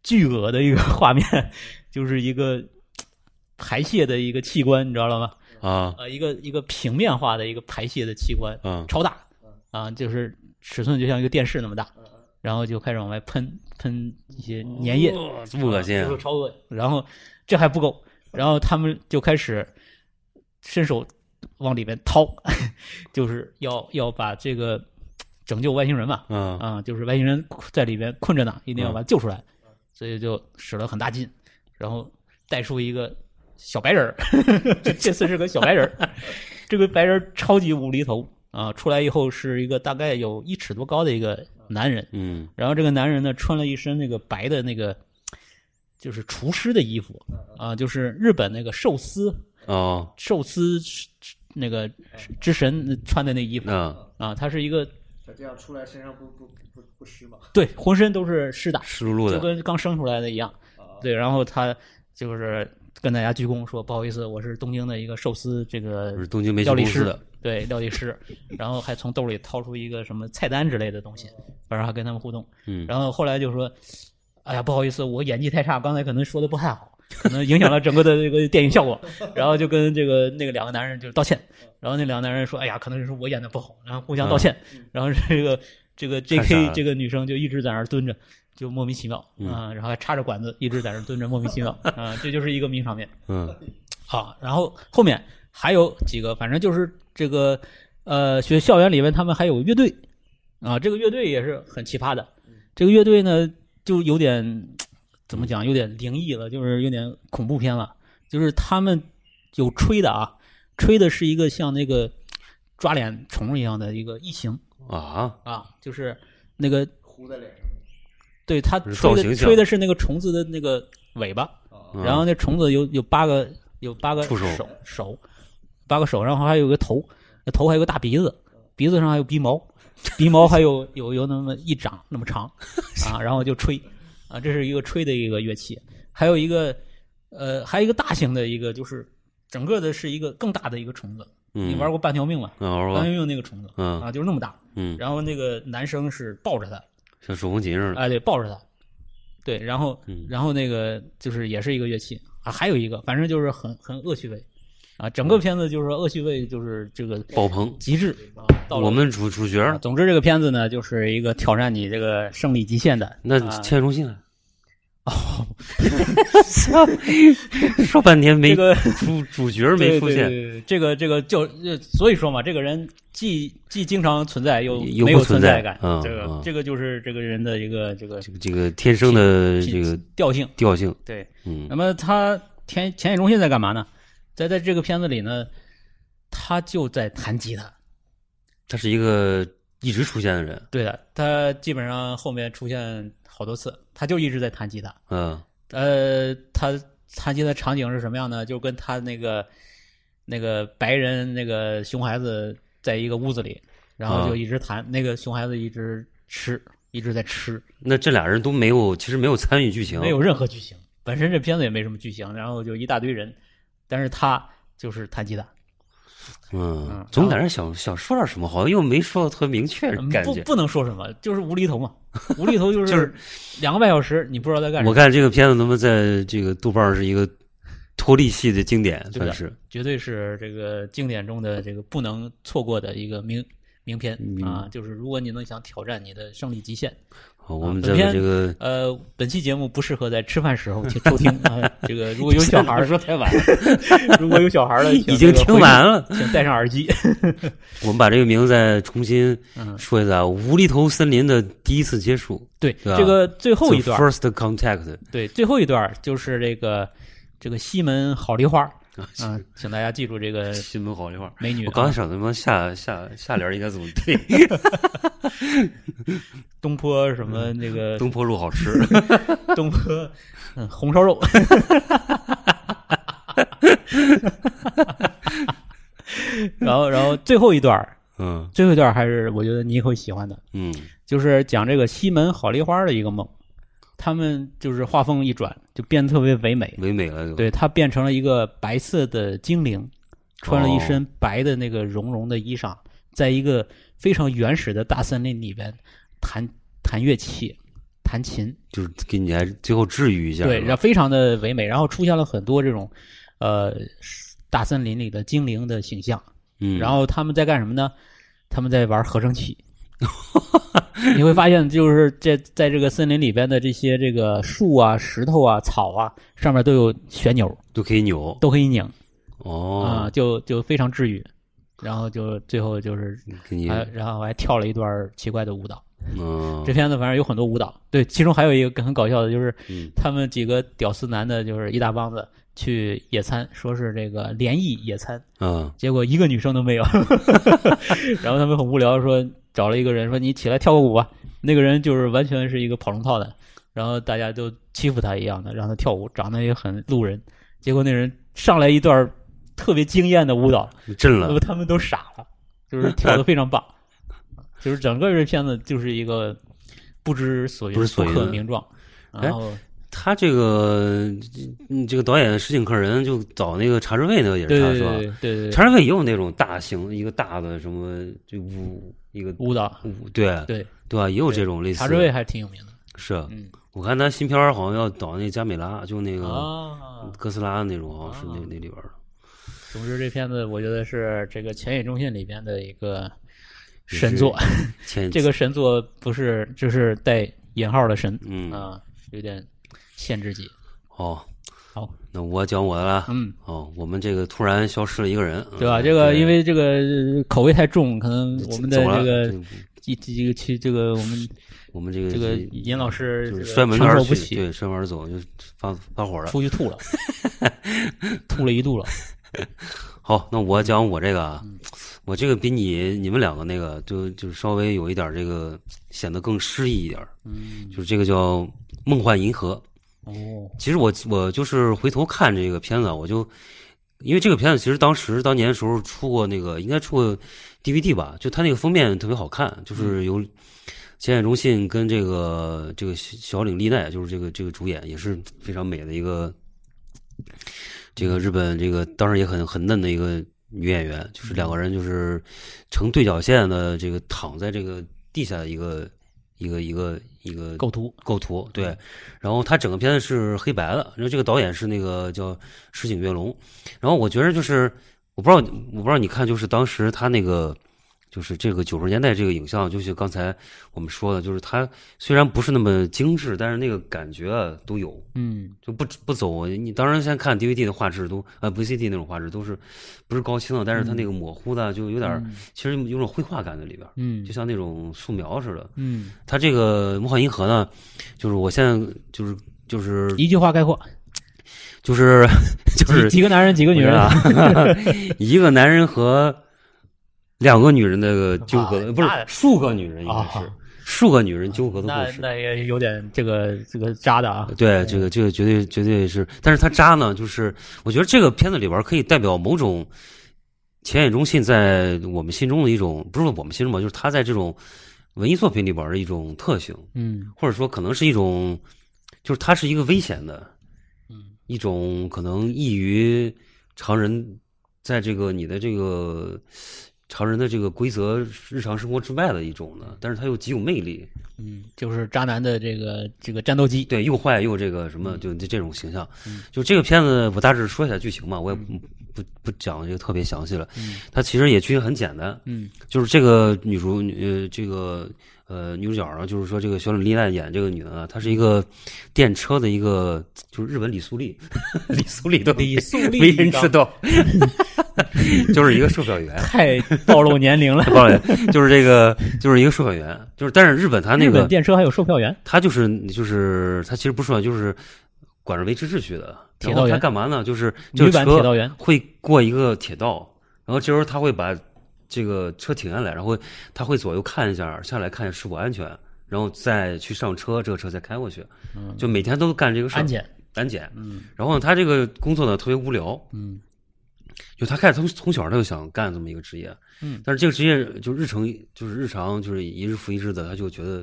Speaker 4: 巨额的一个画面， 就是一个排泄的一个器官，你知道了吗？
Speaker 5: 啊
Speaker 4: 呃，一个一个平面化的一个排泄的器官，
Speaker 5: 嗯
Speaker 4: 超大啊，就是尺寸就像一个电视那么大，然后就开始往外喷喷一些粘液，
Speaker 5: 哇哦这么恶心啊
Speaker 4: 啊就是超恶心。然后这还不够，然后他们就开始伸手往里面掏， 就是要要把这个拯救外星人嘛，
Speaker 5: 嗯
Speaker 4: 啊，就是外星人在里边困着呢，一定要把他救出来，所以就使了很大劲，然后带出一个小白人儿， 这次是个小白人儿， 这个白人儿超级无厘头啊，出来以后是一个大概有一尺多高的一个男人，
Speaker 5: 嗯
Speaker 4: 然后这个男人呢穿了一身那个白的那个就是厨师的衣服
Speaker 5: 嗯
Speaker 4: 啊，就是日本那个寿司
Speaker 5: 哦
Speaker 4: 寿司那个之神穿的那衣服
Speaker 5: 嗯，
Speaker 4: 啊，他是一个
Speaker 6: 他这样出来身上不不不不湿吗？
Speaker 4: 对浑身都是湿的，
Speaker 5: 湿漉漉
Speaker 4: 就
Speaker 5: 的，
Speaker 4: 跟刚生出来的一样。对，然后他就是跟大家鞠躬说：“不好意思，我是东京的一个寿司这个
Speaker 5: 是东京煤气
Speaker 4: 料理
Speaker 5: 公司
Speaker 4: 师
Speaker 5: 的，，
Speaker 4: 对料理师。”然后还从兜里掏出一个什么菜单之类的东西，反正还跟他们互动。
Speaker 5: 嗯
Speaker 4: 然后后来就说：“哎呀，不好意思，我演技太差，刚才可能说的不太好，可能影响了整个的这个电影效 果。”然后就跟这个那个两个男人就道歉，然后那两个男人说：“哎呀，可能是我演的不好。”然后互相道歉，然后这个这个
Speaker 5: 看嗯傻
Speaker 4: J.K.
Speaker 5: 了
Speaker 4: 这个女生就一直在那儿蹲着。就莫名其妙
Speaker 5: 嗯
Speaker 4: 啊、然后还插着管子一直在那儿蹲着，莫名其妙啊、这就是一个名场面。
Speaker 5: 嗯
Speaker 4: 啊，然后后面还有几个，反正就是这个呃，学校园里面他们还有乐队啊，这个乐队也是很奇葩的。这个乐队呢，就有点怎么讲，有点灵异了，就是有点恐怖片了。就是他们有吹的啊，吹的是一个像那个抓脸虫一样的一个异形
Speaker 5: 啊
Speaker 4: 啊，就是那个
Speaker 6: 糊在脸上。
Speaker 4: 对他
Speaker 5: 是
Speaker 4: 吹
Speaker 5: 造型
Speaker 4: 的
Speaker 5: 像
Speaker 4: 吹的是那个虫子的那个尾巴，
Speaker 5: 嗯
Speaker 4: 然后那虫子有有八个有八个
Speaker 5: 触手
Speaker 4: 手手八个手，然后还有个头，那头还有个大鼻子，鼻子上还有鼻毛，鼻 毛还有有有那么一掌那么长啊，然后就吹啊，这是一个吹的一个乐器，还有一个呃还有一个大型的一个就是整个的是一个更大的一个虫子，
Speaker 5: 嗯，
Speaker 4: 你玩过半条命吗？
Speaker 5: 嗯玩
Speaker 4: 半条命
Speaker 5: 过
Speaker 4: 那个虫子
Speaker 5: 嗯
Speaker 4: 啊就是那么大，
Speaker 5: 嗯，
Speaker 4: 然后那个男生是抱着它。
Speaker 5: 像手风琴似的，
Speaker 4: 哎，对，抱着它，对，然后
Speaker 5: 嗯
Speaker 4: 然后那个就是也是一个乐器啊，还有一个，反正就是很很恶趣味啊，整个片子就是恶趣味，就是这个
Speaker 5: 爆棚，
Speaker 4: 极致啊。到了
Speaker 5: 我们主主角
Speaker 4: 啊总之这个片子呢，就是一个挑战你这个生理极限的。
Speaker 5: 那
Speaker 4: 啊
Speaker 5: 千叶中信呢？ 哦， 说半天
Speaker 4: 这
Speaker 5: 没
Speaker 4: 个
Speaker 5: 主主角没
Speaker 4: 对
Speaker 5: 出
Speaker 4: 对
Speaker 5: 现，
Speaker 4: 对对这个这个就呃所以说嘛，这个人既既经常存在，又
Speaker 5: 又
Speaker 4: 没
Speaker 5: 不
Speaker 4: 有
Speaker 5: 存在
Speaker 4: 在感，
Speaker 5: 嗯
Speaker 4: 这个、
Speaker 5: 嗯
Speaker 4: 这个就是这个人的一个这个
Speaker 5: 这个这个天生的这个
Speaker 4: 调性。
Speaker 5: 调性，
Speaker 4: 对，
Speaker 5: 嗯
Speaker 4: 那么他田田野中心在干嘛呢？在在这个片子里呢，他就在弹吉他。
Speaker 5: 他是一个一直出现的人，
Speaker 4: 对的，他基本上后面出现好多次，他就一直在弹吉他。
Speaker 5: 嗯
Speaker 4: 呃，他弹吉他场景是什么样呢？就跟他那个那个白人那个熊孩子在一个屋子里，然后就一直弹，那个熊孩子一直吃，一直在吃，
Speaker 5: 那这俩人都没有，其实没有参与剧情，
Speaker 4: 没有任何剧情。本身这片子也没什么剧情，然后就一大堆人，但是他就是弹吉他。
Speaker 5: 嗯
Speaker 4: 嗯，
Speaker 5: 总在那想想说点什么，好像又没说的特别明确 的
Speaker 4: 嗯
Speaker 5: 感
Speaker 4: 不
Speaker 5: 觉。
Speaker 4: 不能说什么，就是无厘头嘛，无厘头就
Speaker 5: 就是
Speaker 4: 两个半小时，你不知道在干什
Speaker 5: 我
Speaker 4: 么，
Speaker 5: 看这个片子，他妈在这个豆瓣儿是一个脱力系的经典，
Speaker 4: 对的
Speaker 5: 算是
Speaker 4: 绝对是这个经典中的这个不能错过的一个名名片
Speaker 5: 嗯
Speaker 4: 啊！就是如果你能想挑战你的胜利极限，
Speaker 5: 好，我们
Speaker 4: 啊本
Speaker 5: 这个
Speaker 4: 片
Speaker 5: 这个
Speaker 4: 呃，本期节目不适合在吃饭时候去收听啊。这个如果有小孩儿，说太晚了， 如果有小孩 儿的，请
Speaker 5: 已经
Speaker 4: 这个
Speaker 5: 听
Speaker 4: 回去
Speaker 5: 完了，
Speaker 4: 请戴上耳 机。
Speaker 5: 我们把这个名字再重新
Speaker 4: 嗯
Speaker 5: 说一次啊，无厘头森林的第一次接触，
Speaker 4: 对，
Speaker 5: 对吧
Speaker 4: 这个最后一
Speaker 5: The
Speaker 4: 段儿，
Speaker 5: first contact，
Speaker 4: 对，最后一段儿就是这个这个西门好梨花儿啊，请大家记住这个
Speaker 5: 新闻好这块儿。
Speaker 4: 美女
Speaker 5: 我刚才
Speaker 4: 啊，
Speaker 5: 想他妈下下下联儿应该怎么 对，
Speaker 4: 东坡什么那个
Speaker 5: 东坡肉 好吃，
Speaker 4: 东坡，嗯，红烧肉。 然后，然后最后一段儿，
Speaker 5: 嗯
Speaker 4: 最后一段儿还是我觉得你会喜欢的，
Speaker 5: 嗯
Speaker 4: 就是讲这个西门好梨花的一个梦。他们就是画风一转，就变得特别唯美。
Speaker 5: 唯美了就，
Speaker 4: 对，她变成了一个白色的精灵，穿了一身白的那个绒绒的衣裳，在一个非常原始的大森林里边弹弹乐器，弹琴。
Speaker 5: 就是给你还最后治愈一下，
Speaker 4: 对，
Speaker 5: 是
Speaker 4: 然
Speaker 5: 吧
Speaker 4: 后非常的唯美，然后出现了很多这种，呃，大森林里的精灵的形象。
Speaker 5: 嗯，
Speaker 4: 然后他们在干什么呢？他们在玩合成 器。你会发现，就是这在这个森林里边的这些这个树啊、石头啊、草啊，上面都有旋钮，
Speaker 5: 都可以扭，
Speaker 4: 都可以拧啊、
Speaker 5: 哦，
Speaker 4: 就就非常治愈。然后就最后就是，
Speaker 5: 给你，
Speaker 4: 还然后还跳了一段奇怪的舞蹈。
Speaker 5: 嗯
Speaker 4: 这，片子反正有很多舞蹈，对，其中还有一个很搞笑的，就是
Speaker 5: 嗯
Speaker 4: 他们几个屌丝男的，就是一大帮子去野餐，说是这个联谊野餐，
Speaker 5: 嗯，
Speaker 4: 结果一个女生都没有，然后他们很无聊，说找了一个人说你起来跳个舞吧，那个人就是完全是一个跑龙套的，然后大家都欺负他一样的，让他跳舞，长得也很路人，结果那人上来一段特别惊艳的舞蹈，
Speaker 5: 震
Speaker 4: 那
Speaker 5: 了
Speaker 4: 么， 他们都傻了，就是跳的非常棒，就是整个这片子就是一个不知所云、
Speaker 5: 不知所云哎
Speaker 4: 可名状。然后
Speaker 5: 他这个嗯这个导演石井克人就找那个查之卫那个也
Speaker 4: 对
Speaker 5: 是他
Speaker 4: 对
Speaker 5: 是吧？
Speaker 4: 对对对对，
Speaker 5: 查之卫也有那种大型一个大的什么就舞一个
Speaker 4: 舞蹈
Speaker 5: 舞对
Speaker 4: 对
Speaker 5: 对吧？也有这种类似
Speaker 4: 茶
Speaker 5: 的。
Speaker 4: 之味还挺有名的，
Speaker 5: 是
Speaker 4: 嗯
Speaker 5: 我看他新片儿好像要导那加美拉，就那个
Speaker 4: 啊。
Speaker 5: 嗯哥斯拉那种，好像是那
Speaker 4: 啊
Speaker 5: 那里边儿的。
Speaker 4: 总之，这片子我觉得是这个前野中信里边的一个神作，
Speaker 5: 前
Speaker 4: 这个神作不是就是带引号的神
Speaker 5: 嗯
Speaker 4: 啊，有点限制级。
Speaker 5: 哦
Speaker 4: 好，
Speaker 5: 那我讲我的了。
Speaker 4: 嗯，
Speaker 5: 哦，我们这个突然消失了一个人，
Speaker 4: 对吧？
Speaker 5: 嗯
Speaker 4: 这个因为这个呃口味太重，可能我们的
Speaker 5: 走了
Speaker 4: 这个
Speaker 5: 对
Speaker 4: 这这个去这个我们
Speaker 5: 我们这个
Speaker 4: 这个尹老师
Speaker 5: 就是
Speaker 4: 这个
Speaker 5: 摔门
Speaker 4: 承
Speaker 5: 而
Speaker 4: 受不
Speaker 5: 去，
Speaker 4: 起，
Speaker 5: 对，摔门而走就发发火了。
Speaker 4: 出去吐 了，吐了一肚了。
Speaker 5: 好，那我讲我这个啊，
Speaker 4: 嗯
Speaker 5: 我这个比你你们两个那个就就是稍微有一点这个显得更诗意一点，嗯，就是这个叫《梦幻银河》。
Speaker 4: 哦，
Speaker 5: 其实我我就是回头看这个片子啊，我就因为这个片子其实当时当年的时候出过那个应该出过 DVD 吧，就它那个封面特别好看，
Speaker 4: 嗯
Speaker 5: 就是由千野中信跟这个这个小岭丽奈，就是这个这个主演也是非常美的一个这个日本这个当时也很很嫩的一个女演员，就是两个人就是呈对角线的这个躺在这个地下的一个一个一个一个
Speaker 4: 构图嗯
Speaker 5: 构图，对。然后他整个片子是黑白的，然后这个导演是那个叫石井月龙。然后我觉得就是，我不知道，我不知道你看，就是当时他那个，就是这个九十年代这个影像，就是刚才我们说的，就是他虽然不是那么精致，但是那个感觉啊都有，
Speaker 4: 嗯，
Speaker 5: 就不不走。你当然现在看 DVD 的画质都，呃，VCD 那种画质都是不是高清的，但是它那个模糊的就有点儿，其实有种绘画感在里边儿，
Speaker 4: 嗯
Speaker 5: 就像那种素描似的。
Speaker 4: 嗯，
Speaker 5: 它这个《梦幻银河》呢，就是我现在就是就是
Speaker 4: 一句话概括，
Speaker 5: 就是就是
Speaker 4: 几几个男人几个女人，
Speaker 5: 我觉得啊， 一个男人和两个女人的纠葛，
Speaker 4: 啊
Speaker 5: 不是
Speaker 4: 那
Speaker 5: 数个女人应该是
Speaker 4: 啊
Speaker 5: 数个女人纠葛的
Speaker 4: 那
Speaker 5: 故事。
Speaker 4: 那也有点这个这个渣的啊。
Speaker 5: 对，这个这个绝对绝对是，但是他渣呢，就是我觉得这个片子里边可以代表某种浅野忠信在我们心中的一种，不是我们心中吧，就是他在这种文艺作品里边的一种特性。
Speaker 4: 嗯
Speaker 5: 或者说可能是一种，就是它是一个危险的，嗯，一种可能异于常人在这个你的这个常人的这个规则日常生活之外的一种呢，但是它又极有魅力，
Speaker 4: 嗯，就是渣男的这个这个战斗机，
Speaker 5: 对，又坏又这个什
Speaker 4: 嗯
Speaker 5: 么，就这这种形象。就这个片子，我大致说一下剧情吧，我也
Speaker 4: 嗯
Speaker 5: 不不不讲这个特别详细了。它其实也剧情很简单，
Speaker 4: 嗯
Speaker 5: 就是这个女主，呃，这个呃女主角呢，就是说这个小李丽娜演这个女的啊，她是一个电车的一个，就是日本李素丽， 李素丽都
Speaker 4: 李素丽
Speaker 5: 没人知道， 就是一个售票员。。
Speaker 4: 太暴露年龄了
Speaker 5: 抱歉，就是这个，就是一个售票员，就是但是日本他那
Speaker 4: 日本
Speaker 5: 个
Speaker 4: 电车还有售票员，
Speaker 5: 他就是就是他其实不是说就是管着维持秩序的。
Speaker 4: 铁
Speaker 5: 然后
Speaker 4: 道员
Speaker 5: 他干嘛呢？就是就
Speaker 4: 女
Speaker 5: 是
Speaker 4: 版铁道
Speaker 5: 车
Speaker 4: 员，
Speaker 5: 会过一个铁道，然后这时候他会把这个车停下来，然后他会左右看一下，下来看是否安全，然后再去上车，这个车再开过去。
Speaker 4: 嗯
Speaker 5: 就每天都干这个事儿。
Speaker 4: 安检，
Speaker 5: 安检。
Speaker 4: 嗯
Speaker 5: 然后呢他这个工作呢特别无聊，
Speaker 4: 嗯
Speaker 5: 就他开始从从小他就想干这么一个职业，
Speaker 4: 嗯
Speaker 5: 但是这个职业就日程就是日常就是一日复一日的，他就觉得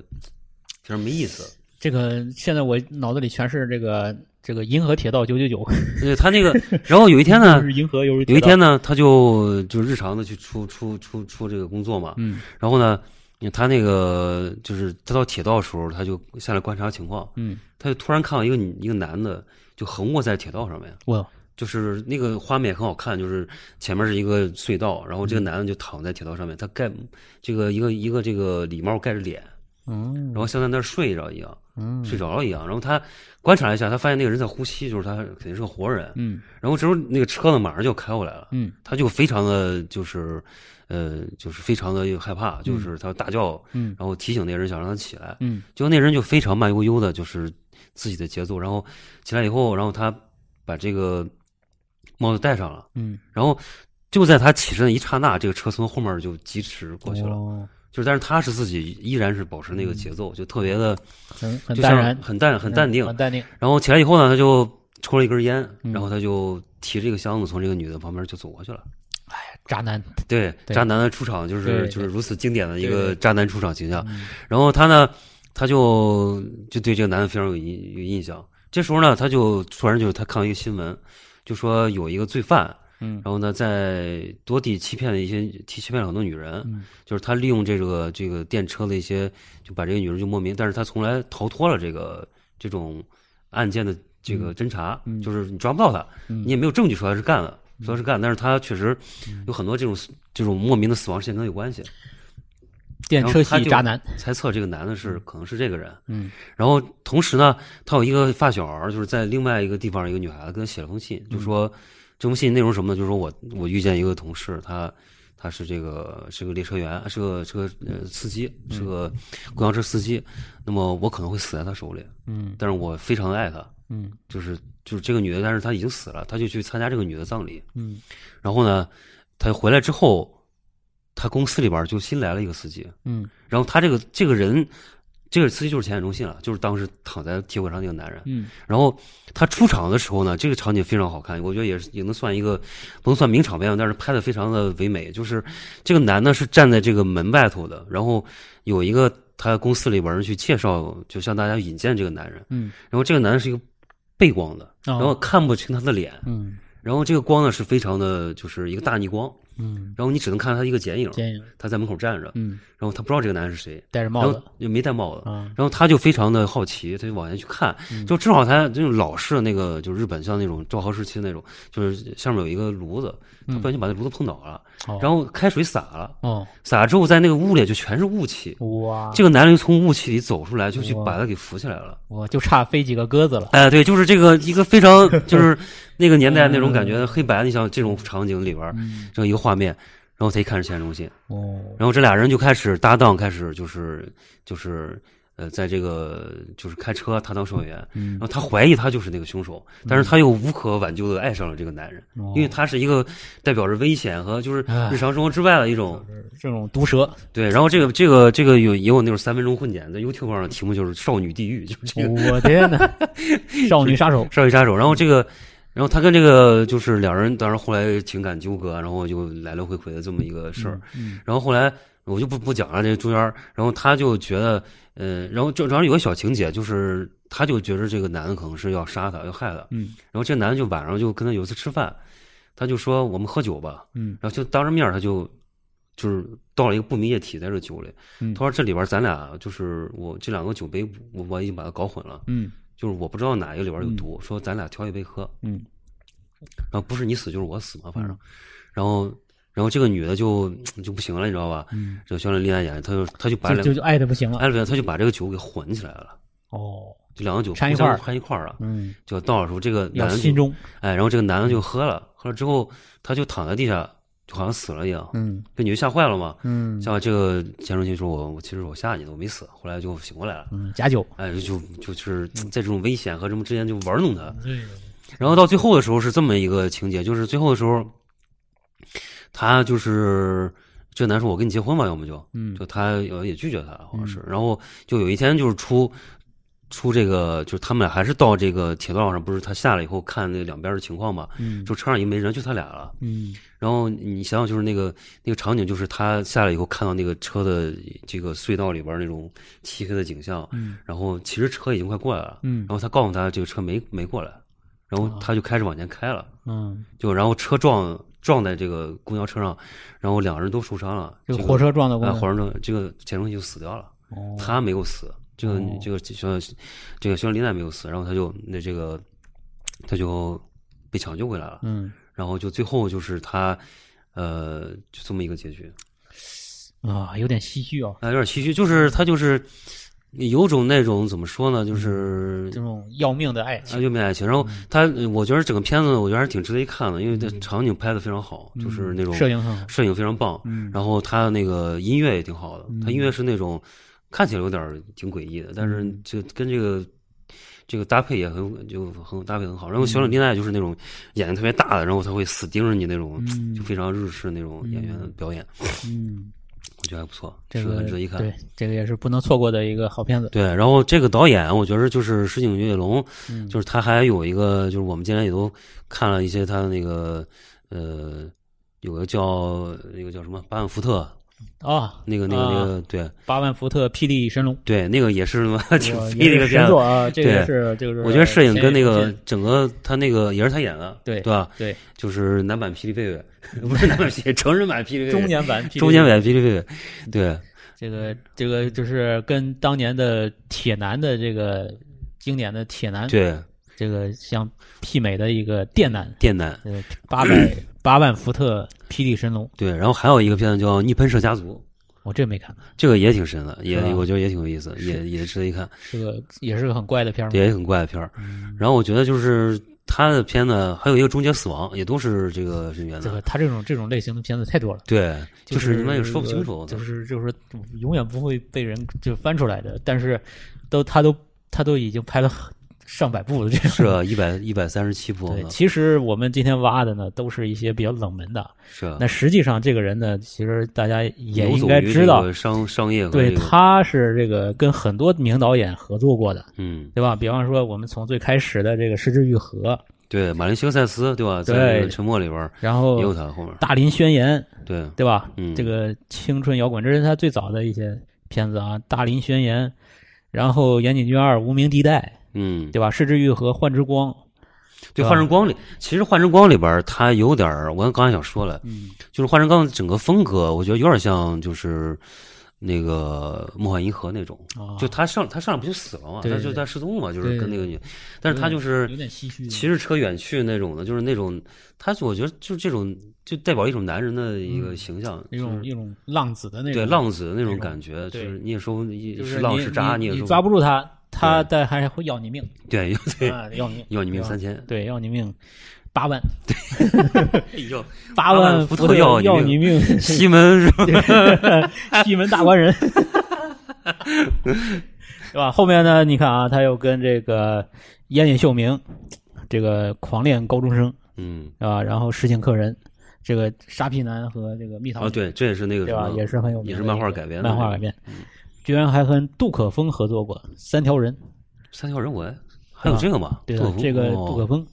Speaker 5: 非常没意思。
Speaker 4: 这个现在我脑子里全是这个这个银河铁道九九 九，
Speaker 5: 对他那个，然后有一天呢
Speaker 4: 又，是银河又是
Speaker 5: 有
Speaker 4: 铁
Speaker 5: 一
Speaker 4: 道
Speaker 5: 天，呢，他就就日常的去出出出出这个工作嘛，
Speaker 4: 嗯
Speaker 5: 然后呢，他那个就是他到铁道的时候，他就下来观察情况，
Speaker 4: 嗯，
Speaker 5: 他就突然看到一个女一个男的就横卧在铁道上面，
Speaker 4: 我
Speaker 5: 就是那个画面也很好看，就是前面是一个隧道，然后
Speaker 4: 嗯
Speaker 5: 这个男的就躺在铁道上面，他盖这个一个一个这个礼帽盖着脸，
Speaker 4: 嗯
Speaker 5: 然后像在那儿睡着一样，
Speaker 4: 嗯
Speaker 5: 睡着了一样。然后他观察了一下，他发现那个人在呼吸，就是他肯定是个活人。
Speaker 4: 嗯
Speaker 5: 然后之后那个车呢马上就开过来了，
Speaker 4: 嗯
Speaker 5: 他就非常的就是呃就是非常的害怕，就是他大叫，
Speaker 4: 嗯
Speaker 5: 然后提醒那个人想让他起来，
Speaker 4: 嗯
Speaker 5: 结果那人就非常慢悠悠的，就是自己的节奏，然后起来以后，然后他把这个帽子戴上了，
Speaker 4: 嗯，
Speaker 5: 然后就在他起身的一刹那，这个车从后面就疾驰过去了。
Speaker 4: 哦
Speaker 5: 就是，但是他是自己依然是保持那个节奏，就特别的，
Speaker 4: 很很
Speaker 5: 就
Speaker 4: 淡
Speaker 5: 像
Speaker 4: 然，
Speaker 5: 很淡很淡定
Speaker 4: 嗯。很淡定，
Speaker 5: 然后起来以后呢，他就抽了一根烟，
Speaker 4: 嗯
Speaker 5: 然后他就提着这个箱子从这个女的旁边就走过去了。
Speaker 4: 渣男，
Speaker 5: 对，
Speaker 4: 对
Speaker 5: 渣男的出场就是
Speaker 4: 对对
Speaker 5: 就是如此经典的一
Speaker 4: 对
Speaker 5: 个
Speaker 4: 对
Speaker 5: 渣男出场形象。
Speaker 4: 嗯
Speaker 5: 然后他呢，他就就对这个男的非常有印有印象。这时候呢，他就突然就是他看到一个新闻，就说有一个罪犯，
Speaker 4: 嗯
Speaker 5: 然后呢在多地欺骗了一些欺欺骗了很多女人，
Speaker 4: 嗯
Speaker 5: 就是他利用这个这个电车的一些，就把这个女人就莫名，但是他从来逃脱了这个这种案件的这个侦查，
Speaker 4: 嗯
Speaker 5: 就是你抓不到他，
Speaker 4: 嗯
Speaker 5: 你也没有证据说他是干了，说他是干了，但是他确实有很多这种这种莫名的死亡事件跟他有关系。
Speaker 4: 电车
Speaker 5: 然后他
Speaker 4: 系
Speaker 5: 就
Speaker 4: 渣男，
Speaker 5: 猜测这个男的是可能是这个人，
Speaker 4: 嗯，
Speaker 5: 然后同时呢，他有一个发小儿，就是在另外一个地方，一个女孩子跟他写了封信，
Speaker 4: 嗯
Speaker 5: 就说这封信内容什么呢？就是说我我遇见一个同事，他他是这个是个列车员，是个是个呃司机，
Speaker 4: 嗯
Speaker 5: 是个公交车司机，那么我可能会死在他手里，
Speaker 4: 嗯
Speaker 5: 但是我非常的爱他，
Speaker 4: 嗯
Speaker 5: 就是就是这个女的，但是她已经死了，他就去参加这个女的葬礼，
Speaker 4: 嗯
Speaker 5: 然后呢，他回来之后，他公司里边儿就新来了一个司机，
Speaker 4: 嗯
Speaker 5: 然后他这个这个人，这个司机就是前海中信了，就是当时躺在铁轨上那个男人。
Speaker 4: 嗯
Speaker 5: 然后他出场的时候呢，这个场景非常好看，我觉得也是也能算一个不能算名场面吧，但是拍的非常的唯美。就是这个男的是站在这个门外头的，然后有一个他公司里边人去介绍，就向大家引荐这个男人。
Speaker 4: 嗯
Speaker 5: 然后这个男的是一个背光的，
Speaker 4: 哦
Speaker 5: 然后看不清他的脸，
Speaker 4: 嗯
Speaker 5: 然后这个光呢是非常的，就是一个大逆光，
Speaker 4: 嗯，
Speaker 5: 然后你只能看他一个剪影，
Speaker 4: 剪影，
Speaker 5: 他在门口站着，
Speaker 4: 嗯，
Speaker 5: 然后他不知道这个男人是谁，
Speaker 4: 戴着
Speaker 5: 然
Speaker 4: 帽
Speaker 5: 后
Speaker 4: 子
Speaker 5: 又没戴帽子，
Speaker 4: 啊，嗯
Speaker 5: 然后他就非常的好奇，他就往前去看，就正好他就是老式的那个，就是日本像那种昭和时期那种，就是下面有一个炉子，他不小心把那炉子碰倒了，
Speaker 4: 嗯哦
Speaker 5: 然后开水洒了，
Speaker 4: 哦
Speaker 5: 洒了之后在那个屋里就全是雾气，
Speaker 4: 哇，
Speaker 5: 这个男人从雾气里走出来，就去
Speaker 4: 哇
Speaker 5: 把他给扶起来了。
Speaker 4: 我就差飞几个鸽子了，
Speaker 5: 哎，对，就是这个一个 非常就是那个年代那种感觉，黑白，你想这种场景里边儿
Speaker 4: 嗯
Speaker 5: 这样一个画面，然后他一看是钱中信，
Speaker 4: 哦，
Speaker 5: 然后这俩人就开始搭档，开始就是就是呃，在这个就是开车，他当售票员，
Speaker 4: 嗯
Speaker 5: 然后他怀疑他就是那个凶手，但是他又无可挽救的爱上了这个男人，
Speaker 4: 哦
Speaker 5: 因为他是一个代表着危险和就是
Speaker 4: 唉
Speaker 5: 日常生活之外的一种
Speaker 4: 这种毒蛇，
Speaker 5: 对。然后这个这个这个有也有那种三分钟混剪，在 YouTube 上的题目就是“少女地狱”，就是这个
Speaker 4: 我天 哪，少女杀手，
Speaker 5: 少女杀手。
Speaker 4: 嗯
Speaker 5: 然后这个，然后他跟这个就是两人，当然后来情感纠葛，然后就来来回回的这么一个事儿。
Speaker 4: 嗯
Speaker 5: 然后后来我就不不讲了，这个中间儿，然后他就觉得，呃，然后正正好有个小情节，就是他就觉得这个男的可能是要杀他，要害他。
Speaker 4: 嗯
Speaker 5: 然后这男的就晚上就跟他有一次吃饭，他就说我们喝酒吧，
Speaker 4: 嗯
Speaker 5: 然后就当着面儿他就就是倒了一个不明液体在这酒里，
Speaker 4: 嗯
Speaker 5: 他说这里边儿咱俩就是我这两个酒杯我我已经把它搞混了，
Speaker 4: 嗯
Speaker 5: 就是我不知道哪一个里边儿有毒，说咱俩挑一杯喝，
Speaker 4: 嗯
Speaker 5: 然后不是你死就是我死嘛，反正，然后然后这个女的就就不行了，你知道吧？
Speaker 4: 嗯，
Speaker 5: 这小李艳演，她就她就把
Speaker 4: 就
Speaker 5: 两
Speaker 4: 就就爱的不行了
Speaker 5: 艾伦她就把这个酒给混起来了，
Speaker 4: 哦，
Speaker 5: 就两个酒
Speaker 4: 掺一
Speaker 5: 互相
Speaker 4: 块儿
Speaker 5: 掺一块儿了，
Speaker 4: 嗯，
Speaker 5: 就倒的时候这个
Speaker 4: 要
Speaker 5: 男的
Speaker 4: 心
Speaker 5: 就
Speaker 4: 中，嗯
Speaker 5: 哎，然后这个男的就喝了，喝了之后他就躺在地下，就好像死了一样，
Speaker 4: 嗯
Speaker 5: 这女的吓坏了嘛。
Speaker 4: 嗯
Speaker 5: 像这个钱钟情说我：“我其实我吓你的，我没死。”后来就醒过来了，
Speaker 4: 嗯，假酒，
Speaker 5: 哎，就就是在这种危险和什么之间就玩弄他。
Speaker 4: 嗯对，
Speaker 5: 然后到最后的时候是这么一个情节，就是最后的时候，他就是这男说：“我跟你结婚吧，要么就
Speaker 4: 嗯
Speaker 5: 就他呃也拒绝他，好像是。然后就有一天就是出出这个，就是他们俩还是到这个铁道上，不是他下来以后看那两边的情况嘛，
Speaker 4: 嗯
Speaker 5: 就车上已经没人，就他俩了。
Speaker 4: 嗯
Speaker 5: 然后你想想，就是那个那个场景，就是他下来以后看到那个车的这个隧道里边那种漆黑的景象，
Speaker 4: 嗯
Speaker 5: 然后其实车已经快过来了，
Speaker 4: 嗯啊
Speaker 5: 然后他告诉他这个车没没过来，然后他就开始往前开了，
Speaker 4: 嗯，
Speaker 5: 就然后车撞撞在这个公交车上，然后两个人都受伤了，
Speaker 4: 这
Speaker 5: 这
Speaker 4: 个
Speaker 5: 个
Speaker 4: 火车撞到过
Speaker 5: 啊
Speaker 4: 来
Speaker 5: 火车撞这个钱钟情就死掉了，
Speaker 4: 哦
Speaker 5: 他没有死，这个
Speaker 4: 哦
Speaker 5: 这个这个这个肖林娜没有死，然后他就那这个他就被抢救回来了，
Speaker 4: 嗯
Speaker 5: 然后就最后就是他，呃，就这么一个结局，
Speaker 4: 啊，有点唏嘘啊，
Speaker 5: 啊，有点唏嘘，就是他就是有种那种怎么说呢，嗯就是
Speaker 4: 这种要命的爱
Speaker 5: 啊，
Speaker 4: 情，
Speaker 5: 又没爱情。然后
Speaker 4: 嗯
Speaker 5: 他，呃我觉得整个片子我觉得还是挺值得一看的，因为这场景拍的非常好，就是那种
Speaker 4: 嗯摄影很好，
Speaker 5: 摄影非常棒，
Speaker 4: 嗯
Speaker 5: 然后他的那个音乐也挺好的，他音乐是那种看起来有点儿挺诡异的，但是
Speaker 4: 嗯
Speaker 5: 就跟这个。这个搭配也很就很搭配很好，然后小李
Speaker 4: 嗯
Speaker 5: 丽娜就是那种眼睛特别大的，然后他会死盯着你那种，
Speaker 4: 嗯
Speaker 5: 就非常日式那种演员的表演，
Speaker 4: 嗯，
Speaker 5: 我觉得还不错，
Speaker 4: 这
Speaker 5: 是
Speaker 4: 个
Speaker 5: 很值得一看。
Speaker 4: 对，这个也是不能错过的一个好片子，
Speaker 5: 对，然后这个导演，我觉得就是石井岳龙，
Speaker 4: 嗯
Speaker 5: 就是他还有一个，就是我们今天也都看了一些他的那个，呃，有个叫那个叫什么巴万福特，
Speaker 4: 啊，
Speaker 5: 那个那个那
Speaker 4: 啊
Speaker 5: 个，对
Speaker 4: 八万伏特霹雳神龙，
Speaker 5: 对，那个也是 挺
Speaker 4: 哇
Speaker 5: 飞的一
Speaker 4: 也是
Speaker 5: 个片
Speaker 4: 神
Speaker 5: 子
Speaker 4: 作。啊，这个
Speaker 5: 对
Speaker 4: 也是这个是，
Speaker 5: 我觉得摄影跟那
Speaker 4: 神
Speaker 5: 个
Speaker 4: 影片
Speaker 5: 整个他那个也是他演的，
Speaker 4: 对
Speaker 5: 对吧？
Speaker 4: 对
Speaker 5: 就是男版霹雳贝贝， 不是男版霹雳，成人版霹雳贝贝，
Speaker 4: 中年版霹雳
Speaker 5: 中年版霹雳贝贝，对，
Speaker 4: 这个这个就是跟当年的铁男的这个经典的铁男
Speaker 5: 对，
Speaker 4: 这个相媲美的一个电男，
Speaker 5: 电男，
Speaker 4: 呃，八 百八万伏特霹雳神龙，
Speaker 5: 对，然后还有一个片子叫《逆喷射家族》。
Speaker 4: 我这没看过，
Speaker 5: 这个也挺深的，也
Speaker 4: 是吧
Speaker 5: 我觉得也挺有意思，也也值得一看，
Speaker 4: 是个也是个很怪的片儿嘛，
Speaker 5: 也很怪的片儿。
Speaker 4: 嗯
Speaker 5: 然后我觉得就是他的片呢，还有一个《终结死亡》，也都是这个人员
Speaker 4: 这个
Speaker 5: 的。
Speaker 4: 他这种这种类型的片子太多了，
Speaker 5: 对，就是你们也说不清楚。
Speaker 4: 就是就是永远不会被人就翻出来的，但是都他都他都已经拍了很上百部了，这种
Speaker 5: 是啊，一百一百三十七部
Speaker 4: 对，
Speaker 5: 呢，
Speaker 4: 其实我们今天挖的呢，都是一些比较冷门的。
Speaker 5: 是啊
Speaker 4: 那，实际上，这个人呢，其实大家也
Speaker 5: 游
Speaker 4: 应
Speaker 5: 走
Speaker 4: 该
Speaker 5: 于
Speaker 4: 知
Speaker 5: 这
Speaker 4: 道，
Speaker 5: 个商商业和
Speaker 4: 对，
Speaker 5: 这个
Speaker 4: 他是这个跟很多名导演合作过的，
Speaker 5: 嗯，
Speaker 4: 对吧？比方说，我们从最开始的这个《失之愈合》，
Speaker 5: 对，马林修塞斯对吧，在这个
Speaker 4: 对
Speaker 5: 沉默里边儿
Speaker 4: 然后
Speaker 5: 也有
Speaker 4: 《
Speaker 5: 他后面，
Speaker 4: 大林宣言》，
Speaker 5: 对，
Speaker 4: 对吧？
Speaker 5: 嗯
Speaker 4: 这个青春摇滚，这是他最早的一些片子啊，《大林宣言》，然后《岩井俊二》《无名地带》，
Speaker 5: 嗯，
Speaker 4: 对吧？《失之愈合》《幻之光》，
Speaker 5: 对，
Speaker 4: 吧
Speaker 5: 幻之光里，其实幻之光里边儿它有点儿，我刚才想说了，
Speaker 4: 嗯，
Speaker 5: 就是幻之光整个风格，我觉得有点像就是那个《梦幻银河》那种，
Speaker 4: 啊，
Speaker 5: 就他上他上来不就死了嘛，
Speaker 4: 对
Speaker 5: 他
Speaker 4: 对
Speaker 5: 就他失踪了嘛，就
Speaker 4: 对
Speaker 5: 是跟那个女，但是他就是
Speaker 4: 有点唏嘘。
Speaker 5: 骑着车远去那种的，就是那种他我觉得就是这种就代表一种男人的一个形象，
Speaker 4: 一
Speaker 5: 就
Speaker 4: 嗯
Speaker 5: 是
Speaker 4: 种一种浪子的那种
Speaker 5: 对浪子的那
Speaker 4: 那
Speaker 5: 种
Speaker 4: 种
Speaker 5: 感觉，就
Speaker 4: 对
Speaker 5: 是你也说
Speaker 4: 就是是
Speaker 5: 浪
Speaker 4: 你
Speaker 5: 是渣，
Speaker 4: 你
Speaker 5: 也说
Speaker 4: 抓不住他，他
Speaker 5: 对
Speaker 4: 但还会要你命，
Speaker 5: 对对，
Speaker 4: 啊，要你命，
Speaker 5: 要你命
Speaker 4: 对吧哎
Speaker 5: 三，千，
Speaker 4: 对，要你命八万，
Speaker 5: 要
Speaker 4: 八
Speaker 5: 万
Speaker 4: 万
Speaker 5: 伏
Speaker 4: 伏
Speaker 5: 特要你
Speaker 4: 要
Speaker 5: 命
Speaker 4: 你命，
Speaker 5: 西门是吧？
Speaker 4: 西门大官人， 对吧？后面呢，你看啊，他又跟这个烟野秀明，这个狂恋高中生
Speaker 5: 嗯，
Speaker 4: 啊，然后实景客人，这个沙皮男和这个蜜桃
Speaker 5: 啊，对，这也是那个
Speaker 4: 对
Speaker 5: 什
Speaker 4: 吧？
Speaker 5: 么，
Speaker 4: 也是很有名的
Speaker 5: 也
Speaker 4: 一
Speaker 5: 是
Speaker 4: 个，
Speaker 5: 漫画改编的，嗯
Speaker 4: 漫画改编，居然还和杜可风合作过《三条人》，
Speaker 5: 三条人文。还有这个嘛？
Speaker 4: 对
Speaker 5: 杜
Speaker 4: 吧
Speaker 5: 可？风
Speaker 4: 这个
Speaker 5: 哦哎
Speaker 4: 杜可风，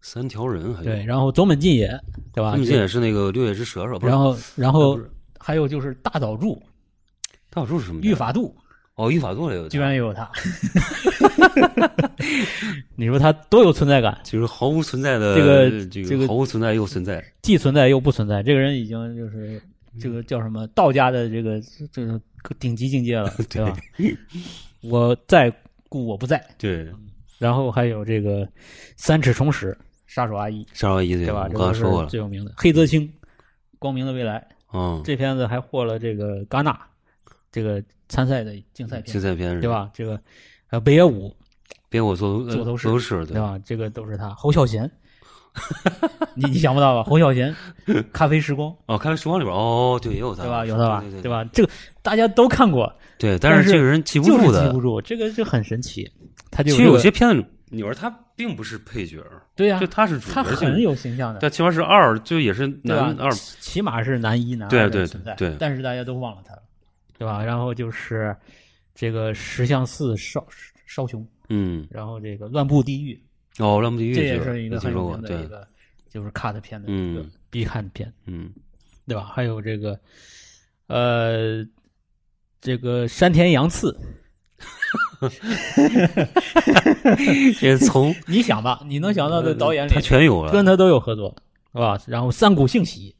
Speaker 5: 三条人还有
Speaker 4: 对，，然啊后总本进也，对吧
Speaker 5: 他？们这也是那个六月之蛇是吧？不是嗯
Speaker 4: 然后然后
Speaker 5: 不是
Speaker 4: 还有就是大岛助、
Speaker 5: 大岛柱是什么？
Speaker 4: 御法度，
Speaker 5: 哦，御法度里有他，
Speaker 4: 居然也有他。 你说他多有存在感，
Speaker 5: 就是毫无存在的
Speaker 4: 这个
Speaker 5: 这
Speaker 4: 这个嗯
Speaker 5: 毫无存在又存在，
Speaker 4: 既存在又不存在，这个人已经就是
Speaker 5: 嗯
Speaker 4: 这个叫什么道家的这个这个顶级境界 了，对吧？我在故我不在，
Speaker 5: 对，
Speaker 4: 然后还有这个三尺重石杀手阿一，
Speaker 5: 沙老一对
Speaker 4: 对吧？
Speaker 5: 我
Speaker 4: 这都
Speaker 5: 刚刚
Speaker 4: 是
Speaker 5: 说过了，
Speaker 4: 最有名的黑泽清，《光明的未来》
Speaker 5: 嗯，
Speaker 4: 这片子还获了这个戛纳这个参赛的竞赛
Speaker 5: 竞
Speaker 4: 片，
Speaker 5: 赛片是
Speaker 4: 对？吧？这个还有北野武，
Speaker 5: 别我做
Speaker 4: 做头饰
Speaker 5: 做头饰，
Speaker 4: 对？吧？这个都是他，侯孝贤。 你你想不到吧？侯孝贤，《咖啡时光》
Speaker 5: 哦，开时光里边哦，对，也有他，
Speaker 4: 对吧？有他吧
Speaker 5: 对？对
Speaker 4: 对？吧？这个大家都看过，
Speaker 5: 对，但
Speaker 4: 但是
Speaker 5: 这个人记不
Speaker 4: 就是
Speaker 5: 住
Speaker 4: 记
Speaker 5: 的
Speaker 4: 不，住，这个就很神奇。他就有
Speaker 5: 其实
Speaker 4: 这
Speaker 5: 有
Speaker 4: 个
Speaker 5: 些片子，你说他并不是配角，
Speaker 4: 对呀
Speaker 5: 就，他是主
Speaker 4: 他
Speaker 5: 角
Speaker 4: 很
Speaker 5: 性，
Speaker 4: 有形象的，
Speaker 5: 但起码是二，就也是
Speaker 4: 对吧
Speaker 5: 男？二，
Speaker 4: 起起码是男一男
Speaker 5: 对
Speaker 4: 二
Speaker 5: 对
Speaker 4: 的存在，
Speaker 5: 对对
Speaker 4: 但是大家都忘了他了，对吧？然后就是这个石像寺少少雄，
Speaker 5: 嗯，
Speaker 4: 然后这个乱步地狱，
Speaker 5: 哦，乱步地狱
Speaker 4: 这也
Speaker 5: 吧
Speaker 4: 是一个
Speaker 5: 没
Speaker 4: 很
Speaker 5: 听
Speaker 4: 有
Speaker 5: 说过，
Speaker 4: 名的一
Speaker 5: 对，
Speaker 4: 个就是 cut 片的
Speaker 5: 嗯
Speaker 4: 一个必看片，
Speaker 5: 嗯，
Speaker 4: 对吧？还有这个呃，这个山田洋次，
Speaker 5: 这 从
Speaker 4: 你想吧，你能想到的导演里
Speaker 5: 呃他，全有了，
Speaker 4: 嗯跟他都有合作。是吧？然后三谷幸喜，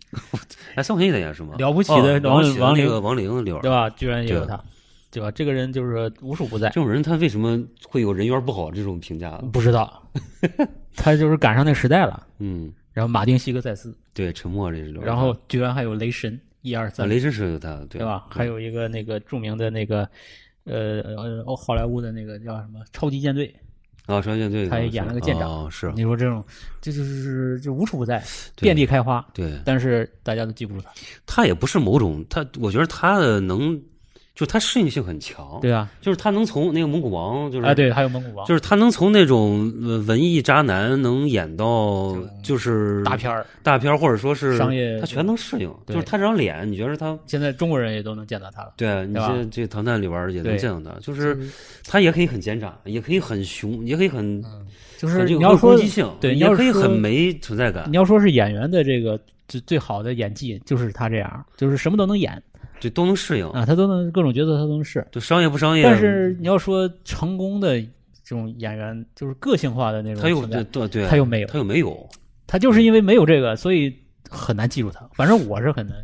Speaker 5: 哎，三国演义的也是吗？
Speaker 4: 了不起的
Speaker 5: 哦
Speaker 4: 王
Speaker 5: 了不起的
Speaker 4: 王
Speaker 5: 那
Speaker 4: 陵
Speaker 5: 个王陵里边
Speaker 4: 对吧？居然也有
Speaker 5: 对
Speaker 4: 他，对吧？这个人就是无处不在
Speaker 5: 这。种人他为什么会有人缘不好这种评价？
Speaker 4: 不知道， 他就是赶上那个时代了。
Speaker 5: 嗯，
Speaker 4: 然后马丁·西格塞斯，
Speaker 5: 对，沉默这是。
Speaker 4: 然后居然还有雷神一二
Speaker 5: 啊，
Speaker 4: 三，
Speaker 5: 雷神是有他，对
Speaker 4: 对吧？还有一个那个著名的那个呃呃哦好莱坞的那个叫什么超级舰队，
Speaker 5: 啊，少先队
Speaker 4: 他也演了个舰长。
Speaker 5: 哦，是
Speaker 4: 你说这种这就是就无处不在，
Speaker 5: 对
Speaker 4: 遍地开花，
Speaker 5: 对，
Speaker 4: 但是大家都记不住他。
Speaker 5: 他也不是某种他，我觉得他的能，就他适应性很强，
Speaker 4: 对，啊，
Speaker 5: 就是他能从那个蒙古王，哦就是
Speaker 4: 啊，对，还有蒙古王，
Speaker 5: 就是他能从那种呃文艺渣男能演到就是
Speaker 4: 大片儿，
Speaker 5: 大片儿或者说是
Speaker 4: 商业
Speaker 5: 他全能适应，就
Speaker 4: 对
Speaker 5: 是他这张脸，你觉得他
Speaker 4: 现在中国人也都能见到他了。
Speaker 5: 对，啊你
Speaker 4: 对吧
Speaker 5: 这这《唐探》里边儿也能
Speaker 4: 对
Speaker 5: 见到他，就是他也可以很奸诈，也可以很凶，也可以很
Speaker 4: 就
Speaker 5: 很
Speaker 4: 嗯是你
Speaker 5: 这个
Speaker 4: 要
Speaker 5: 有
Speaker 4: 说
Speaker 5: 攻击性，
Speaker 4: 对，你
Speaker 5: 也
Speaker 4: 要
Speaker 5: 可以
Speaker 4: 说
Speaker 5: 很没存在感
Speaker 4: 你，要说是演员的这个最最好的演技，就是他这样，就是什么都能演
Speaker 5: 对，都能适应。
Speaker 4: 啊，他都能各种角色他都能试。
Speaker 5: 就商业不商业，
Speaker 4: 但是你要说成功的这种演员，就是个性化的那种
Speaker 5: 他又
Speaker 4: 存在，
Speaker 5: 对对对，
Speaker 4: 他又没有
Speaker 5: 他又没有，
Speaker 4: 他就是因为没有这个，所以很难记住他。反正我是很难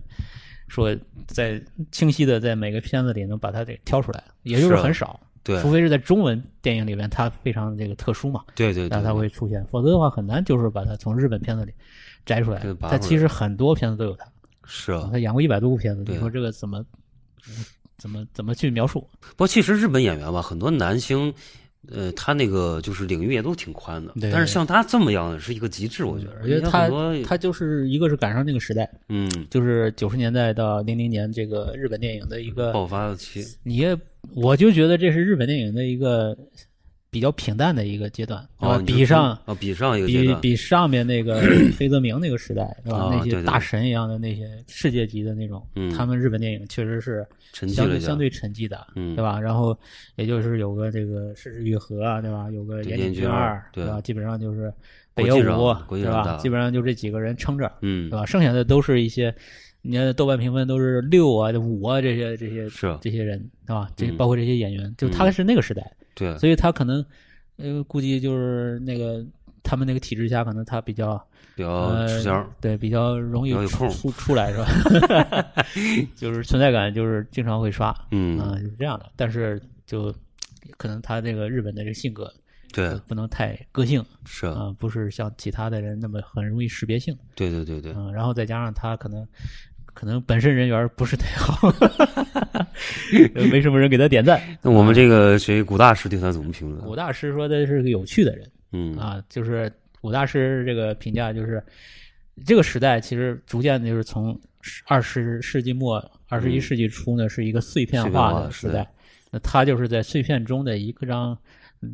Speaker 4: 说在清晰的在每个片子里能把他给挑出来，也就是
Speaker 5: 是啊
Speaker 4: 很少，
Speaker 5: 对
Speaker 4: 除非是在中文电影里面他非常这个特殊嘛。
Speaker 5: 对对
Speaker 4: 那
Speaker 5: 对，
Speaker 4: 它会出现，否则的话很难就是把它从日本片子里摘出来
Speaker 5: 对。拔
Speaker 4: 它
Speaker 5: 出来
Speaker 4: 其实很多片子都有它，
Speaker 5: 是啊。
Speaker 4: 他演过一百多部片子，
Speaker 5: 对
Speaker 4: 你说这个怎么怎么怎么去描述？
Speaker 5: 不过其实日本演员吧，很多男星，呃，他那个就是领域也都挺宽的。
Speaker 4: 对
Speaker 5: 但是像他这么样的是一个极致，我觉得。
Speaker 4: 我觉
Speaker 5: 你
Speaker 4: 得
Speaker 5: 看
Speaker 4: 他
Speaker 5: 很多
Speaker 4: 他就是一个是赶上那个时代，
Speaker 5: 嗯
Speaker 4: 就是九十年代到零零年这个日本电影的一个，
Speaker 5: 爆发期，
Speaker 4: 你也我就觉得这是日本电影的一个比较平淡的一个阶段，
Speaker 5: 哦，
Speaker 4: 啊
Speaker 5: 你
Speaker 4: 比
Speaker 5: 是
Speaker 4: 上
Speaker 5: 啊比上一个阶
Speaker 4: 比
Speaker 5: 段，
Speaker 4: 比上面那 个黑泽明那个时代，对吧？
Speaker 5: 啊
Speaker 4: 那
Speaker 5: 对对
Speaker 4: 些
Speaker 5: 对
Speaker 4: 大神一样的那些世界级的那种，
Speaker 5: 嗯
Speaker 4: 他们日本电影确实是
Speaker 5: 沉寂
Speaker 4: 相
Speaker 5: 了
Speaker 4: 对
Speaker 5: 一下
Speaker 4: 相对沉寂的，
Speaker 5: 嗯
Speaker 4: 对吧？然后也就是有个这个《世之愈合》啊，对吧？有个《
Speaker 5: 对
Speaker 4: 岩
Speaker 5: 岩
Speaker 4: 井
Speaker 5: 井
Speaker 4: 俊
Speaker 5: 俊
Speaker 4: 二
Speaker 5: 二》，
Speaker 4: 对
Speaker 5: 对
Speaker 4: 吧？基本上就是
Speaker 5: 国
Speaker 4: 北
Speaker 5: 际
Speaker 4: 野武
Speaker 5: 上，国际
Speaker 4: 对
Speaker 5: 上
Speaker 4: 吧
Speaker 5: 大？
Speaker 4: 基本上就这几个人撑着，
Speaker 5: 嗯
Speaker 4: 对，吧？剩下的都是一些。你看豆瓣评分都是六啊、五啊这些这些
Speaker 5: 是啊
Speaker 4: 这些人，对吧？这
Speaker 5: 嗯
Speaker 4: 包括这些演员，就他
Speaker 5: 嗯
Speaker 4: 是那个时代，
Speaker 5: 对，
Speaker 4: 所以他可能，呃，估计就是那个他们那个体制下，可能他比较
Speaker 5: 比较
Speaker 4: 呃
Speaker 5: 哦吃香儿，
Speaker 4: 对，比较容易
Speaker 5: 比较有空
Speaker 4: 出出出来是吧？ 就是存在感，就是经常会刷，
Speaker 5: 嗯
Speaker 4: 啊就是这样的。但是就可能他这个日本的这个性格
Speaker 5: 对
Speaker 4: 不能太个性
Speaker 5: 是啊，
Speaker 4: 啊，不是像其他的人那么很容易识别性
Speaker 5: 对对对对，
Speaker 4: 啊。然后再加上他可能。可能本身人缘不是太 好， 没什么人给他点赞。
Speaker 5: 那我们这个谁古大师对他怎么评
Speaker 4: 古
Speaker 5: 论？啊
Speaker 4: 大师说他是个有趣的人，
Speaker 5: 嗯
Speaker 4: 啊，就是古大师这个评价就是，这个时代其实逐渐就是从二十世纪末、二十一
Speaker 5: 嗯
Speaker 4: 世纪初呢，是一个碎片
Speaker 5: 碎片
Speaker 4: 化
Speaker 5: 化
Speaker 4: 的
Speaker 5: 的
Speaker 4: 时
Speaker 5: 时代
Speaker 4: 代。那他就是在碎片中的一个张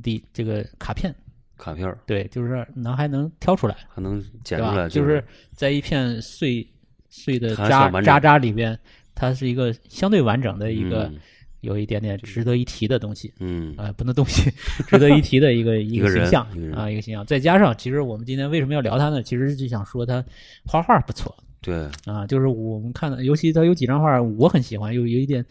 Speaker 4: 的这个卡片，
Speaker 5: 卡片儿
Speaker 4: 对，就是能还能挑出来，
Speaker 5: 还能
Speaker 4: 对
Speaker 5: 剪出来，
Speaker 4: 吧？就是在一片碎碎的
Speaker 5: 它还算
Speaker 4: 渣
Speaker 5: 完整
Speaker 4: 渣渣里边，它是一个相对完整的一个
Speaker 5: 嗯
Speaker 4: 有一点点值得一提的东西。
Speaker 5: 嗯
Speaker 4: 啊，不能东西， 值得一提的一个一
Speaker 5: 一个
Speaker 4: 个形
Speaker 5: 人
Speaker 4: 象
Speaker 5: 一个人
Speaker 4: 啊，一个形象。再加上，其实我们今天为什么要聊他呢？其实就想说他画画不错
Speaker 5: 对
Speaker 4: 啊，就是我们看到，尤其他有几张画我很喜欢，有有一点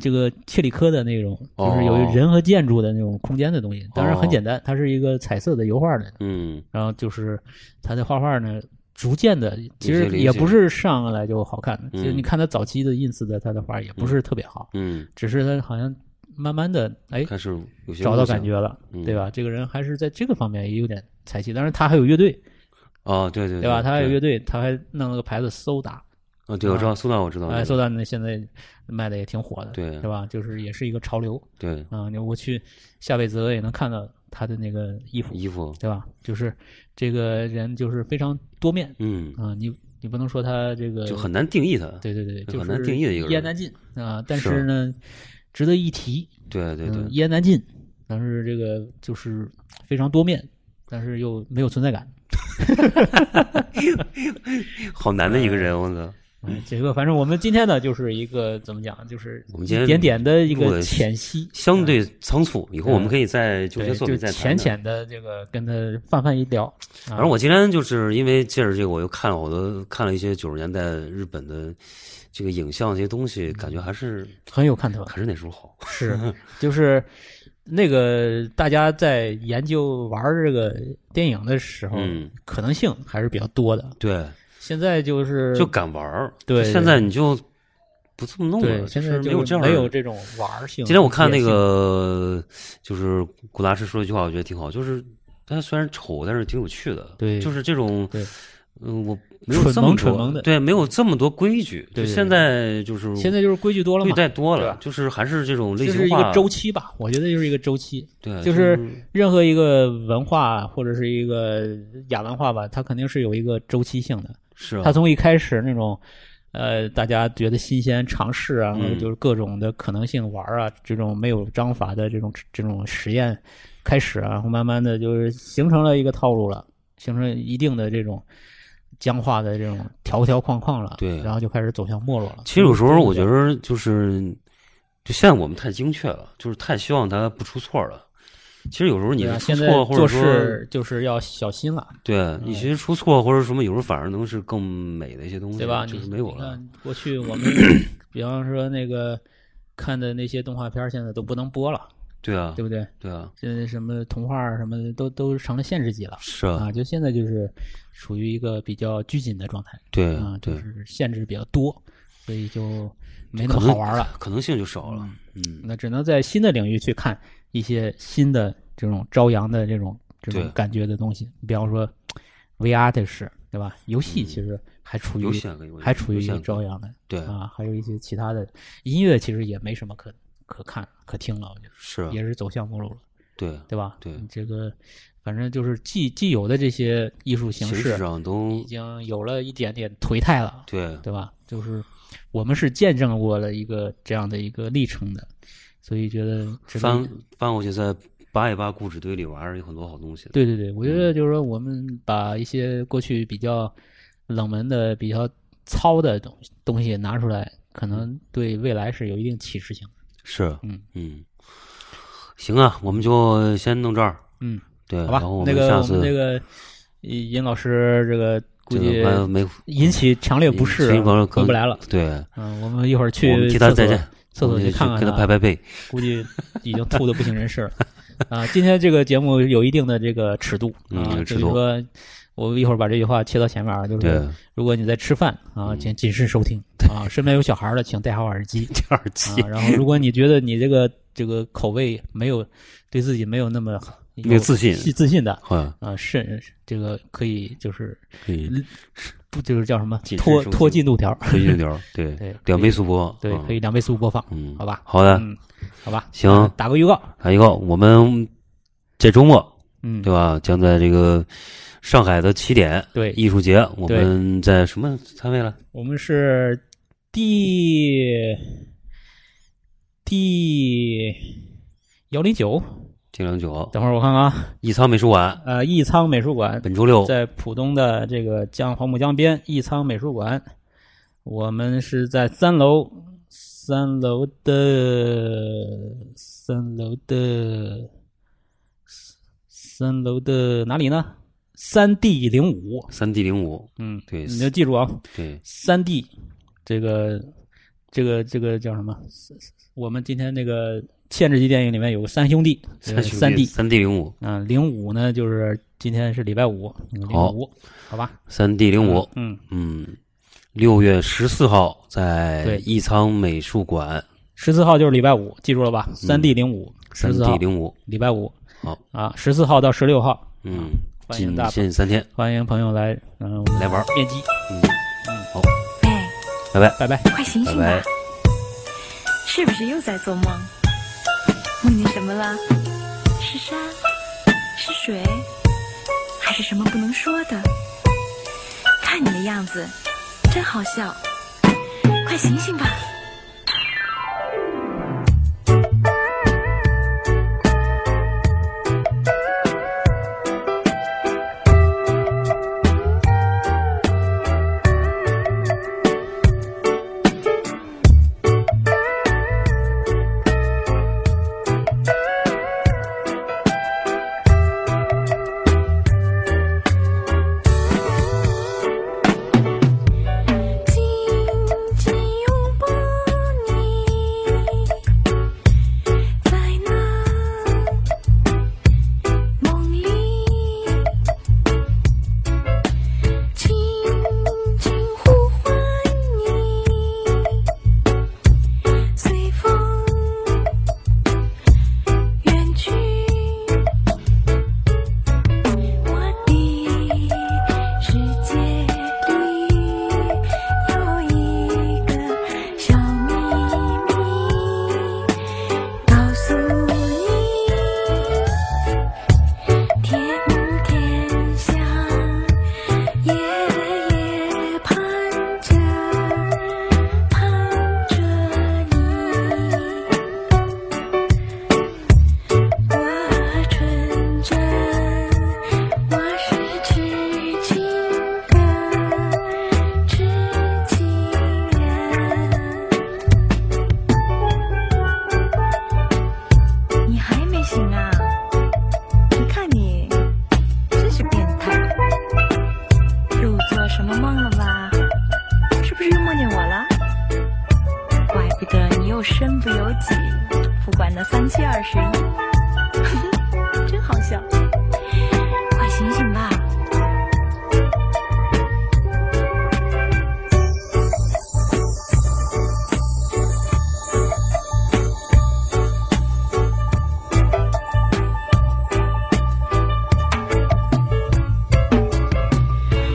Speaker 4: 这个切里科的那种，就是有
Speaker 5: 哦
Speaker 4: 人和建筑的那种空间的东西。当然很
Speaker 5: 哦
Speaker 4: 简单，它是一个彩色的油画的，
Speaker 5: 嗯
Speaker 4: 然后就是他的画画呢，逐渐的，其
Speaker 5: 有些
Speaker 4: 实
Speaker 5: 灵
Speaker 4: 也
Speaker 5: 性
Speaker 4: 不是上来就好看的。
Speaker 5: 嗯
Speaker 4: 就你看他早期的 ins 的他的画也不是特别好，
Speaker 5: 嗯，
Speaker 4: 只是他好像慢慢的哎
Speaker 5: 开始有些
Speaker 4: 找到
Speaker 5: 路线
Speaker 4: 感觉了，
Speaker 5: 嗯
Speaker 4: 对吧？这个人还是在这个方面也有点才气。当然他还有乐队，
Speaker 5: 哦，对对
Speaker 4: 对吧？他还有乐
Speaker 5: 对
Speaker 4: 队，他还弄了个牌子苏打，
Speaker 5: 啊，对我知道苏打，我知道那
Speaker 4: 哎，
Speaker 5: 个，
Speaker 4: 苏打那现在卖的也挺火的，
Speaker 5: 对
Speaker 4: 对吧？就是也是一个潮流
Speaker 5: 对
Speaker 4: 啊。你我去夏贝泽也能看到他的那个衣服，
Speaker 5: 衣服，
Speaker 4: 对吧？就是这个人就是非常多面，
Speaker 5: 嗯，
Speaker 4: 啊、你你不能说他这个
Speaker 5: 就很难定义它，
Speaker 4: 呃对对对，就
Speaker 5: 就
Speaker 4: 是
Speaker 5: 很难定义的一个
Speaker 4: 一言
Speaker 5: 人
Speaker 4: 难尽啊、但
Speaker 5: 是
Speaker 4: 是呢，值得一提，
Speaker 5: 对对
Speaker 4: 嗯
Speaker 5: 对，
Speaker 4: 一言难尽，但是这个就是非常多面，但是又没有存在感。
Speaker 5: 好难的一个人，我操，
Speaker 4: 嗯，这个反正我们今天呢，就是一个怎么讲，就是
Speaker 5: 我们今天
Speaker 4: 一点点的一
Speaker 5: 录
Speaker 4: 个
Speaker 5: 的
Speaker 4: 浅析，
Speaker 5: 相对仓促。以后我们可以在就
Speaker 4: 呃对
Speaker 5: 些作
Speaker 4: 就
Speaker 5: 品再谈
Speaker 4: 浅啊
Speaker 5: 谈。
Speaker 4: 浅的这个跟他泛泛一聊。
Speaker 5: 反正我今天就是因为借着这个，我又看了好多看了一些九十年代日本的这个影像这些东西，感觉还是
Speaker 4: 很有 看头，
Speaker 5: 还是那时候好。
Speaker 4: 是，就是那个大家在研究玩这个电影的时候，
Speaker 5: 嗯
Speaker 4: 可能性还是比较多的。
Speaker 5: 对，
Speaker 4: 现在就是
Speaker 5: 就敢玩儿。
Speaker 4: 对对
Speaker 5: 现在你就不这么弄
Speaker 4: 对，
Speaker 5: 了，
Speaker 4: 现在
Speaker 5: 是没
Speaker 4: 就
Speaker 5: 有这样的
Speaker 4: 没有这种玩儿性。
Speaker 5: 今天我看那个，就是古大师说一句话，我觉得挺好，就是他虽然丑，但是挺有趣的。
Speaker 4: 对
Speaker 5: 就是这种，
Speaker 4: 对
Speaker 5: 嗯，我没有
Speaker 4: 蠢
Speaker 5: 这么
Speaker 4: 萌蠢
Speaker 5: 多
Speaker 4: 萌的
Speaker 5: 对，没有这么多规矩。
Speaker 4: 对
Speaker 5: 就
Speaker 4: 对
Speaker 5: 现在就是
Speaker 4: 现在就是规矩多了
Speaker 5: 规矩
Speaker 4: 嘛，
Speaker 5: 太多
Speaker 4: 对
Speaker 5: 了
Speaker 4: 吧，
Speaker 5: 就是还是这种类
Speaker 4: 就
Speaker 5: 型
Speaker 4: 是一
Speaker 5: 化
Speaker 4: 个周期吧。我觉得就是一个周期，
Speaker 5: 对，
Speaker 4: 就是是任何一个文化或者是一个亚文化吧，它肯定是有一个周期性的。
Speaker 5: 是啊
Speaker 4: 它从一开始那种，呃，大家觉得新鲜尝试啊，
Speaker 5: 嗯
Speaker 4: 就是各种的可能性玩儿啊，这种没有章法的这种这种实验开始啊，然后慢慢的就是形成了一个套路了，形成一定的这种僵化的这种条条框框了，
Speaker 5: 对
Speaker 4: 然后就开始走向没落了。
Speaker 5: 其实有时
Speaker 4: 嗯
Speaker 5: 候我觉得就是，就现在我们太精确了，就是太希望它不出错了。其实有时候你
Speaker 4: 对啊，
Speaker 5: 是出
Speaker 4: 现在
Speaker 5: 错，或者
Speaker 4: 做
Speaker 5: 说
Speaker 4: 事就是要小心了，
Speaker 5: 对，你其实出错或者什么，有时候反而能是更美的一些东西，
Speaker 4: 对吧？
Speaker 5: 就是
Speaker 4: 你
Speaker 5: 没有
Speaker 4: 你
Speaker 5: 了。
Speaker 4: 看过去我 们比方说那个看的那些动画片儿，现在都不能播了，
Speaker 5: 对啊，
Speaker 4: 对不对？
Speaker 5: 对啊，
Speaker 4: 现在什么童话儿什么的都都成了限制级了
Speaker 5: 是
Speaker 4: 啊，，就现在就是属于一个比较拘谨的状态
Speaker 5: 对
Speaker 4: 啊，就
Speaker 5: 嗯对，
Speaker 4: 是限制比较多，所以就没那
Speaker 5: 可
Speaker 4: 么好
Speaker 5: 能
Speaker 4: 玩儿了。
Speaker 5: 可能性就少了。嗯，
Speaker 4: 那只能在新的领域去看一些新的这种朝阳的这种这
Speaker 5: 对
Speaker 4: 种感觉的东西，比方说 VR 这是对吧？游戏其实还处于
Speaker 5: 嗯有显可以，
Speaker 4: 还处于一
Speaker 5: 有
Speaker 4: 个
Speaker 5: 显可
Speaker 4: 朝
Speaker 5: 以
Speaker 4: 阳的
Speaker 5: 对，
Speaker 4: 啊，还有一些其他的音乐其实也没什么可可看可听了，我觉得
Speaker 5: 是啊，
Speaker 4: 也是走向没落了。
Speaker 5: 对，
Speaker 4: 对吧？
Speaker 5: 对
Speaker 4: 这个反正就是既既有的这些艺术形
Speaker 5: 形
Speaker 4: 式
Speaker 5: 式上
Speaker 4: 已
Speaker 5: 都
Speaker 4: 经有了一点点颓态了，
Speaker 5: 对，
Speaker 4: 对吧？就是我们是见证过了一个这样的一个历程的，所以觉得值得
Speaker 5: 翻翻过去再扒一扒固执堆里，我还是有很多好东西的。
Speaker 4: 对对对，我觉得就是说我们把一些过去比较冷门的、比较糙的东东西拿出来，可能对未来是有一定启示性的。
Speaker 5: 是，
Speaker 4: 嗯
Speaker 5: 嗯，行啊，我们就先弄这儿。
Speaker 4: 嗯，
Speaker 5: 对，
Speaker 4: 好吧
Speaker 5: 然后，
Speaker 4: 那
Speaker 5: 们
Speaker 4: 个
Speaker 5: 下
Speaker 4: 我们
Speaker 5: 次
Speaker 4: 这个尹尹老师这个估
Speaker 5: 这
Speaker 4: 计
Speaker 5: 个嗯没
Speaker 4: 引起强烈不适啊
Speaker 5: 所以朋友，可
Speaker 4: 回不来了。
Speaker 5: 对，
Speaker 4: 嗯，我们一会儿去
Speaker 5: 我们替他
Speaker 4: 厕所
Speaker 5: 再见，
Speaker 4: 厕
Speaker 5: 我
Speaker 4: 所
Speaker 5: 们
Speaker 4: 去看看啊
Speaker 5: 去跟他拍拍背。
Speaker 4: 估计已经吐的不省人事了。啊，今天这个节目有一定的这个尺度
Speaker 5: 嗯
Speaker 4: 啊，
Speaker 5: 有
Speaker 4: 就
Speaker 5: 尺
Speaker 4: 是
Speaker 5: 度
Speaker 4: 说，我一会儿把这句话切到前面啊，就
Speaker 5: 对
Speaker 4: 是，如果你在吃饭啊，
Speaker 5: 嗯
Speaker 4: 请谨慎收听啊，身边有小孩的请戴好耳 机
Speaker 5: 第二期
Speaker 4: 啊，然后如果你觉得你这个这个口味没有对自己没有那么
Speaker 5: 没有自信
Speaker 4: 自信的
Speaker 5: 好，
Speaker 4: 啊，甚这个可以就是
Speaker 5: 可以
Speaker 4: 不就是叫什么
Speaker 5: 谨慎
Speaker 4: 拖
Speaker 5: 收听
Speaker 4: 拖进度条，
Speaker 5: 推进条，对
Speaker 4: 对
Speaker 5: 两倍速播，
Speaker 4: 对
Speaker 5: 嗯，
Speaker 4: 可以，两倍速播放，
Speaker 5: 嗯，
Speaker 4: 好吧？
Speaker 5: 好的，
Speaker 4: 嗯，好吧，
Speaker 5: 行
Speaker 4: 嗯打个预告，
Speaker 5: 还有一个，我们这周末
Speaker 4: 嗯，
Speaker 5: 对吧，将在这个上海的起点
Speaker 4: 对
Speaker 5: 艺术节，我
Speaker 4: 对
Speaker 5: 们在什么摊位了？
Speaker 4: 我们是第第幺零九，
Speaker 5: 金良九
Speaker 4: 等会儿我看看啊，
Speaker 5: 艺仓美术馆，
Speaker 4: 呃，义仓美术馆
Speaker 5: 本周六，
Speaker 4: 在浦东的这个江黄浦江边义仓美术馆，我们是在三楼，三楼的三楼的三楼的哪里呢？三 D 零五，
Speaker 5: 三 D 零五，
Speaker 4: 嗯，
Speaker 5: 对
Speaker 4: 你就记住啊，
Speaker 5: 对，
Speaker 4: 三 D 这个这个这个叫什么？我们今天那个限制级电影里面有个三兄弟，
Speaker 5: 三兄弟
Speaker 4: 呃三弟
Speaker 5: 三 D 零五，
Speaker 4: 啊，零五呢就是今天是礼拜五，零
Speaker 5: 好
Speaker 4: 五，好吧，
Speaker 5: 三 D 零五，
Speaker 4: 嗯，
Speaker 5: 嗯，六月十四号在
Speaker 4: 对
Speaker 5: 艺仓美术馆，
Speaker 4: 十四号就是礼拜五，记住了吧？三 D 零五，
Speaker 5: 嗯三
Speaker 4: 十四
Speaker 5: D
Speaker 4: 号
Speaker 5: 零五，
Speaker 4: 礼拜五，
Speaker 5: 好
Speaker 4: 啊，十四号到十六号，
Speaker 5: 嗯，
Speaker 4: 啊欢迎
Speaker 5: 仅
Speaker 4: 大
Speaker 5: 限三天
Speaker 4: 欢迎朋友来，嗯，
Speaker 5: 来玩儿，
Speaker 4: 面基，
Speaker 5: 嗯，
Speaker 1: 哎，
Speaker 5: 拜拜，
Speaker 4: 拜拜。
Speaker 1: 快醒
Speaker 5: 拜
Speaker 1: 醒
Speaker 5: 拜
Speaker 1: 吧，。是不是又在做梦？梦见什么了？是山，是水，还是什么不能说的？看你的样子，真好笑，快醒醒吧。
Speaker 2: 紧紧拥抱你，在那梦里，轻轻呼唤你，随风远去。我的世界里有一个小秘密，告诉你，天天想，夜夜盼着盼着你。
Speaker 1: 啊
Speaker 2: 我纯真，我是痴情的痴情人。
Speaker 1: 你还没醒啊？你看你，真是变态！又做什么梦了吧？是不是又梦见我了？怪不得你又身不由己，不管那三七二十一，真好笑！快醒醒吧！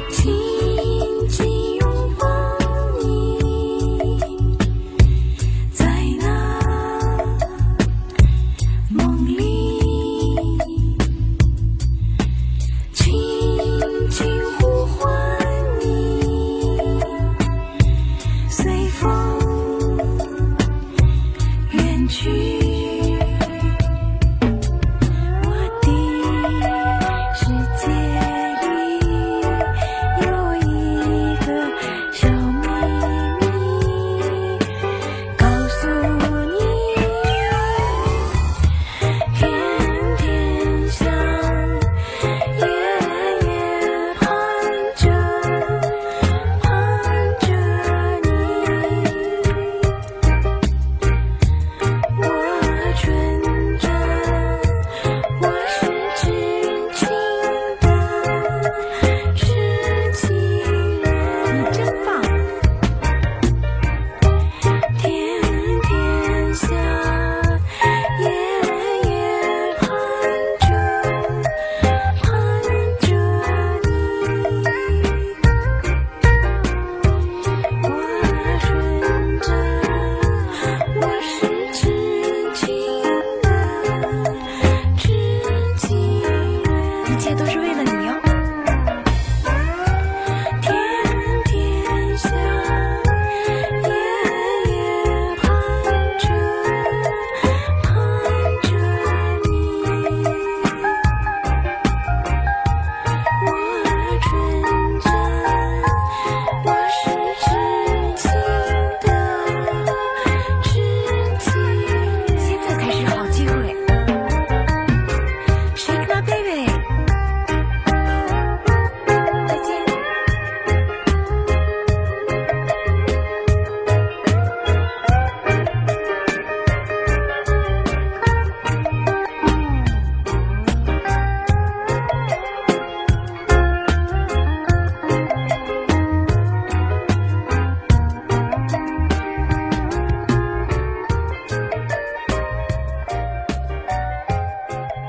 Speaker 2: 紧紧拥抱你，在那梦里，轻轻呼唤你，随风远去。我的世界里有一个小秘密，告诉你，天天想，夜夜盼着盼着你。我纯真，我是痴情的痴情人。
Speaker 1: 你真棒！
Speaker 2: 天天想，夜夜盼着盼着你。我纯真，我是痴情的痴情人。
Speaker 1: 一切都是为